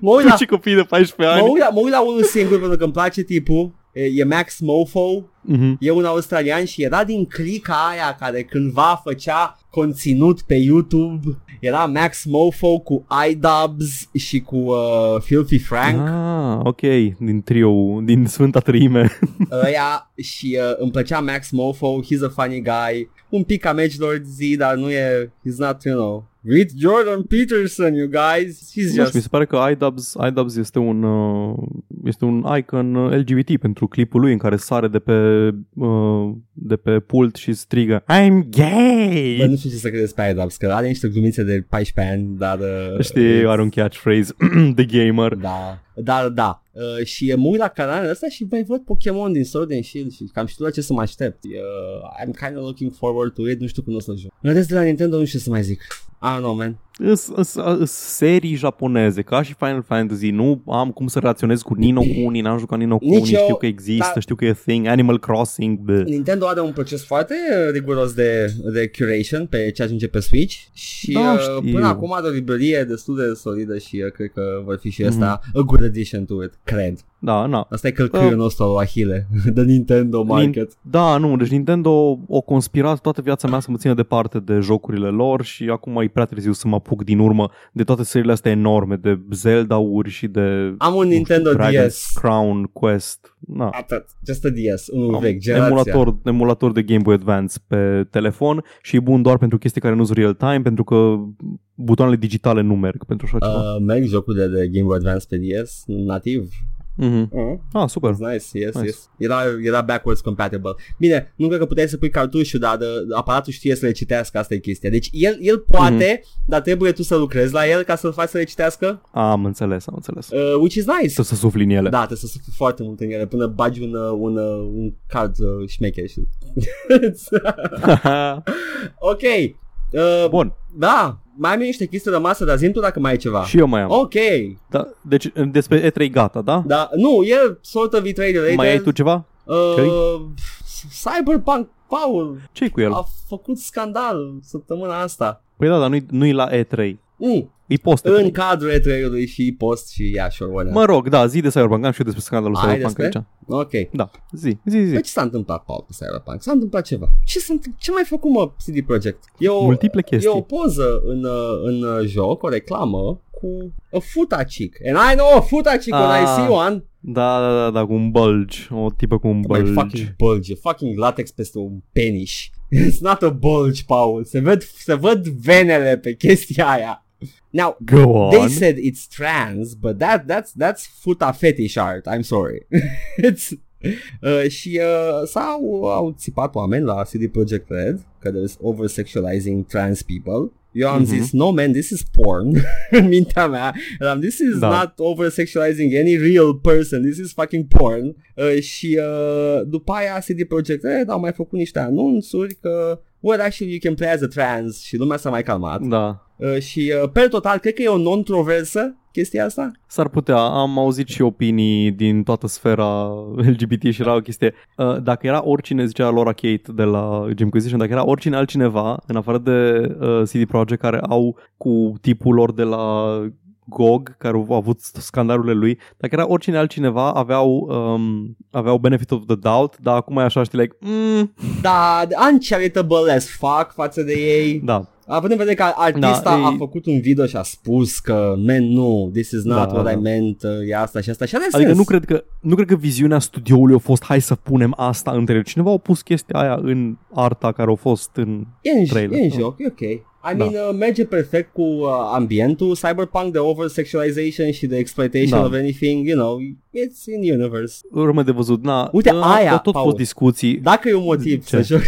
mă uit la
Tu și copiii de 14
mă
ani.
uit, la, mă uit la unul singur pentru că îmi place tipul E, e Max Mofo
Mhm.
E un australian și era din clica aia Care cândva făcea conținut pe YouTube Era Max Mofo cu iDubbbz Și cu uh, Filthy Frank
Ah, ok, din trio, din Sfânta Treime.
ăia și uh, îmi plăcea Max Mofo, he's a funny guy, un pic ca Mage Lord Z, dar nu e, he's not, you know, read Jordan Peterson, you guys, he's
Nu știu, mi
just...
se pare că iDubbbz, iDubbbz este un uh, este un icon uh, LGBT pentru clipul lui în care sare de pe uh, de pe pult și strigă I'm
Bă,
gay.
nu știu ce să credeți pe Adams, că are niște glumițe de 14 ani, dar... Uh,
Știi, are un catchphrase The Gamer.
Da, dar da. Uh, și e mult la canalul ăsta și mai văd Pokémon din Sword and Shield și cam știu la ce să mă aștept. Uh, I'm kind of looking forward to it, nu știu când o să joc. În rest de la Nintendo nu știu ce să mai zic. I don't know, man.
Îs- îs- îs serii japoneze, ca și Final Fantasy, nu am cum să raționez cu Nino Kuni, n-am jucat Nino Kuni,
Nici eu,
știu că există,
dar-
știu că e a thing, Animal Crossing, bă.
Nintendo are un proces foarte uh, riguros de, de curation pe ce ajunge pe Switch și
Da,
uh,
știu.
până acum are o librărie destul de solidă și uh, cred că vor fi și ăsta a good addition to it, cred.
Mm. Da, na.
Asta e călcâiul
Uh.
nostru al lui Ahile, de Nintendo Market.
Da, nu, deci Nintendo o conspirat toată viața mea să mă țină departe de jocurile lor și acum e prea târziu să mă apuc din urmă de toate seriile astea enorme, de Zelda-uri și de
Am un
nu știu,
Nintendo
Dragon's
DS.
Crown Quest. Na.
Atât, just a DS, unul
Am
vechi, generația.
emulator, emulator de Game Boy Advance pe telefon și e bun doar pentru chestii care nu sunt real-time, pentru că butoanele digitale nu merg pentru așa ceva.
Uh, merg jocul de, de Game Boy Advance pe DS, nativ.
Mhm.
Uh.
Ah, super.
It's nice, yes,
Nice.
nice. yes. Era, era backwards compatible. Bine, nu cred că puteai să pui cartușul, dar de, aparatul știe să le citească, asta e chestia. Deci el, el
Mhm.
poate, mm-hmm. dar trebuie tu să lucrezi la el ca să-l faci să le citească,
Am înțeles, am înțeles.
uh, which is nice.
Să se sufli în ele.
Da, trebuie să sufli foarte mult în ele până bagi un, uh, un, uh, un card uh, șmecher. și- Da. ok. Uh,
Bun,
Da, mai am eu niște chestii rămase, dar zi tu dacă mai ai ceva.
și eu mai am.
Ok,
Da, deci despre E3 gata, da?
Oh. da, nu, e sort of E3 related.
Mai ai tu ceva?
Uh, Cyberpunk, Paul,
ce cu el?
a făcut scandal săptămâna asta.
Păi da, dar nu-i, nu-i la E3.
Mm.
E post
În
E3.
cadrul e și post și ia sure, whatever.
Mă rog, da, zi de Cyberpunk. Am și eu despre scandalul
Ai
Cyberpunk
despre?
aici.
Ok.
Da, zi, zi, zi.
Păi ce s-a întâmplat, Paul, cu Cyberpunk? S-a întâmplat ceva. Ce, s-a întâmplat? ce mai făcut, mă, CD Projekt? E o,
Multiple
e
chestii.
o poză în, uh, în uh, joc, o reclamă cu a futa chick. And I know a futa chick when I
Ah.
see one.
Da, da, da, da, cu un bulge. O tipă cu un
Băi,
bulge.
fucking bulge. Fucking latex peste un penis. It's not a bulge, Paul. Se văd, se văd venele pe chestia aia. Now,
Go on.
They said it's trans, but that that's that's futa fetish art. I'm sorry. it's Uh, și uh, s-au au țipat oameni la CD Projekt Red că there's over-sexualizing trans people. Eu am
Mhm.
zis, no man, this is porn în mintea mea. Eram, this is
Da.
not over-sexualizing any real person, this is fucking porn. Uh, și uh, după aia CD Projekt Red au mai făcut niște anunțuri că well, actually you can play as a trans și lumea s-a mai calmat.
Da.
Uh, și uh, pe total cred că e o non-troversă chestia asta?
S-ar putea, am auzit și opinii din toată sfera LGBT și era o chestie. Uh, Dacă era oricine, zicea Laura Kate de la Jimquisition, dacă era oricine altcineva, în afară de uh, CD Projekt care au cu tipul lor de la GOG, care au avut scandalurile lui, dacă era oricine altcineva, aveau, um, aveau benefit of the doubt, dar acum e așa, știi, like, mm,
Da, uncharitable as fuck față de ei.
da,
Având în vedere că artista
Da,
a
e-
făcut un video și a spus că, man, nu, this is not
Da,
what I
da.
meant, uh, e asta și asta și are
Adică
sens.
nu cred, că, nu cred că viziunea studioului a fost hai să punem asta între ele. Cineva a pus chestia aia în arta care a fost în...
E în,
trailer.
e în
Da.
joc, e ok. I mean, uh, merge perfect cu uh, ambientul cyberpunk de oversexualization și de exploitation
Da.
of anything, you know, it's in universe.
Rămâne de văzut. Na,
Uite,
a,
aia,
au tot
Paul. Da,
fost discuții.
Dacă e un motiv
Ce?
să joc...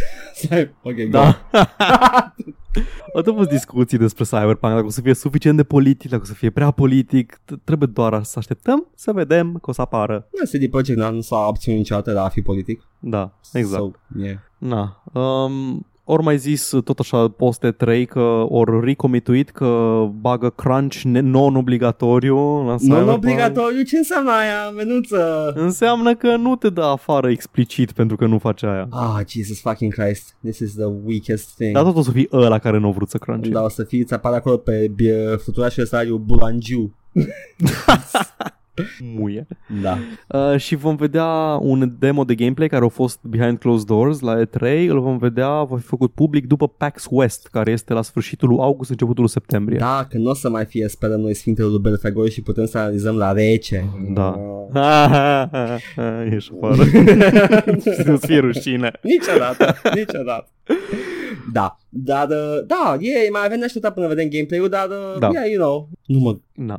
ok, da.
Da. Au tot fost discuții despre Cyberpunk, dacă o să fie suficient de politic, dacă o să fie prea politic, t- trebuie doar să așteptăm să vedem că o să apară.
Nu, CD Projekt nu s-a abținut niciodată la a fi politic.
Da, exact. So.
So, yeah.
Na. Um, ori mai zis tot așa poste 3 că ori recomituit că bagă crunch ne- non-obligatoriu la
Nu
Cyberpunk.
obligatoriu, ce înseamnă aia, menuță?
Înseamnă că nu te dă afară explicit pentru că nu faci aia.
Ah, Jesus fucking Christ, this is the weakest thing.
Dar tot o să fii ăla care nu a vrut să crunch.
da, o să fie, ți apare acolo pe bie- fluturașul salariu Bulangiu.
Muie.
Da.
Uh, și vom vedea un demo de gameplay care a fost behind closed doors la E3. Îl vom vedea, va fi făcut public după PAX West, care este la sfârșitul lui august, începutul lui septembrie.
Da, că nu o să mai fie, sperăm noi, Sfintele lui Belfegor și putem să analizăm la rece.
Da. Ești afară. Nu-ți fie rușine.
niciodată, niciodată. Da, dar, uh, da, e, mai avem neașteptat până vedem gameplay-ul, dar, uh,
Da.
yeah, you know, nu mă,
Da.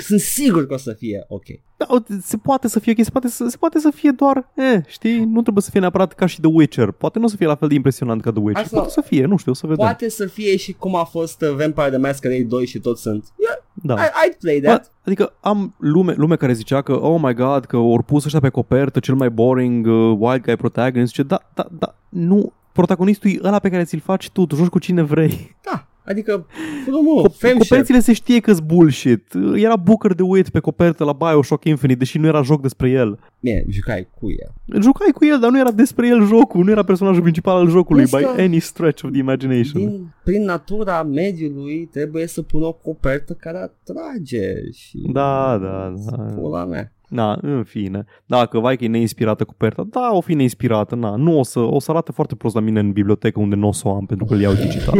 sunt sigur că o să fie, ok.
da. uite, Se poate să fie chestia, se poate să, se poate să fie doar, eh, știi, nu trebuie să fie neapărat ca și The Witcher. Poate nu o să fie la fel de impresionant ca The Witcher.
Hai să-
Poate să fie, nu știu, o să vedem.
Poate să fie și cum a fost uh, Vampire the Masquerade 2 și tot sunt. Yeah,
Da.
I, I'd play
Bă,
that.
adică am lume, lume care zicea că oh my god, că ori pus ăștia pe copertă cel mai boring uh, wild guy protagonist zice da, da, da, nu protagonistul e ăla pe care ți-l faci tu, tu joci cu cine vrei.
Da, adică, frumos,
Cop-
femship.
Coperțile se știe că-s bullshit. Era Booker de Wit pe copertă la Bioshock Infinite, deși nu era joc despre el.
Bine, jucai cu ea.
Jucai cu el, dar nu era despre el jocul, nu era personajul principal al jocului
Plus
by
că-
any stretch of the imagination.
Din, prin natura mediului trebuie să pun o copertă care atrage și...
Da, da, da.
Pula mea.
Na, în fine. Dacă vai că e neinspirată coperta, da, o fi neinspirată, na, nu o să, o să arate foarte prost la mine în bibliotecă unde nu o să o am pentru că îl iau digital.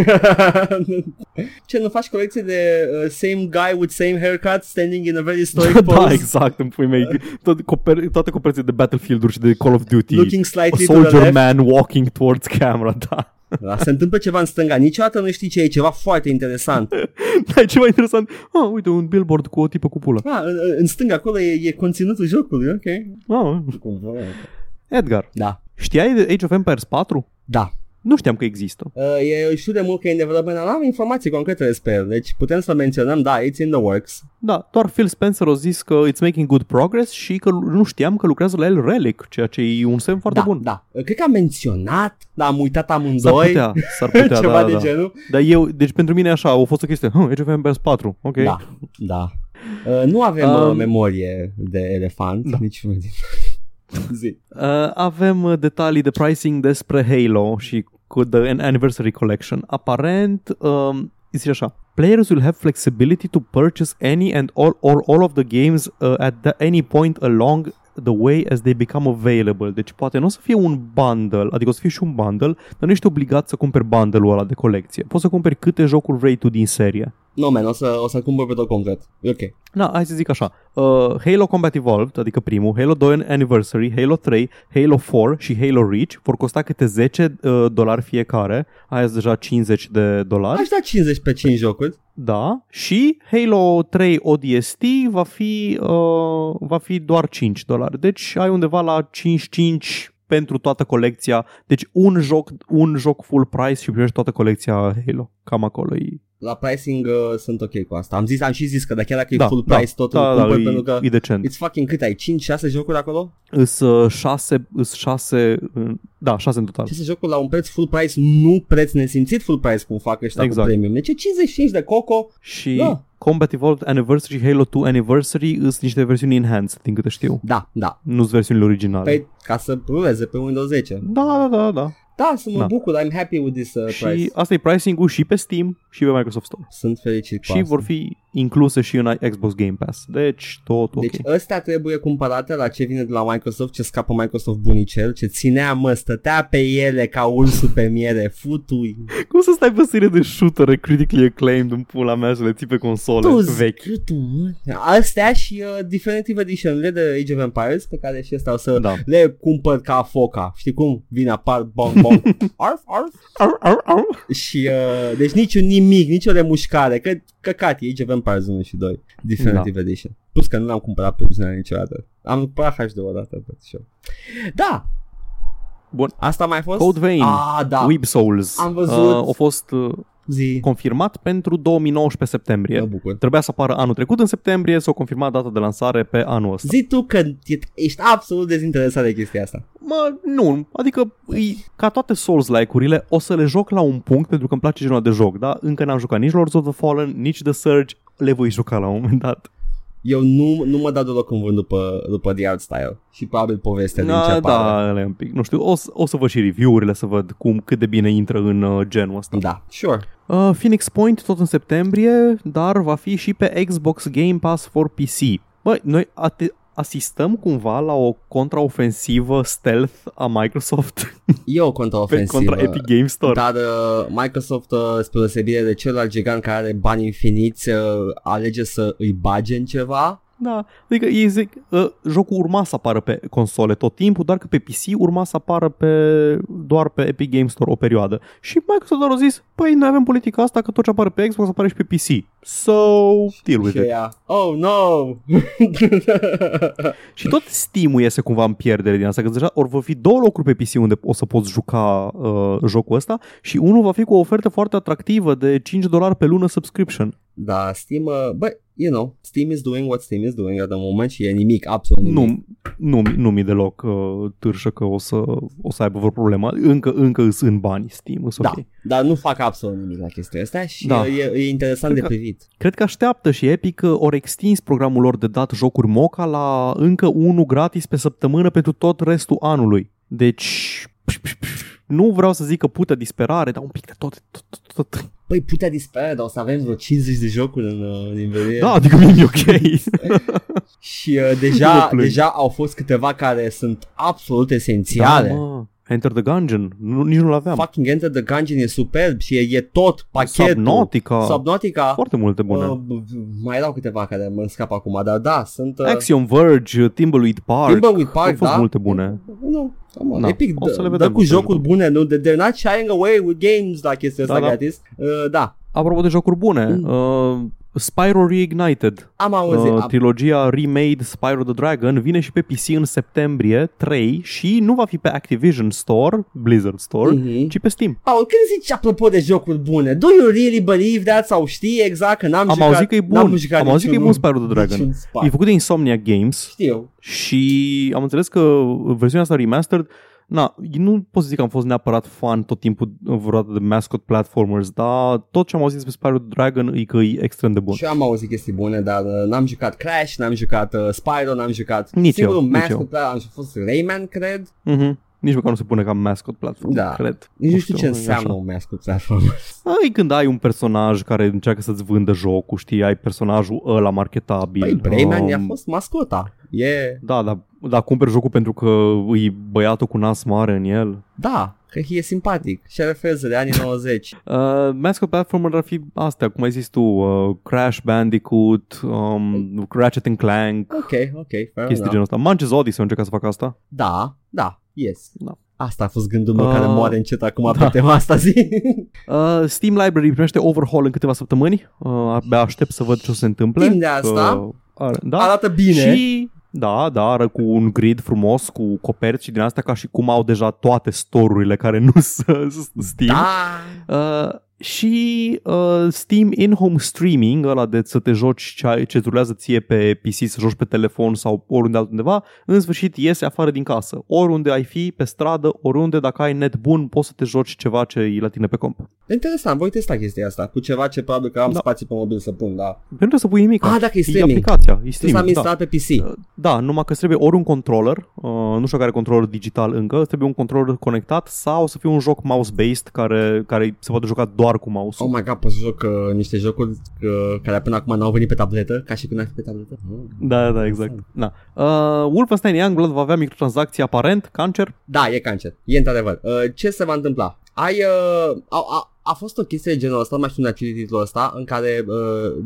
Ce, nu faci colecție de uh, same guy with same haircut standing in a very stoic pose?
da, exact, în pui mei, tot, coper, toate coperțile de Battlefield-uri și de Call of Duty.
Looking
a
slightly to the
soldier
left.
man walking towards camera, da.
Da, se întâmplă ceva în stânga. Niciodată nu știi ce e, ceva foarte interesant.
Dar e ceva interesant. Ah, uite, un billboard cu o tipă cu pulă.
Ah, în, în stânga acolo e, e conținutul jocului, ok.
Ah. Edgar,
Da.
știai de Age of Empires 4?
Da.
Nu știam că există.
Uh, e, știu de mult că e în development, dar nu am informații concrete despre el, deci putem să menționăm, da, it's in the works.
Da, doar Phil Spencer a zis că it's making good progress și că lu- nu știam că lucrează la el Relic, ceea ce e un semn foarte
da,
bun.
Da, cred că am menționat, dar am uitat
S-ar
amândoi.
putea, s-ar putea,
ceva
da,
de
da.
genul.
Dar eu, deci pentru mine așa, a fost o chestie, huh, Age of Empires 4, ok.
Da, da. Uh, nu avem
Um,
uh, memorie de elefant, da.
da.
niciunul din zi.
Uh, avem uh, detalii de pricing despre Halo și cu The Anniversary Collection. Aparent, um, zice așa, Players will have flexibility to purchase any and all or all of the games uh, at the, any point along the way as they become available. Deci poate nu o să fie un bundle, adică o să fie și un bundle, dar nu ești obligat să cumperi bundle-ul ăla de colecție. Poți să cumperi câte jocuri vrei tu din serie.
Nu, no, man, o, să, o să-l cumpăr pe tot complet. E Ok.
Na, hai să zic așa. Uh, Halo Combat Evolved, adică primul, Halo 2 Anniversary, Halo 3, Halo 4 și Halo Reach vor costa câte 10 uh, dolari fiecare. Aia sunt deja 50 de dolari.
Aș da 50 pe 5 jocuri.
Da. Și Halo 3 ODST va fi, uh, va fi doar 5 dolari. Deci ai undeva la 55 pentru toată colecția. Deci un joc, un joc full price și primești toată colecția Halo. Cam acolo e
la pricing uh, sunt ok cu asta. Am zis, am și zis că dacă chiar dacă
da,
e full
da,
price totul
da,
da,
da,
cumpăr
e,
pentru că
e decent.
it's fucking cât ai 5-6 jocuri acolo?
Îs uh, șase, îs șase, uh, da, șase în total.
6 jocuri la un preț full price, nu preț nesimțit full price cum fac ăștia
Exact.
cu premium. Deci e 55 de coco,
Și
Da.
Combat Evolved Anniversary, Halo 2 Anniversary sunt niște versiuni enhanced, din câte știu.
da, da.
Nu sunt versiunile originale.
Pe, ca să ruleze pe Windows 10.
Da, da, da, da.
Da, să mă
Da.
bucur, I'm happy with this uh,
și
price.
asta e pricing-ul și pe Steam și pe Microsoft Store.
Sunt fericit cu
Și
asta.
vor fi incluse și în Xbox Game Pass. Deci tot ok.
Deci ăstea trebuie cumpărate la ce vine de la Microsoft, ce scapă Microsoft bunicel, ce ținea mă, stătea pe ele ca ursul pe miere, futui.
Cum să stai pe serie de shootere critically acclaimed în pula mea și le ții pe console
Tu
vechi?
Tu, mă. Astea și uh, Definitive Edition-urile de Age of Empires pe care și ăsta o să
Da.
le cumpăr ca foca. Știi cum? Vin apar bong bong. arf, arf.
Ar, ar, ar.
Și uh, deci niciun nimic, nicio remușcare. Că căcat e Age of Empires 1 și 2. Definitive da. Edition. Plus că nu l-am cumpărat pe original niciodată. Am cumpărat HD o dată pe show. Da.
Bun.
Asta mai a fost?
Code Vein.
Ah, da.
Weeb Souls.
Am văzut.
Uh, a fost uh,
Zi.
confirmat pentru 2019 septembrie.
Mă bucur.
Trebuia să apară anul trecut în septembrie, s-a confirmat data de lansare pe anul ăsta.
Zi tu că e- ești absolut dezinteresat de chestia asta.
Mă, nu, adică îi, ca toate Souls-like-urile o să le joc la un punct pentru că îmi place genul de joc, da? Încă n-am jucat nici Lords of the Fallen, nici The Surge, le voi juca la un moment dat.
Eu nu, nu mă dau deloc în vânt după, după The Art Style și probabil povestea din ce
Na,
apare.
da, ăla e un pic, nu știu, o, să- o să văd și review-urile să văd cum, cât de bine intră în uh, genul ăsta.
Da, sure.
Uh, Phoenix Point tot în septembrie, dar va fi și pe Xbox Game Pass for PC. Băi, noi ate- asistăm cumva la o contraofensivă stealth a Microsoft
E o
pe
contraofensivă.
contra Epic Game Store.
Dar uh, Microsoft, uh, spre deosebire de celălalt gigant care are bani infiniți, uh, alege să îi bage în ceva.
Da, adică ei zic, uh, jocul urma să apară pe console tot timpul, doar că pe PC urma să apară pe, doar pe Epic Games Store o perioadă. Și Microsoft doar a zis, păi noi avem politica asta că tot ce apare pe Xbox apare și pe PC. So, deal with
și
it.
ea, oh no!
Și tot Steam-ul iese cumva în pierdere din asta, că deja ori vor fi două locuri pe PC unde o să poți juca uh, jocul ăsta și unul va fi cu o ofertă foarte atractivă de 5 dolari pe lună subscription.
da, Steam, uh, but, you know, Steam is doing what Steam is doing at the moment și e nimic, absolut nimic.
Nu, nu, nu mi deloc uh, târșă că o să, o să aibă vreo problemă. Încă, încă îs în bani Steam, îs
Da.
ok.
Dar nu fac absolut nimic la chestia asta și
Da.
da. e, e interesant
Cred
de privit.
Cred că așteaptă și Epic că ori extins programul lor de dat jocuri moca la încă unul gratis pe săptămână pentru tot restul anului. Deci, nu vreau să zic că pută disperare, dar un pic de tot, tot, tot, tot,
Păi putea dispărea, dar o să avem vreo 50 de jocuri în, uh, în invenire.
Da, adică mie mi-e ok.
Și uh,
Nu mă
deja,
plâng.
deja au fost câteva care sunt absolut esențiale.
Da, mă. Enter the Gungeon, nu, nici nu-l aveam.
Fucking Enter the Gungeon e superb și e, e tot pachetul.
Subnautica.
Subnautica.
Foarte multe bune.
Uh, b- b- mai erau câteva care mă scap acum, dar da, sunt... Uh,
Axiom Verge, Timberweed Park.
Timberweed Park,
Au fost
da.
multe bune.
Nu, come
Da,
on, Epic,
o să
dă,
le vedem
dă cu
atunci.
jocuri bune, nu? They- They're not shying away with games la chestia
Da,
asta
da.
gratis. Uh, da,
Apropo de jocuri bune,
Mm.
uh, Spyro Reignited,
am auzit.
uh,
am-
trilogia remade Spyro the Dragon, vine și pe PC în septembrie 3 și nu va fi pe Activision Store, Blizzard Store,
Mhm.
ci pe Steam.
Paul, când zici apropo de jocuri bune, do you really believe that sau știi exact că n-am
Am
jucat,
auzit că e
n-am
bun.
jucat
Am auzit că e bun
niciunul-
Spyro the Dragon.
niciun Spyro.
E făcut de Insomniac Games,
Știu.
Și am înțeles că versiunea asta remastered, na, nu pot să zic că am fost neapărat fan tot timpul vreodată de mascot platformers, dar tot ce am auzit despre Spyro the Dragon e că e extrem de bun.
Și eu am auzit chestii bune, dar uh, n-am jucat Crash, n-am jucat uh, Spyro, n-am jucat
Nici
singurul
eu, nici
Mass
eu.
Effect, am fost Rayman, cred.
Mhm. Nici măcar nu se pune ca mascot platform,
Da.
cred.
Nici nu știu ce
e
înseamnă
așa.
un Mass Effect platform.
Ai când ai un personaj care încearcă să-ți vândă jocul, știi, ai personajul ăla marketabil.
Păi Rayman i-a
Um,
fost mascota. E,
Da, dar da, cumperi jocul pentru că îi băiatul cu nas mare în el.
da, că e simpatic. Și are feză de anii 90.
Uh, mascot platformer ar fi astea, cum ai zis tu, uh, Crash Bandicoot, um, Ratchet and Clank,
Ok, ok, fair
chestii de
enough.
genul ăsta. Manches Odyssey a încercat să facă asta.
Da, da, yes.
Da.
Asta a fost gândul meu
Ah.
care moare încet acum
Da.
pe tema asta zi.
Uh, Steam Library primește overhaul în câteva săptămâni. Uh, abia aștept să văd ce o să se întâmple.
Timp de asta
Uh, are, da.
arată bine.
Și da, da, are cu un grid frumos, cu coperți și din astea, ca și cum au deja toate storurile care nu sunt Steam.
da.
Uh, și uh, Steam in-home streaming, ăla de să te joci ce, ai- ce rulează ție pe PC, să joci pe telefon sau oriunde altundeva, în sfârșit iese afară din casă. Oriunde ai fi, pe stradă, oriunde, dacă ai net bun, poți să te joci ceva ce e la tine pe comp.
Interesant, voi testa chestia asta cu ceva ce probabil că am
Da.
spațiu pe mobil să pun, da.
Nu trebuie să pui nimic.
Ah, dacă e
e
streaming.
aplicația, e
Trebuie să am
streaming, da.
instalat pe PC.
Da, numai că îți trebuie ori un controller, uh, nu știu care controller digital încă, îți trebuie un controller conectat sau să fie un joc mouse-based care, care se poate joca doar cu mouse-ul.
Oh my god, pot să joc uh, niște jocuri uh, care până acum n-au venit pe tabletă, ca și când ar fi pe tabletă. Mm.
Da, da, da, exact. Da. Uh, Wolfenstein Youngblood va avea microtransacții aparent, cancer.
Da, e cancer. E într-adevăr. Uh, ce se va întâmpla? Ai, uh, a, a, a fost o chestie de genul ăsta, nu mai știu unde titlul ăsta, în care uh,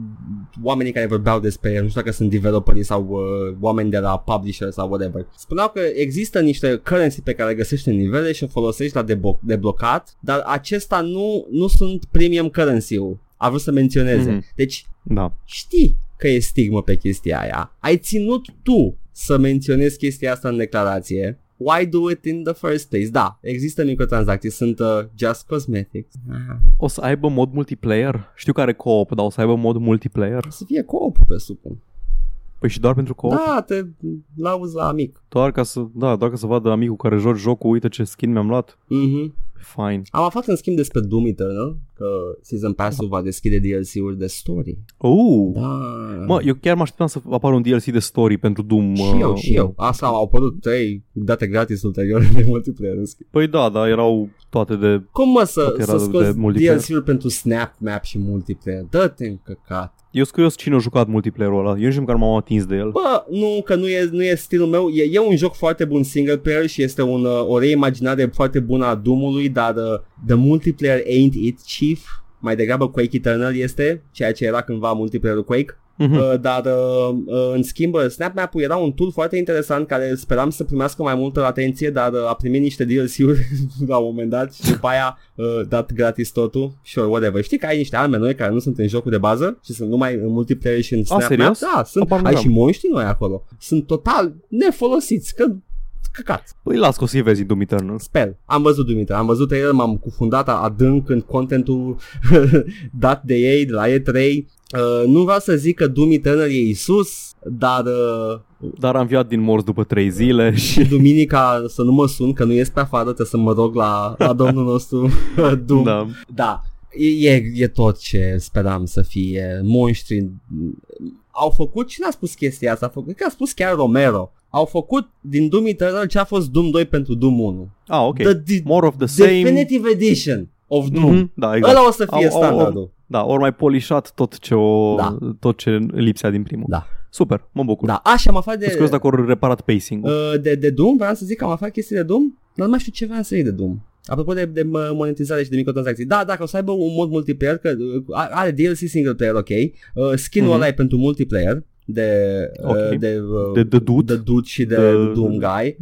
oamenii care vorbeau despre, nu știu dacă sunt developerii sau uh, oameni de la publisher sau whatever, spuneau că există niște currency pe care le găsești în nivele și o folosești la debo- deblocat, dar acesta nu, nu sunt premium currency-ul. A vrut să menționeze.
Mhm.
Mm-hmm. Deci
Da.
știi că e stigmă pe chestia aia. Ai ținut tu să menționezi chestia asta în declarație. Why do it in the first place? Da, există microtransacții, sunt uh, just cosmetics.
O să aibă mod multiplayer? Știu care co-op, dar o să aibă mod multiplayer?
O să fie co-op, presupun.
Păi și doar pentru co-op?
Da, te lauzi la amic.
Doar ca să, da, doar ca să vadă amicul care joci jocul, uite ce skin mi-am luat.
Mhm.
Fine.
Am aflat în schimb despre Doom Eternal că Season Pass-ul
Da.
va deschide DLC-uri de story.
Uh.
Da.
Mă, eu chiar mă așteptam să apară un DLC de story pentru Doom.
și eu,
uh,
și eu. Asta au apărut trei date gratis ulterior de multiplayer în schimb.
Păi da, dar erau toate de...
Cum mă să,
Tot
să
era de
scoți
multiplayer.
DLC-uri pentru Snap Map și multiplayer? Dă-te în căcat.
Eu sunt curios cine a jucat multiplayer-ul ăla. Eu nici măcar nu m-am atins de el.
Bă, nu, că nu e, nu e stilul meu. E, e un joc foarte bun single player și este un, uh, o reimaginare foarte bună a Doom-ului, dar uh, the multiplayer ain't it, chief. Mai degrabă Quake Eternal este, ceea ce era cândva multiplayer Quake.
Mhm.
Uh, dar uh, uh, în schimb uh, Snap Map-ul era un tool foarte interesant care speram să primească mai multă atenție, dar uh, a primit niște DLC-uri la un moment dat și după aia uh, dat gratis totul. Sure, whatever. Știi că ai niște arme noi care nu sunt în jocul de bază și sunt numai în multiplayer și în Snap Map?
Ah, serios?
Da, sunt,
Apar nu
ai
am.
și monștri noi acolo. Sunt total nefolosiți, că căcat.
Păi las că o să-i vezi în Doom Eternal.
Sper. Am văzut Dumitra, am văzut el, m-am cufundat adânc în contentul dat de ei, de la E3. Uh, nu vreau să zic că Doom Eternal e Isus, dar uh,
Dar am viat din morți după 3 zile și...
duminica să nu mă sun, că nu ies pe afară, trebuie să mă rog la, la domnul nostru Doom.
Da.
Da, e, e, e tot ce speram să fie. Monștri mm, au făcut, cine a spus chestia asta? A făcut, că a spus chiar Romero. Au făcut din Doom Eternal ce a fost Doom 2 pentru Doom 1.
Ah, ok.
The, the,
More of the same.
Definitive Edition of Doom.
Mhm, Da, exact.
Ăla o să fie
Au- au-
standardul.
Da, ori mai polișat tot ce, o,
Da.
tot ce lipsea din primul.
Da.
Super, mă bucur.
Da, așa am aflat de,
Sunt curios dacă au reparat pacing-ul.
uh, de, de Doom, vreau să zic că am aflat chestii de Doom, dar nu mai știu ce vreau să zic de Doom. Apropo de, de mă- monetizare și de microtransacții. Da, dacă o să aibă un mod multiplayer, că uh, are DLC single player, ok. Uh, skin-ul
Mhm.
ăla e pentru multiplayer de uh,
Ok.
de, uh,
De The Dude.
The Dude și de
The-
Doom Guy.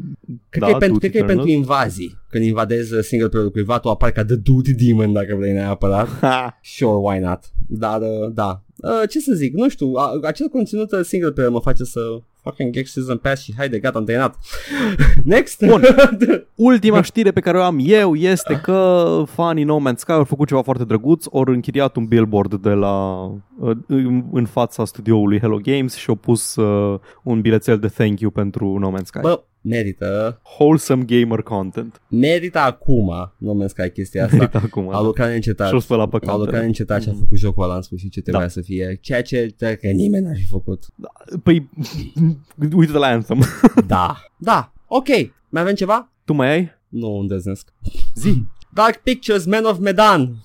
Cred,
Da,
că, e pentru,
Dude
cred că e pentru
Eternal.
invazii. Când invadezi single player cuiva, tu apar ca The Dude Demon, dacă vrei neapărat.
Ha.
Sure, why not? Dar, uh, da. Uh, ce să zic, nu știu, a, acel conținut uh, single player mă face să fucking get season pass și haide, gata, am terminat. Next!
Bun.
Da.
Ultima știre pe care o am eu este că fanii No Man's Sky au făcut ceva foarte drăguț, ori închiriat un billboard de la, uh, în- în fața studioului Hello Games și au pus uh, un bilețel de thank you pentru No Man's Sky.
Bă, merită,
Wholesome gamer content.
merită acum, nu mă ca chestia asta.
Merită acum.
A lucrat neîncetat.
Și-o spăla pe
A lucrat
contele.
neîncetat și a
Mhm.
făcut jocul ăla în sfârșit ce trebuia să fie. Ceea ce cred că nimeni n-ar fi făcut.
Păi, uite la Anthem.
Da. Da. Ok. Mai avem ceva?
Tu mai ai?
Nu îndrăznesc.
Zi.
Dark Pictures, Man of Medan.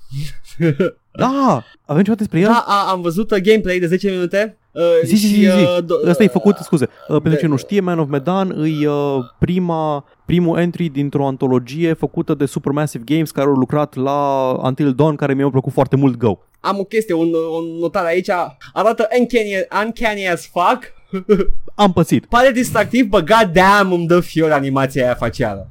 Da! Avem ceva despre el?
Da, a, am văzut uh, gameplay de 10 minute. Uh,
Zi, zi,
și,
zi, zi.
uh, do-
Ăsta e făcut, scuze, uh, pentru
de-
cine nu știe, Man of Medan e uh, prima, primul entry dintr-o antologie făcută de Supermassive Games care au lucrat la Until Dawn, care mi-a plăcut foarte mult Go.
am o chestie, un, un notare aici, arată uncanny, uncanny as fuck,
Am pățit.
pare distractiv, bă, god damn, îmi dă fior animația aia facială.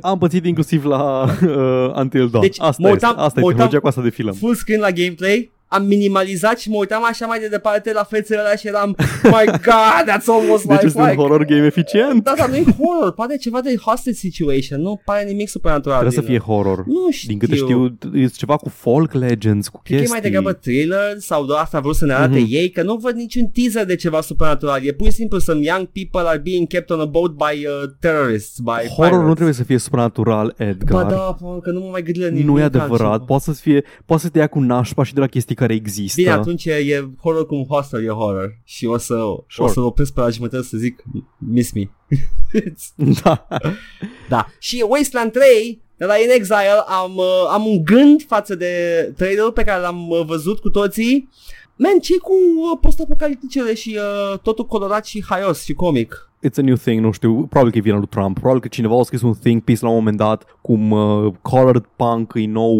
Am pățit inclusiv la uh, Until Dawn.
Deci,
asta
mă uitam-
este, asta
mă
este,
uitam-
mergea cu asta de film.
Full screen la gameplay, am minimalizat și mă uitam așa mai de departe la fețele alea și eram My God, that's almost
Deci
life
este un
like
horror game eficient.
Da, dar nu e horror, pare ceva de hostage situation, nu pare nimic supernatural
Trebuie să
din-
fie horror.
da. Nu știu
Din câte știu, e ceva cu folk legends, cu
Cred că e
chestii.
mai degrabă thriller sau doar asta vreau să ne arate
Mhm.
mm-hmm. ei, că nu văd niciun teaser de ceva supernatural. E pur și simplu some young people are being kept on a boat by uh, terrorists, by
Horror nu
pirates.
trebuie să fie supranatural, Edgar.
Ba da, pă, că nu mă mai gândi la nimic.
nu e adevărat,
altceva.
poate să, fie, poate să te ia cu nașpa și de la chestii care există.
Bine, atunci e- e horror cum hostel e horror și o să, sure.
Sure.
o să opresc pe la jumătate să zic miss me.
Da.
Da. Și Wasteland 3 de la In Exile am, uh, am un gând față de trailerul pe care l-am uh, văzut cu toții. Man, ce cu uh, post-apocalipticele și uh, totul colorat și haios și comic?
It's a new thing, nu știu, probabil că e vina lui Trump, probabil că cineva a scris un think piece la un moment dat cum uh, colored punk e nou,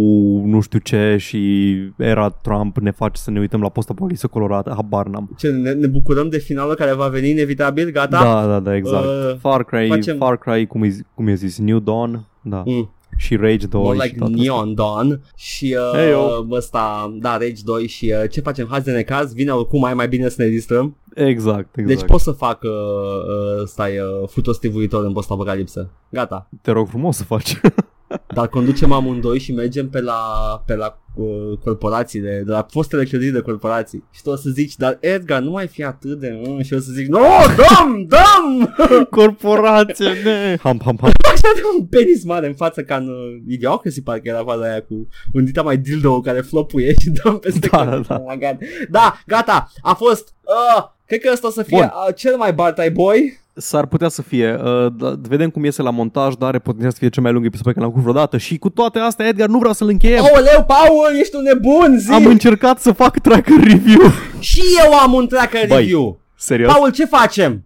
nu știu ce și era Trump ne face să ne uităm la postapolisă colorată, habar n-am.
Ce, ne, ne bucurăm de finalul care va veni inevitabil, gata?
Da, da, da, exact.
Uh,
Far Cry,
facem-
Far Cry, cum, e, cum e zis, New Dawn, da,
Mm.
și Rage 2
More
și
like
toate astea.
Neon Dawn și
Hey,
uh,
yo.
ăsta, da, Rage 2 și uh, ce facem? Hai de necaz, vine oricum, mai mai bine să ne distrăm.
Exact, exact.
Deci pot să fac, uh, uh, stai, uh, futos tivuitor în post-apocalipsă. Gata.
Te rog frumos să faci.
Dar conducem amândoi și mergem pe la, pe la uh, corporațiile, de la fostele clădiri de corporații. Și tu o să zici, dar Edgar, nu mai fi atât de... Mm, și eu o să zic, nu, dăm, dăm!
Corporație, ne! Ham, ham, ham.
Așa de un penis mare în față ca în uh, Idiocracy, parcă era faza aia cu un dita mai dildo care flopuie și dăm peste
Da,
cap.
da.
Oh my God. da, gata, a fost... Uh, cred că ăsta o să fie
Bun.
uh, cel mai Bartai Boy.
S-ar putea să fie. Uh, da- vedem cum iese la montaj, dar are potențial să fie cel mai lung episod pe care l-am făcut vreodată. Și cu toate astea, Edgar, nu vreau să-l încheiem.
Aoleu, Paul, ești un nebun, zi!
Am încercat să fac tracker review.
și eu am un tracker
Băi.
review.
Serios?
Paul, ce facem?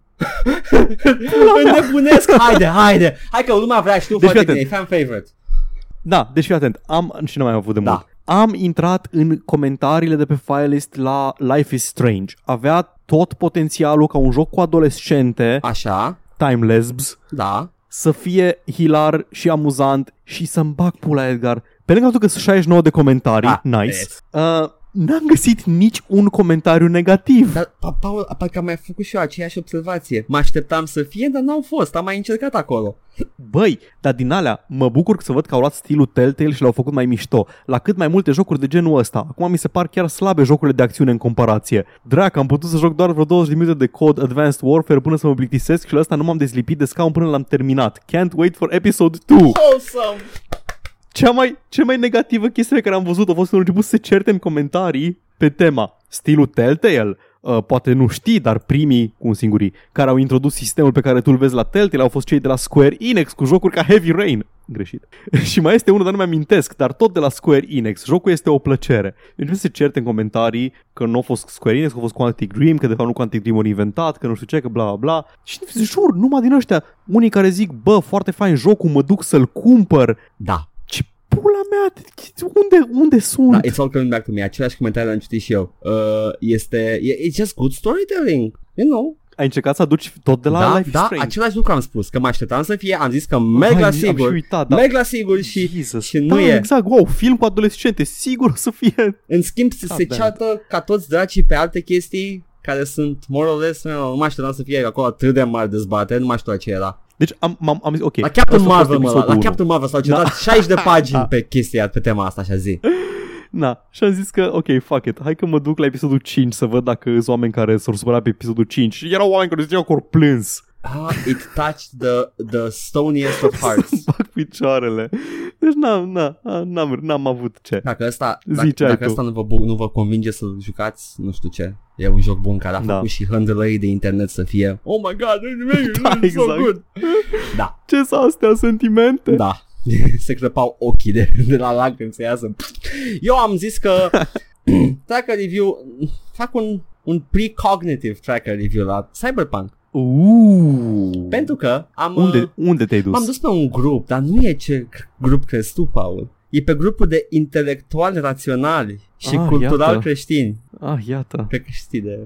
Înnebunesc, haide, haide Hai că lumea vrea, știu deci,
Deci,
foarte
fii
bine, e fan favorite
Da, deci fii atent. Am, și nu mai am avut de
Da.
mult. Am intrat în comentariile de pe Firelist la Life is Strange. Avea tot potențialul ca un joc cu adolescente,
Așa,
time lesbs,
da
să fie hilar și amuzant și să-mi bag pula, Edgar. Pe lângă faptul că sunt 69 de comentarii,
Ah,
nice,
yes.
uh, n-am găsit nici un comentariu negativ.
Dar, pa, Paul, parcă am mai făcut și eu aceeași observație Mă așteptam să fie, dar n-au fost, am mai încercat acolo
Băi, dar din alea, mă bucur să văd că au luat stilul Telltale și l-au făcut mai mișto. La cât mai multe jocuri de genul ăsta. Acum mi se par chiar slabe jocurile de acțiune în comparație. Drac, am putut să joc doar vreo 20 de minute de cod Advanced Warfare până să mă plictisesc și la asta nu m-am dezlipit de scaun până l-am terminat. Can't wait for episode 2!
Awesome
Cea mai, cea mai negativă chestie pe care am văzut a fost când au început să se certe în comentarii pe tema stilul Telltale. Uh, poate nu știi, dar primii, cu un singurii, care au introdus sistemul pe care tu îl vezi la Telltale au fost cei de la Square Enix cu jocuri ca Heavy Rain. Greșit. și mai este unul, dar nu mi-amintesc, dar tot de la Square Enix. Jocul este o plăcere. Deci nu se certe în comentarii că nu a fost Square Enix, că a fost Quantic Dream, că de fapt nu Quantic Dream au inventat, că nu știu ce, că bla bla bla. Și jur, numai din ăștia, unii care zic, bă, foarte fain jocul, mă duc să-l cumpăr,
Da,
ce pula mea, unde, unde sunt?
da, it's all coming back to me Același comentariu l-am citit și eu uh, Este, e- it's just good storytelling You know
Ai încercat să aduci tot de la
Da,
Life is
da,
Strange.
același lucru am spus Că mă așteptam să fie, am zis că merg
Hai,
la
am și
sigur
uitat, da.
Merg la sigur și
Jesus.
și nu
da,
e.
exact, wow, film cu adolescente, sigur o să fie.
În schimb, se, se
Abend.
ceartă ca toți dracii pe alte chestii care sunt more or less, nu mă așteptam să fie acolo atât de mari dezbatere, nu mai știu la ce era.
Deci am, am, am zis, ok.
La Captain
asta a fost
Marvel, mă, la,
episodul
la
unu.
Captain Marvel s-au
Da.
certat 60 de pagini
Da.
pe chestia, pe tema asta, așa zi.
Na, Da, și am zis că, ok, fuck it, hai că mă duc la episodul 5 să văd dacă sunt oameni care s-au supărat pe episodul 5. Și erau oameni care ziceau că au plâns.
Ah, it touched the, the stoniest of hearts.
Să-mi fac picioarele. Deci n-am, na, n-am, n-am avut ce.
Dacă ăsta,
Zici
dacă,
ai
dacă
tu.
ăsta nu, vă, bu- nu vă convinge să jucați, nu știu ce. E un joc bun care a
Da.
făcut și hândelării de internet să fie Oh my god, it's
Da,
so
exact.
good. Da,
Ce s astea sentimente?
da. Se crăpau ochii de, de la lacrimi să iasă. Eu am zis că tracker review, fac un, un precognitive tracker review la Cyberpunk.
Uuu.
Pentru că am... uh,
Unde, unde te-ai dus?
M-am dus pe un grup, dar nu e ce grup crezi tu, Paul. E pe grupul de intelectuali raționali și
Ah,
cultural
iată.
creștini.
Ah, iată,
Cred că știi de...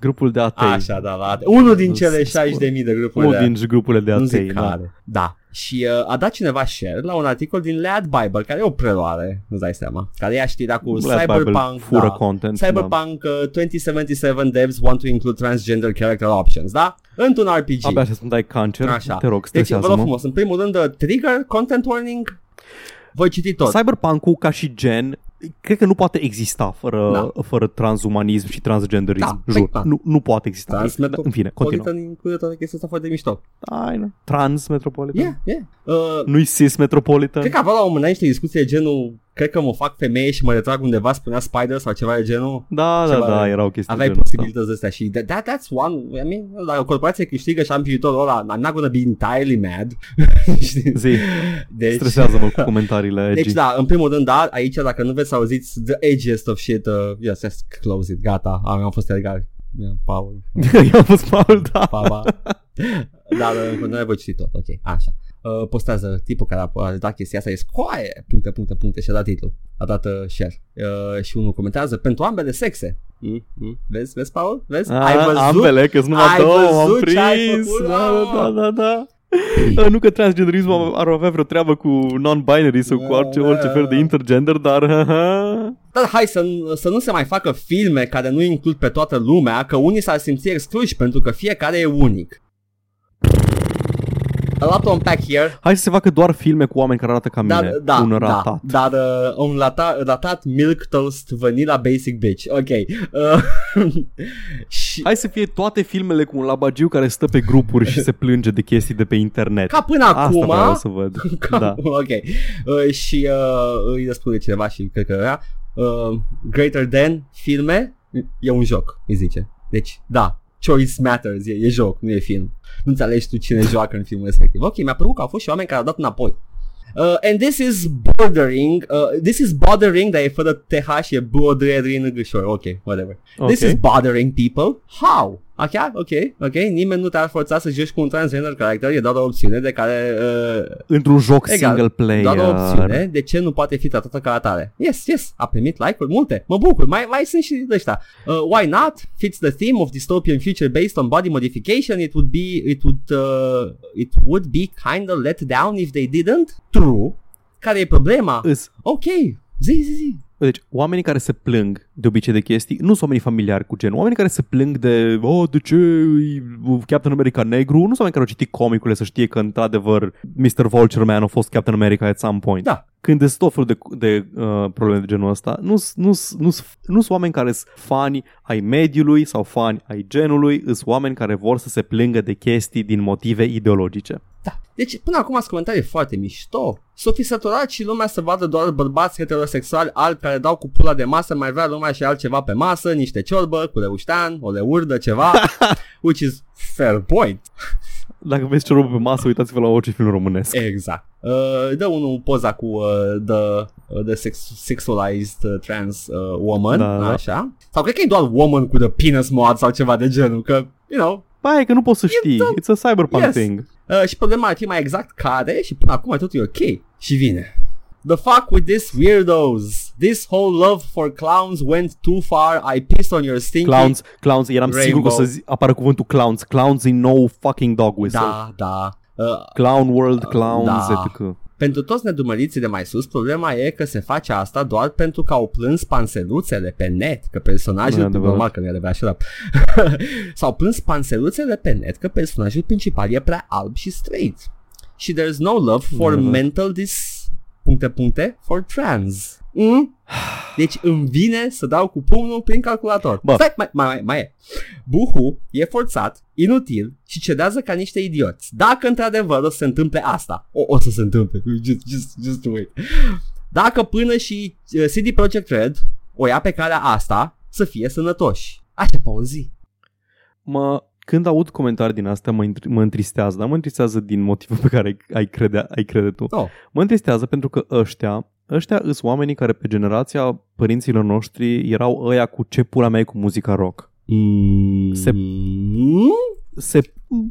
grupul de atei.
Așa, da, la... Unul din
Păi, Nu
cele
se spune.
60.000 de grupuri
Unul
de...
din grupurile de
Nu zic
atei. da.
care. Da. Și uh, a dat cineva share la un articol din Lead Bible, care e o preluare, îți dai seama, care ea știrea cu
Black Bible
Cyberpunk,
fură
da,
content.
Cyberpunk uh, 2077 devs want to include transgender character options, da? Într-un
Da. Abia
RPG.
aștept să-mi dai cancer.
Așa.
Te rog,
Deci, vă rog
stresează-mă.
frumos, în primul rând, uh, trigger, content warning, voi citi tot.
Cyberpunk-ul ca și gen cred că nu poate exista fără,
Da.
fără transumanism și transgenderism.
Da,
Jur,
da.
nu, nu poate exista.
Transmeto-
În fine, continuă.
Politan include toată chestia asta foarte mișto.
Ai, nu. Trans Metropolitan?
Yeah, yeah. Uh,
Nu-i cis Metropolitan?
cred că avea la un moment dat niște discuții de genul, cred că mă fac femeie și mă retrag undeva, spunea Spider sau ceva de genul.
Da, da,
Ceva
da,
de-
era o chestie
Aveai
genul ăsta.
posibilități astea și that, that, that's one, I mean, dacă o corporație câștigă și am viitorul ăla, I'm not gonna be entirely mad. Știi?
Zi,
deci,
stresează-mă cu comentariile edgy.
deci da, în primul rând, da, aici dacă nu veți să auziți the edgiest of shit, uh, yes, yes, close it, gata, am, am fost egal. Yeah, Paul.
Eu am fost Paul, da.
Papa. Dar în continuare voi citi tot, ok, așa. Uh, postează tipul care a, a dat chestia asta, e scoaie, puncte, puncte, puncte și a dat titlul. A dat uh, share. Uh, și unul comentează, pentru ambele sexe. Mm, mm. Vezi, vezi, Paul? Vezi?
A, Ambele, că sunt numai
Ai
două, am
văzut ce ai
prins.
făcut? Ah.
Da, da, da, da, da. Uh, Nu că transgenderismul ar- ar avea vreo treabă cu non-binary sau cu
Da,
orice,
da.
orice fel de intergender, dar... haha.
Dar hai să, nu- să nu se mai facă filme care nu includ pe toată lumea, că unii s-ar simți excluși pentru că fiecare e unic. A lot to unpack here.
Hai să se facă doar filme cu oameni care arată ca mine.
Dar, da,
un
da,
ratat.
dar uh, un lata, ratat milk toast vanilla basic bitch. Ok. Uh, și
Hai să fie toate filmele cu un labagiu care stă pe grupuri și se plânge de chestii de pe internet.
ca până
Asta
acum,
vreau să văd.
ca,
da.
ok. Uh, și uh, îi răspunde cineva și cred că era uh, Greater Than filme e un joc, îi zice. Deci, da, choice matters, e, e joc, nu e film. Nu înțelegi tu cine joacă în filmul respectiv. Ok, mi-a plăcut că au fost și oameni care au dat înapoi. Uh, and this is bordering, uh, this is bothering, dar e fără TH, e bordering, sure, ok, whatever.
Okay.
This is bothering people. How? Așa? Ok, ok. Nimeni nu te-ar forța să joci cu un transgender character. E doar o opțiune de care... Uh,
Într-un joc
Egal,
single player.
doar o opțiune. De ce nu poate fi tratată ca atare? Yes, yes. A primit like-uri multe. Mă bucur. Mai, mai sunt și de ăștia. Uh, why not? Fits the theme of dystopian future based on body modification. It would be... It would, uh, it would be kinda let down if they didn't. True. Care e problema?
Îs-
Ok. Zi, zi, zi.
Deci, oamenii care se plâng de obicei de chestii nu sunt oamenii familiari cu genul. Oamenii care se plâng de, oh, de ce e Captain America negru, nu sunt oameni care au citit comicurile să știe că, într-adevăr, Mr. Vulture Man a fost Captain America at some point.
Da.
Când sunt tot felul de, de uh, probleme de genul ăsta, nu sunt nu, sunt- nu, sunt- nu sunt oameni care sunt fani ai mediului sau fani ai genului, sunt oameni care vor să se plângă de chestii din motive ideologice.
Da. Deci, până acum sunt comentarii foarte mișto. S-o fi săturat și lumea să vadă doar bărbați heterosexuali albi care dau cu pula de masă, mai vrea lumea și altceva pe masă, niște ciorbă, cu leuștean, o leurdă, ceva, which is fair point.
Dacă vezi ce robă pe masă, uitați-vă la orice film românesc.
Exact. Uh, dă unul poza cu uh, the, uh, the sex- sexualized uh, trans uh, woman,
Da, da.
așa. Sau cred că e doar woman cu the penis mod sau ceva de genul, că, you know,
Ba, e că nu poți să știi. It's a cyberpunk
Yes.
thing.
Uh, și problema ar fi mai exact care și până acum totul e ok. Și vine. The fuck with this weirdos. This whole love for clowns went too far. I pissed on your stinky...
Clowns, clowns, eram
Rainbow.
sigur că o să zi, apară cuvântul clowns. Clowns in no fucking dog whistle.
Da, da. Uh,
Clown world, clowns,
Da.
etc.
pentru toți nedumăriții de mai sus, problema e că se face asta doar pentru că au plâns panseluțele pe net, că
Nu e
personajul...
adevărat.
Normal că nu era așa, dar... S-au plâns panseluțele pe net că personajul principal e prea alb și straight. Și there's no love for
Nu e adevărat.
mental dis... puncte puncte for trans. Mm? Deci îmi vine să dau cu pumnul prin calculator.
Bă.
Bă. Stai, mai, mai, mai, mai e. Buhu e forțat, inutil și cedează ca niște idioți. Dacă într-adevăr o să se întâmple asta, o, o să se întâmple, just, just, just wait. Dacă până și uh, CD Projekt Red o ia pe calea asta, să fie sănătoși. Așa, pauzi.
Mă, când aud comentarii din astea, mă, intri- mă întristează, dar mă întristează din motivul pe care ai- ai crede, ai crede tu.
Oh.
Mă întristează pentru că ăștia, ăștia îs oamenii care pe generația părinților noștri erau ăia cu ce pula mea e cu muzica rock.
Mm.
Se-
Mm?
Se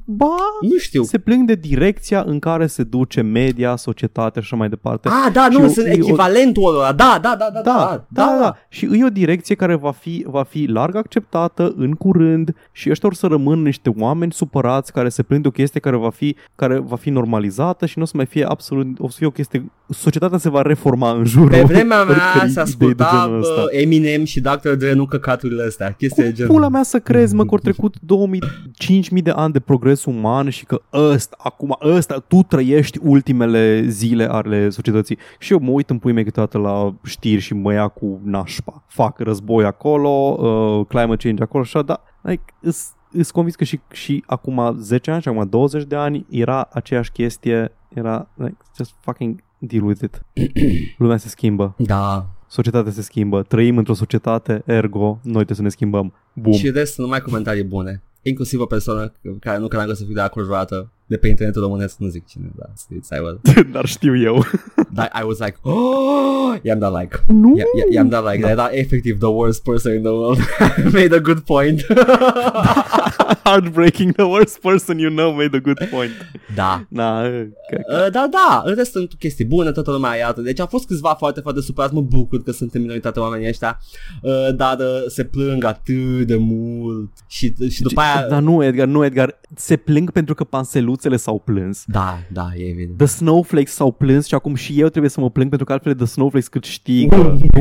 Ba,
Nu știu.
se plâng de direcția în care se duce media, societatea și așa mai departe.
Ah, da,
și
nu,
eu-
sunt
eu-
echivalentul ăla. Da, da, da, da, da,
da, da. Și e o direcție care va fi, va fi larg acceptată în curând și ăștia or să rămân niște oameni supărați care se plâng de o chestie care va fi, care va fi normalizată și nu o să mai fie absolut, o să fie o chestie, societatea se va reforma în jurul
Pe vremea mea se
oricărei idei de
asculta
genul ăsta.
bă, Eminem și Dr. Dre, nu căcaturile astea, chestii de
Cum
genul.
pula mea să crezi, mă, că au trecut 2000, 5000 de ani de progres uman și că ăsta, acum, ăsta, tu trăiești ultimele zile ale societății. Și eu mă uit în pui mei câteodată la știri și mă ia cu nașpa. Fac război acolo, uh, climate change acolo și așa, dar like, îs, îs convins că și, și acum 10 ani și acum 20 de ani era aceeași chestie, era like, just fucking deal with it. Lumea se schimbă,
Da,
societatea se schimbă, trăim într-o societate, ergo, noi trebuie să ne schimbăm. Bum.
și restul numai comentarii bune. Inclusiv o persoană care nu cred că să fiu de acord vreodată de pe internetul românesc, nu zic cine, da, it's I will.
Dar știu eu.
Dar I was like, oh, i-am dat like.
Nu.
I- I- I-am dat like, da. era efectiv the worst person in the world. Made a good point.
Da. Heartbreaking, the worst person you know made a good point.
da.
Na, că...
Uh, da, da, în rest sunt chestii bune, toată lumea iată. Deci au fost câțiva foarte, foarte supărați, mă bucur că sunt în minoritate oamenii ăștia, uh, dar uh, se plâng atât de mult și, și după aia...
Dar nu, Edgar, nu, Edgar. Se plâng pentru că panseluțele s-au plâns.
Da, da, e evident.
The Snowflakes s-au plâns și acum și eu trebuie să mă plâng pentru că altfel The Snowflakes cât știi că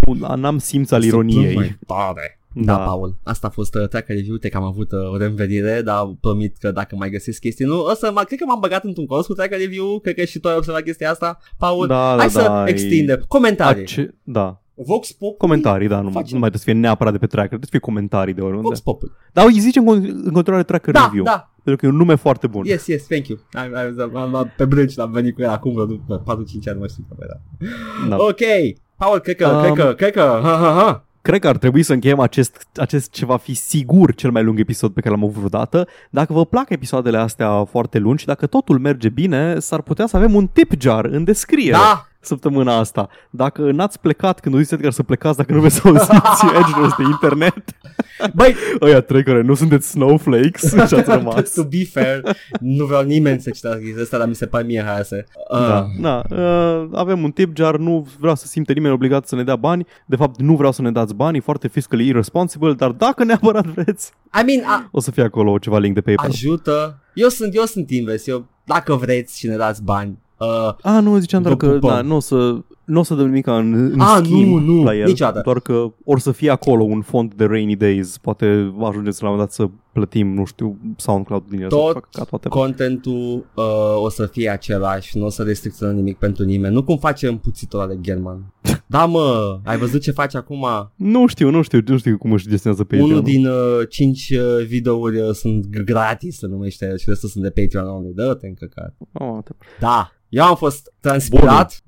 nu, n-am simț al
Se plâng
ironiei.
mai Tare. Da, da, Paul, asta a fost uh, treacă review, te că am avut uh, o reînvenire, dar promit că dacă mai găsesc chestii, nu, o să mă, cred că m-am băgat într-un curs cu treacă review, cred că și tu ai observat chestia asta, Paul.
da, da,
Hai să
da, e-
extindem. Comentarii.
Ace- da.
Vox Pop.
Comentarii, da, nu, nu mai
Facem.
trebuie să fie neapărat de pe tracker, trebuie să fie comentarii de oriunde.
Vox Pop.
Dar îi zicem în continuare tracker
Da,
review,
da.
pentru că e un nume foarte bun.
Yes, yes, thank you. I, I, am, am, am, pe brânci l-am venit cu el acum vreo 4-5 ani, mă știu cum era.
Da.
Ok, Paul, cred că,
Um,
cred că, cred că, ha, ha, ha.
Cred că ar trebui să încheiem acest, acest ce va fi sigur cel mai lung episod pe care l-am avut vreodată. Dacă vă plac episoadele astea foarte lungi și dacă totul merge bine, s-ar putea să avem un tip jar în descriere
Da,
săptămâna asta. Dacă n-ați plecat când auziți Edgar să plecați, dacă nu veți să auziți edge de internet,
băi,
ăia trei care nu sunteți snowflakes și ați rămas.
to be fair, nu vreau nimeni să citească chestia asta, dar mi se pare mie hai să... Uh,
Da, da. Uh, avem un tip jar, nu vreau să simte nimeni obligat să ne dea bani. De fapt, nu vreau să ne dați bani, e foarte fiscally irresponsible, dar dacă neapărat vreți,
I mean, a,
o să fie acolo ceva link de PayPal.
ajută. Eu sunt, eu sunt invers, eu, dacă vreți și ne dați bani, uh,
A, Ah, nu, ziceam doar
Vă
că
pupăm.
da, nu o să, nu o să dăm nimic în, în
A,
schimb
Ah, nu, nu,
la el,
niciodată.
doar că or să fie acolo un fond de rainy days, poate ajungeți la un moment dat să plătim, nu știu, SoundCloud din el, să
Tot
facă ca toate.
contentul uh, o să fie același, nu o să restricționăm nimic pentru nimeni, nu cum facem puțitul ăla de German. Da, mă, ai văzut ce faci acum?
Nu știu, nu știu, nu știu cum își gestionează pe
Unul din uh, cinci uh, videouri uh, sunt g- gratis, se numește, și restul sunt de Patreon only. Dă-te în căcat.
Oh, te-
Da, eu am fost transpirat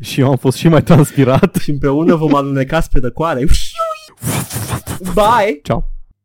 și eu am fost și mai transpirat.
și împreună vom aluneca spre dăcoare. Bye!
Ceau.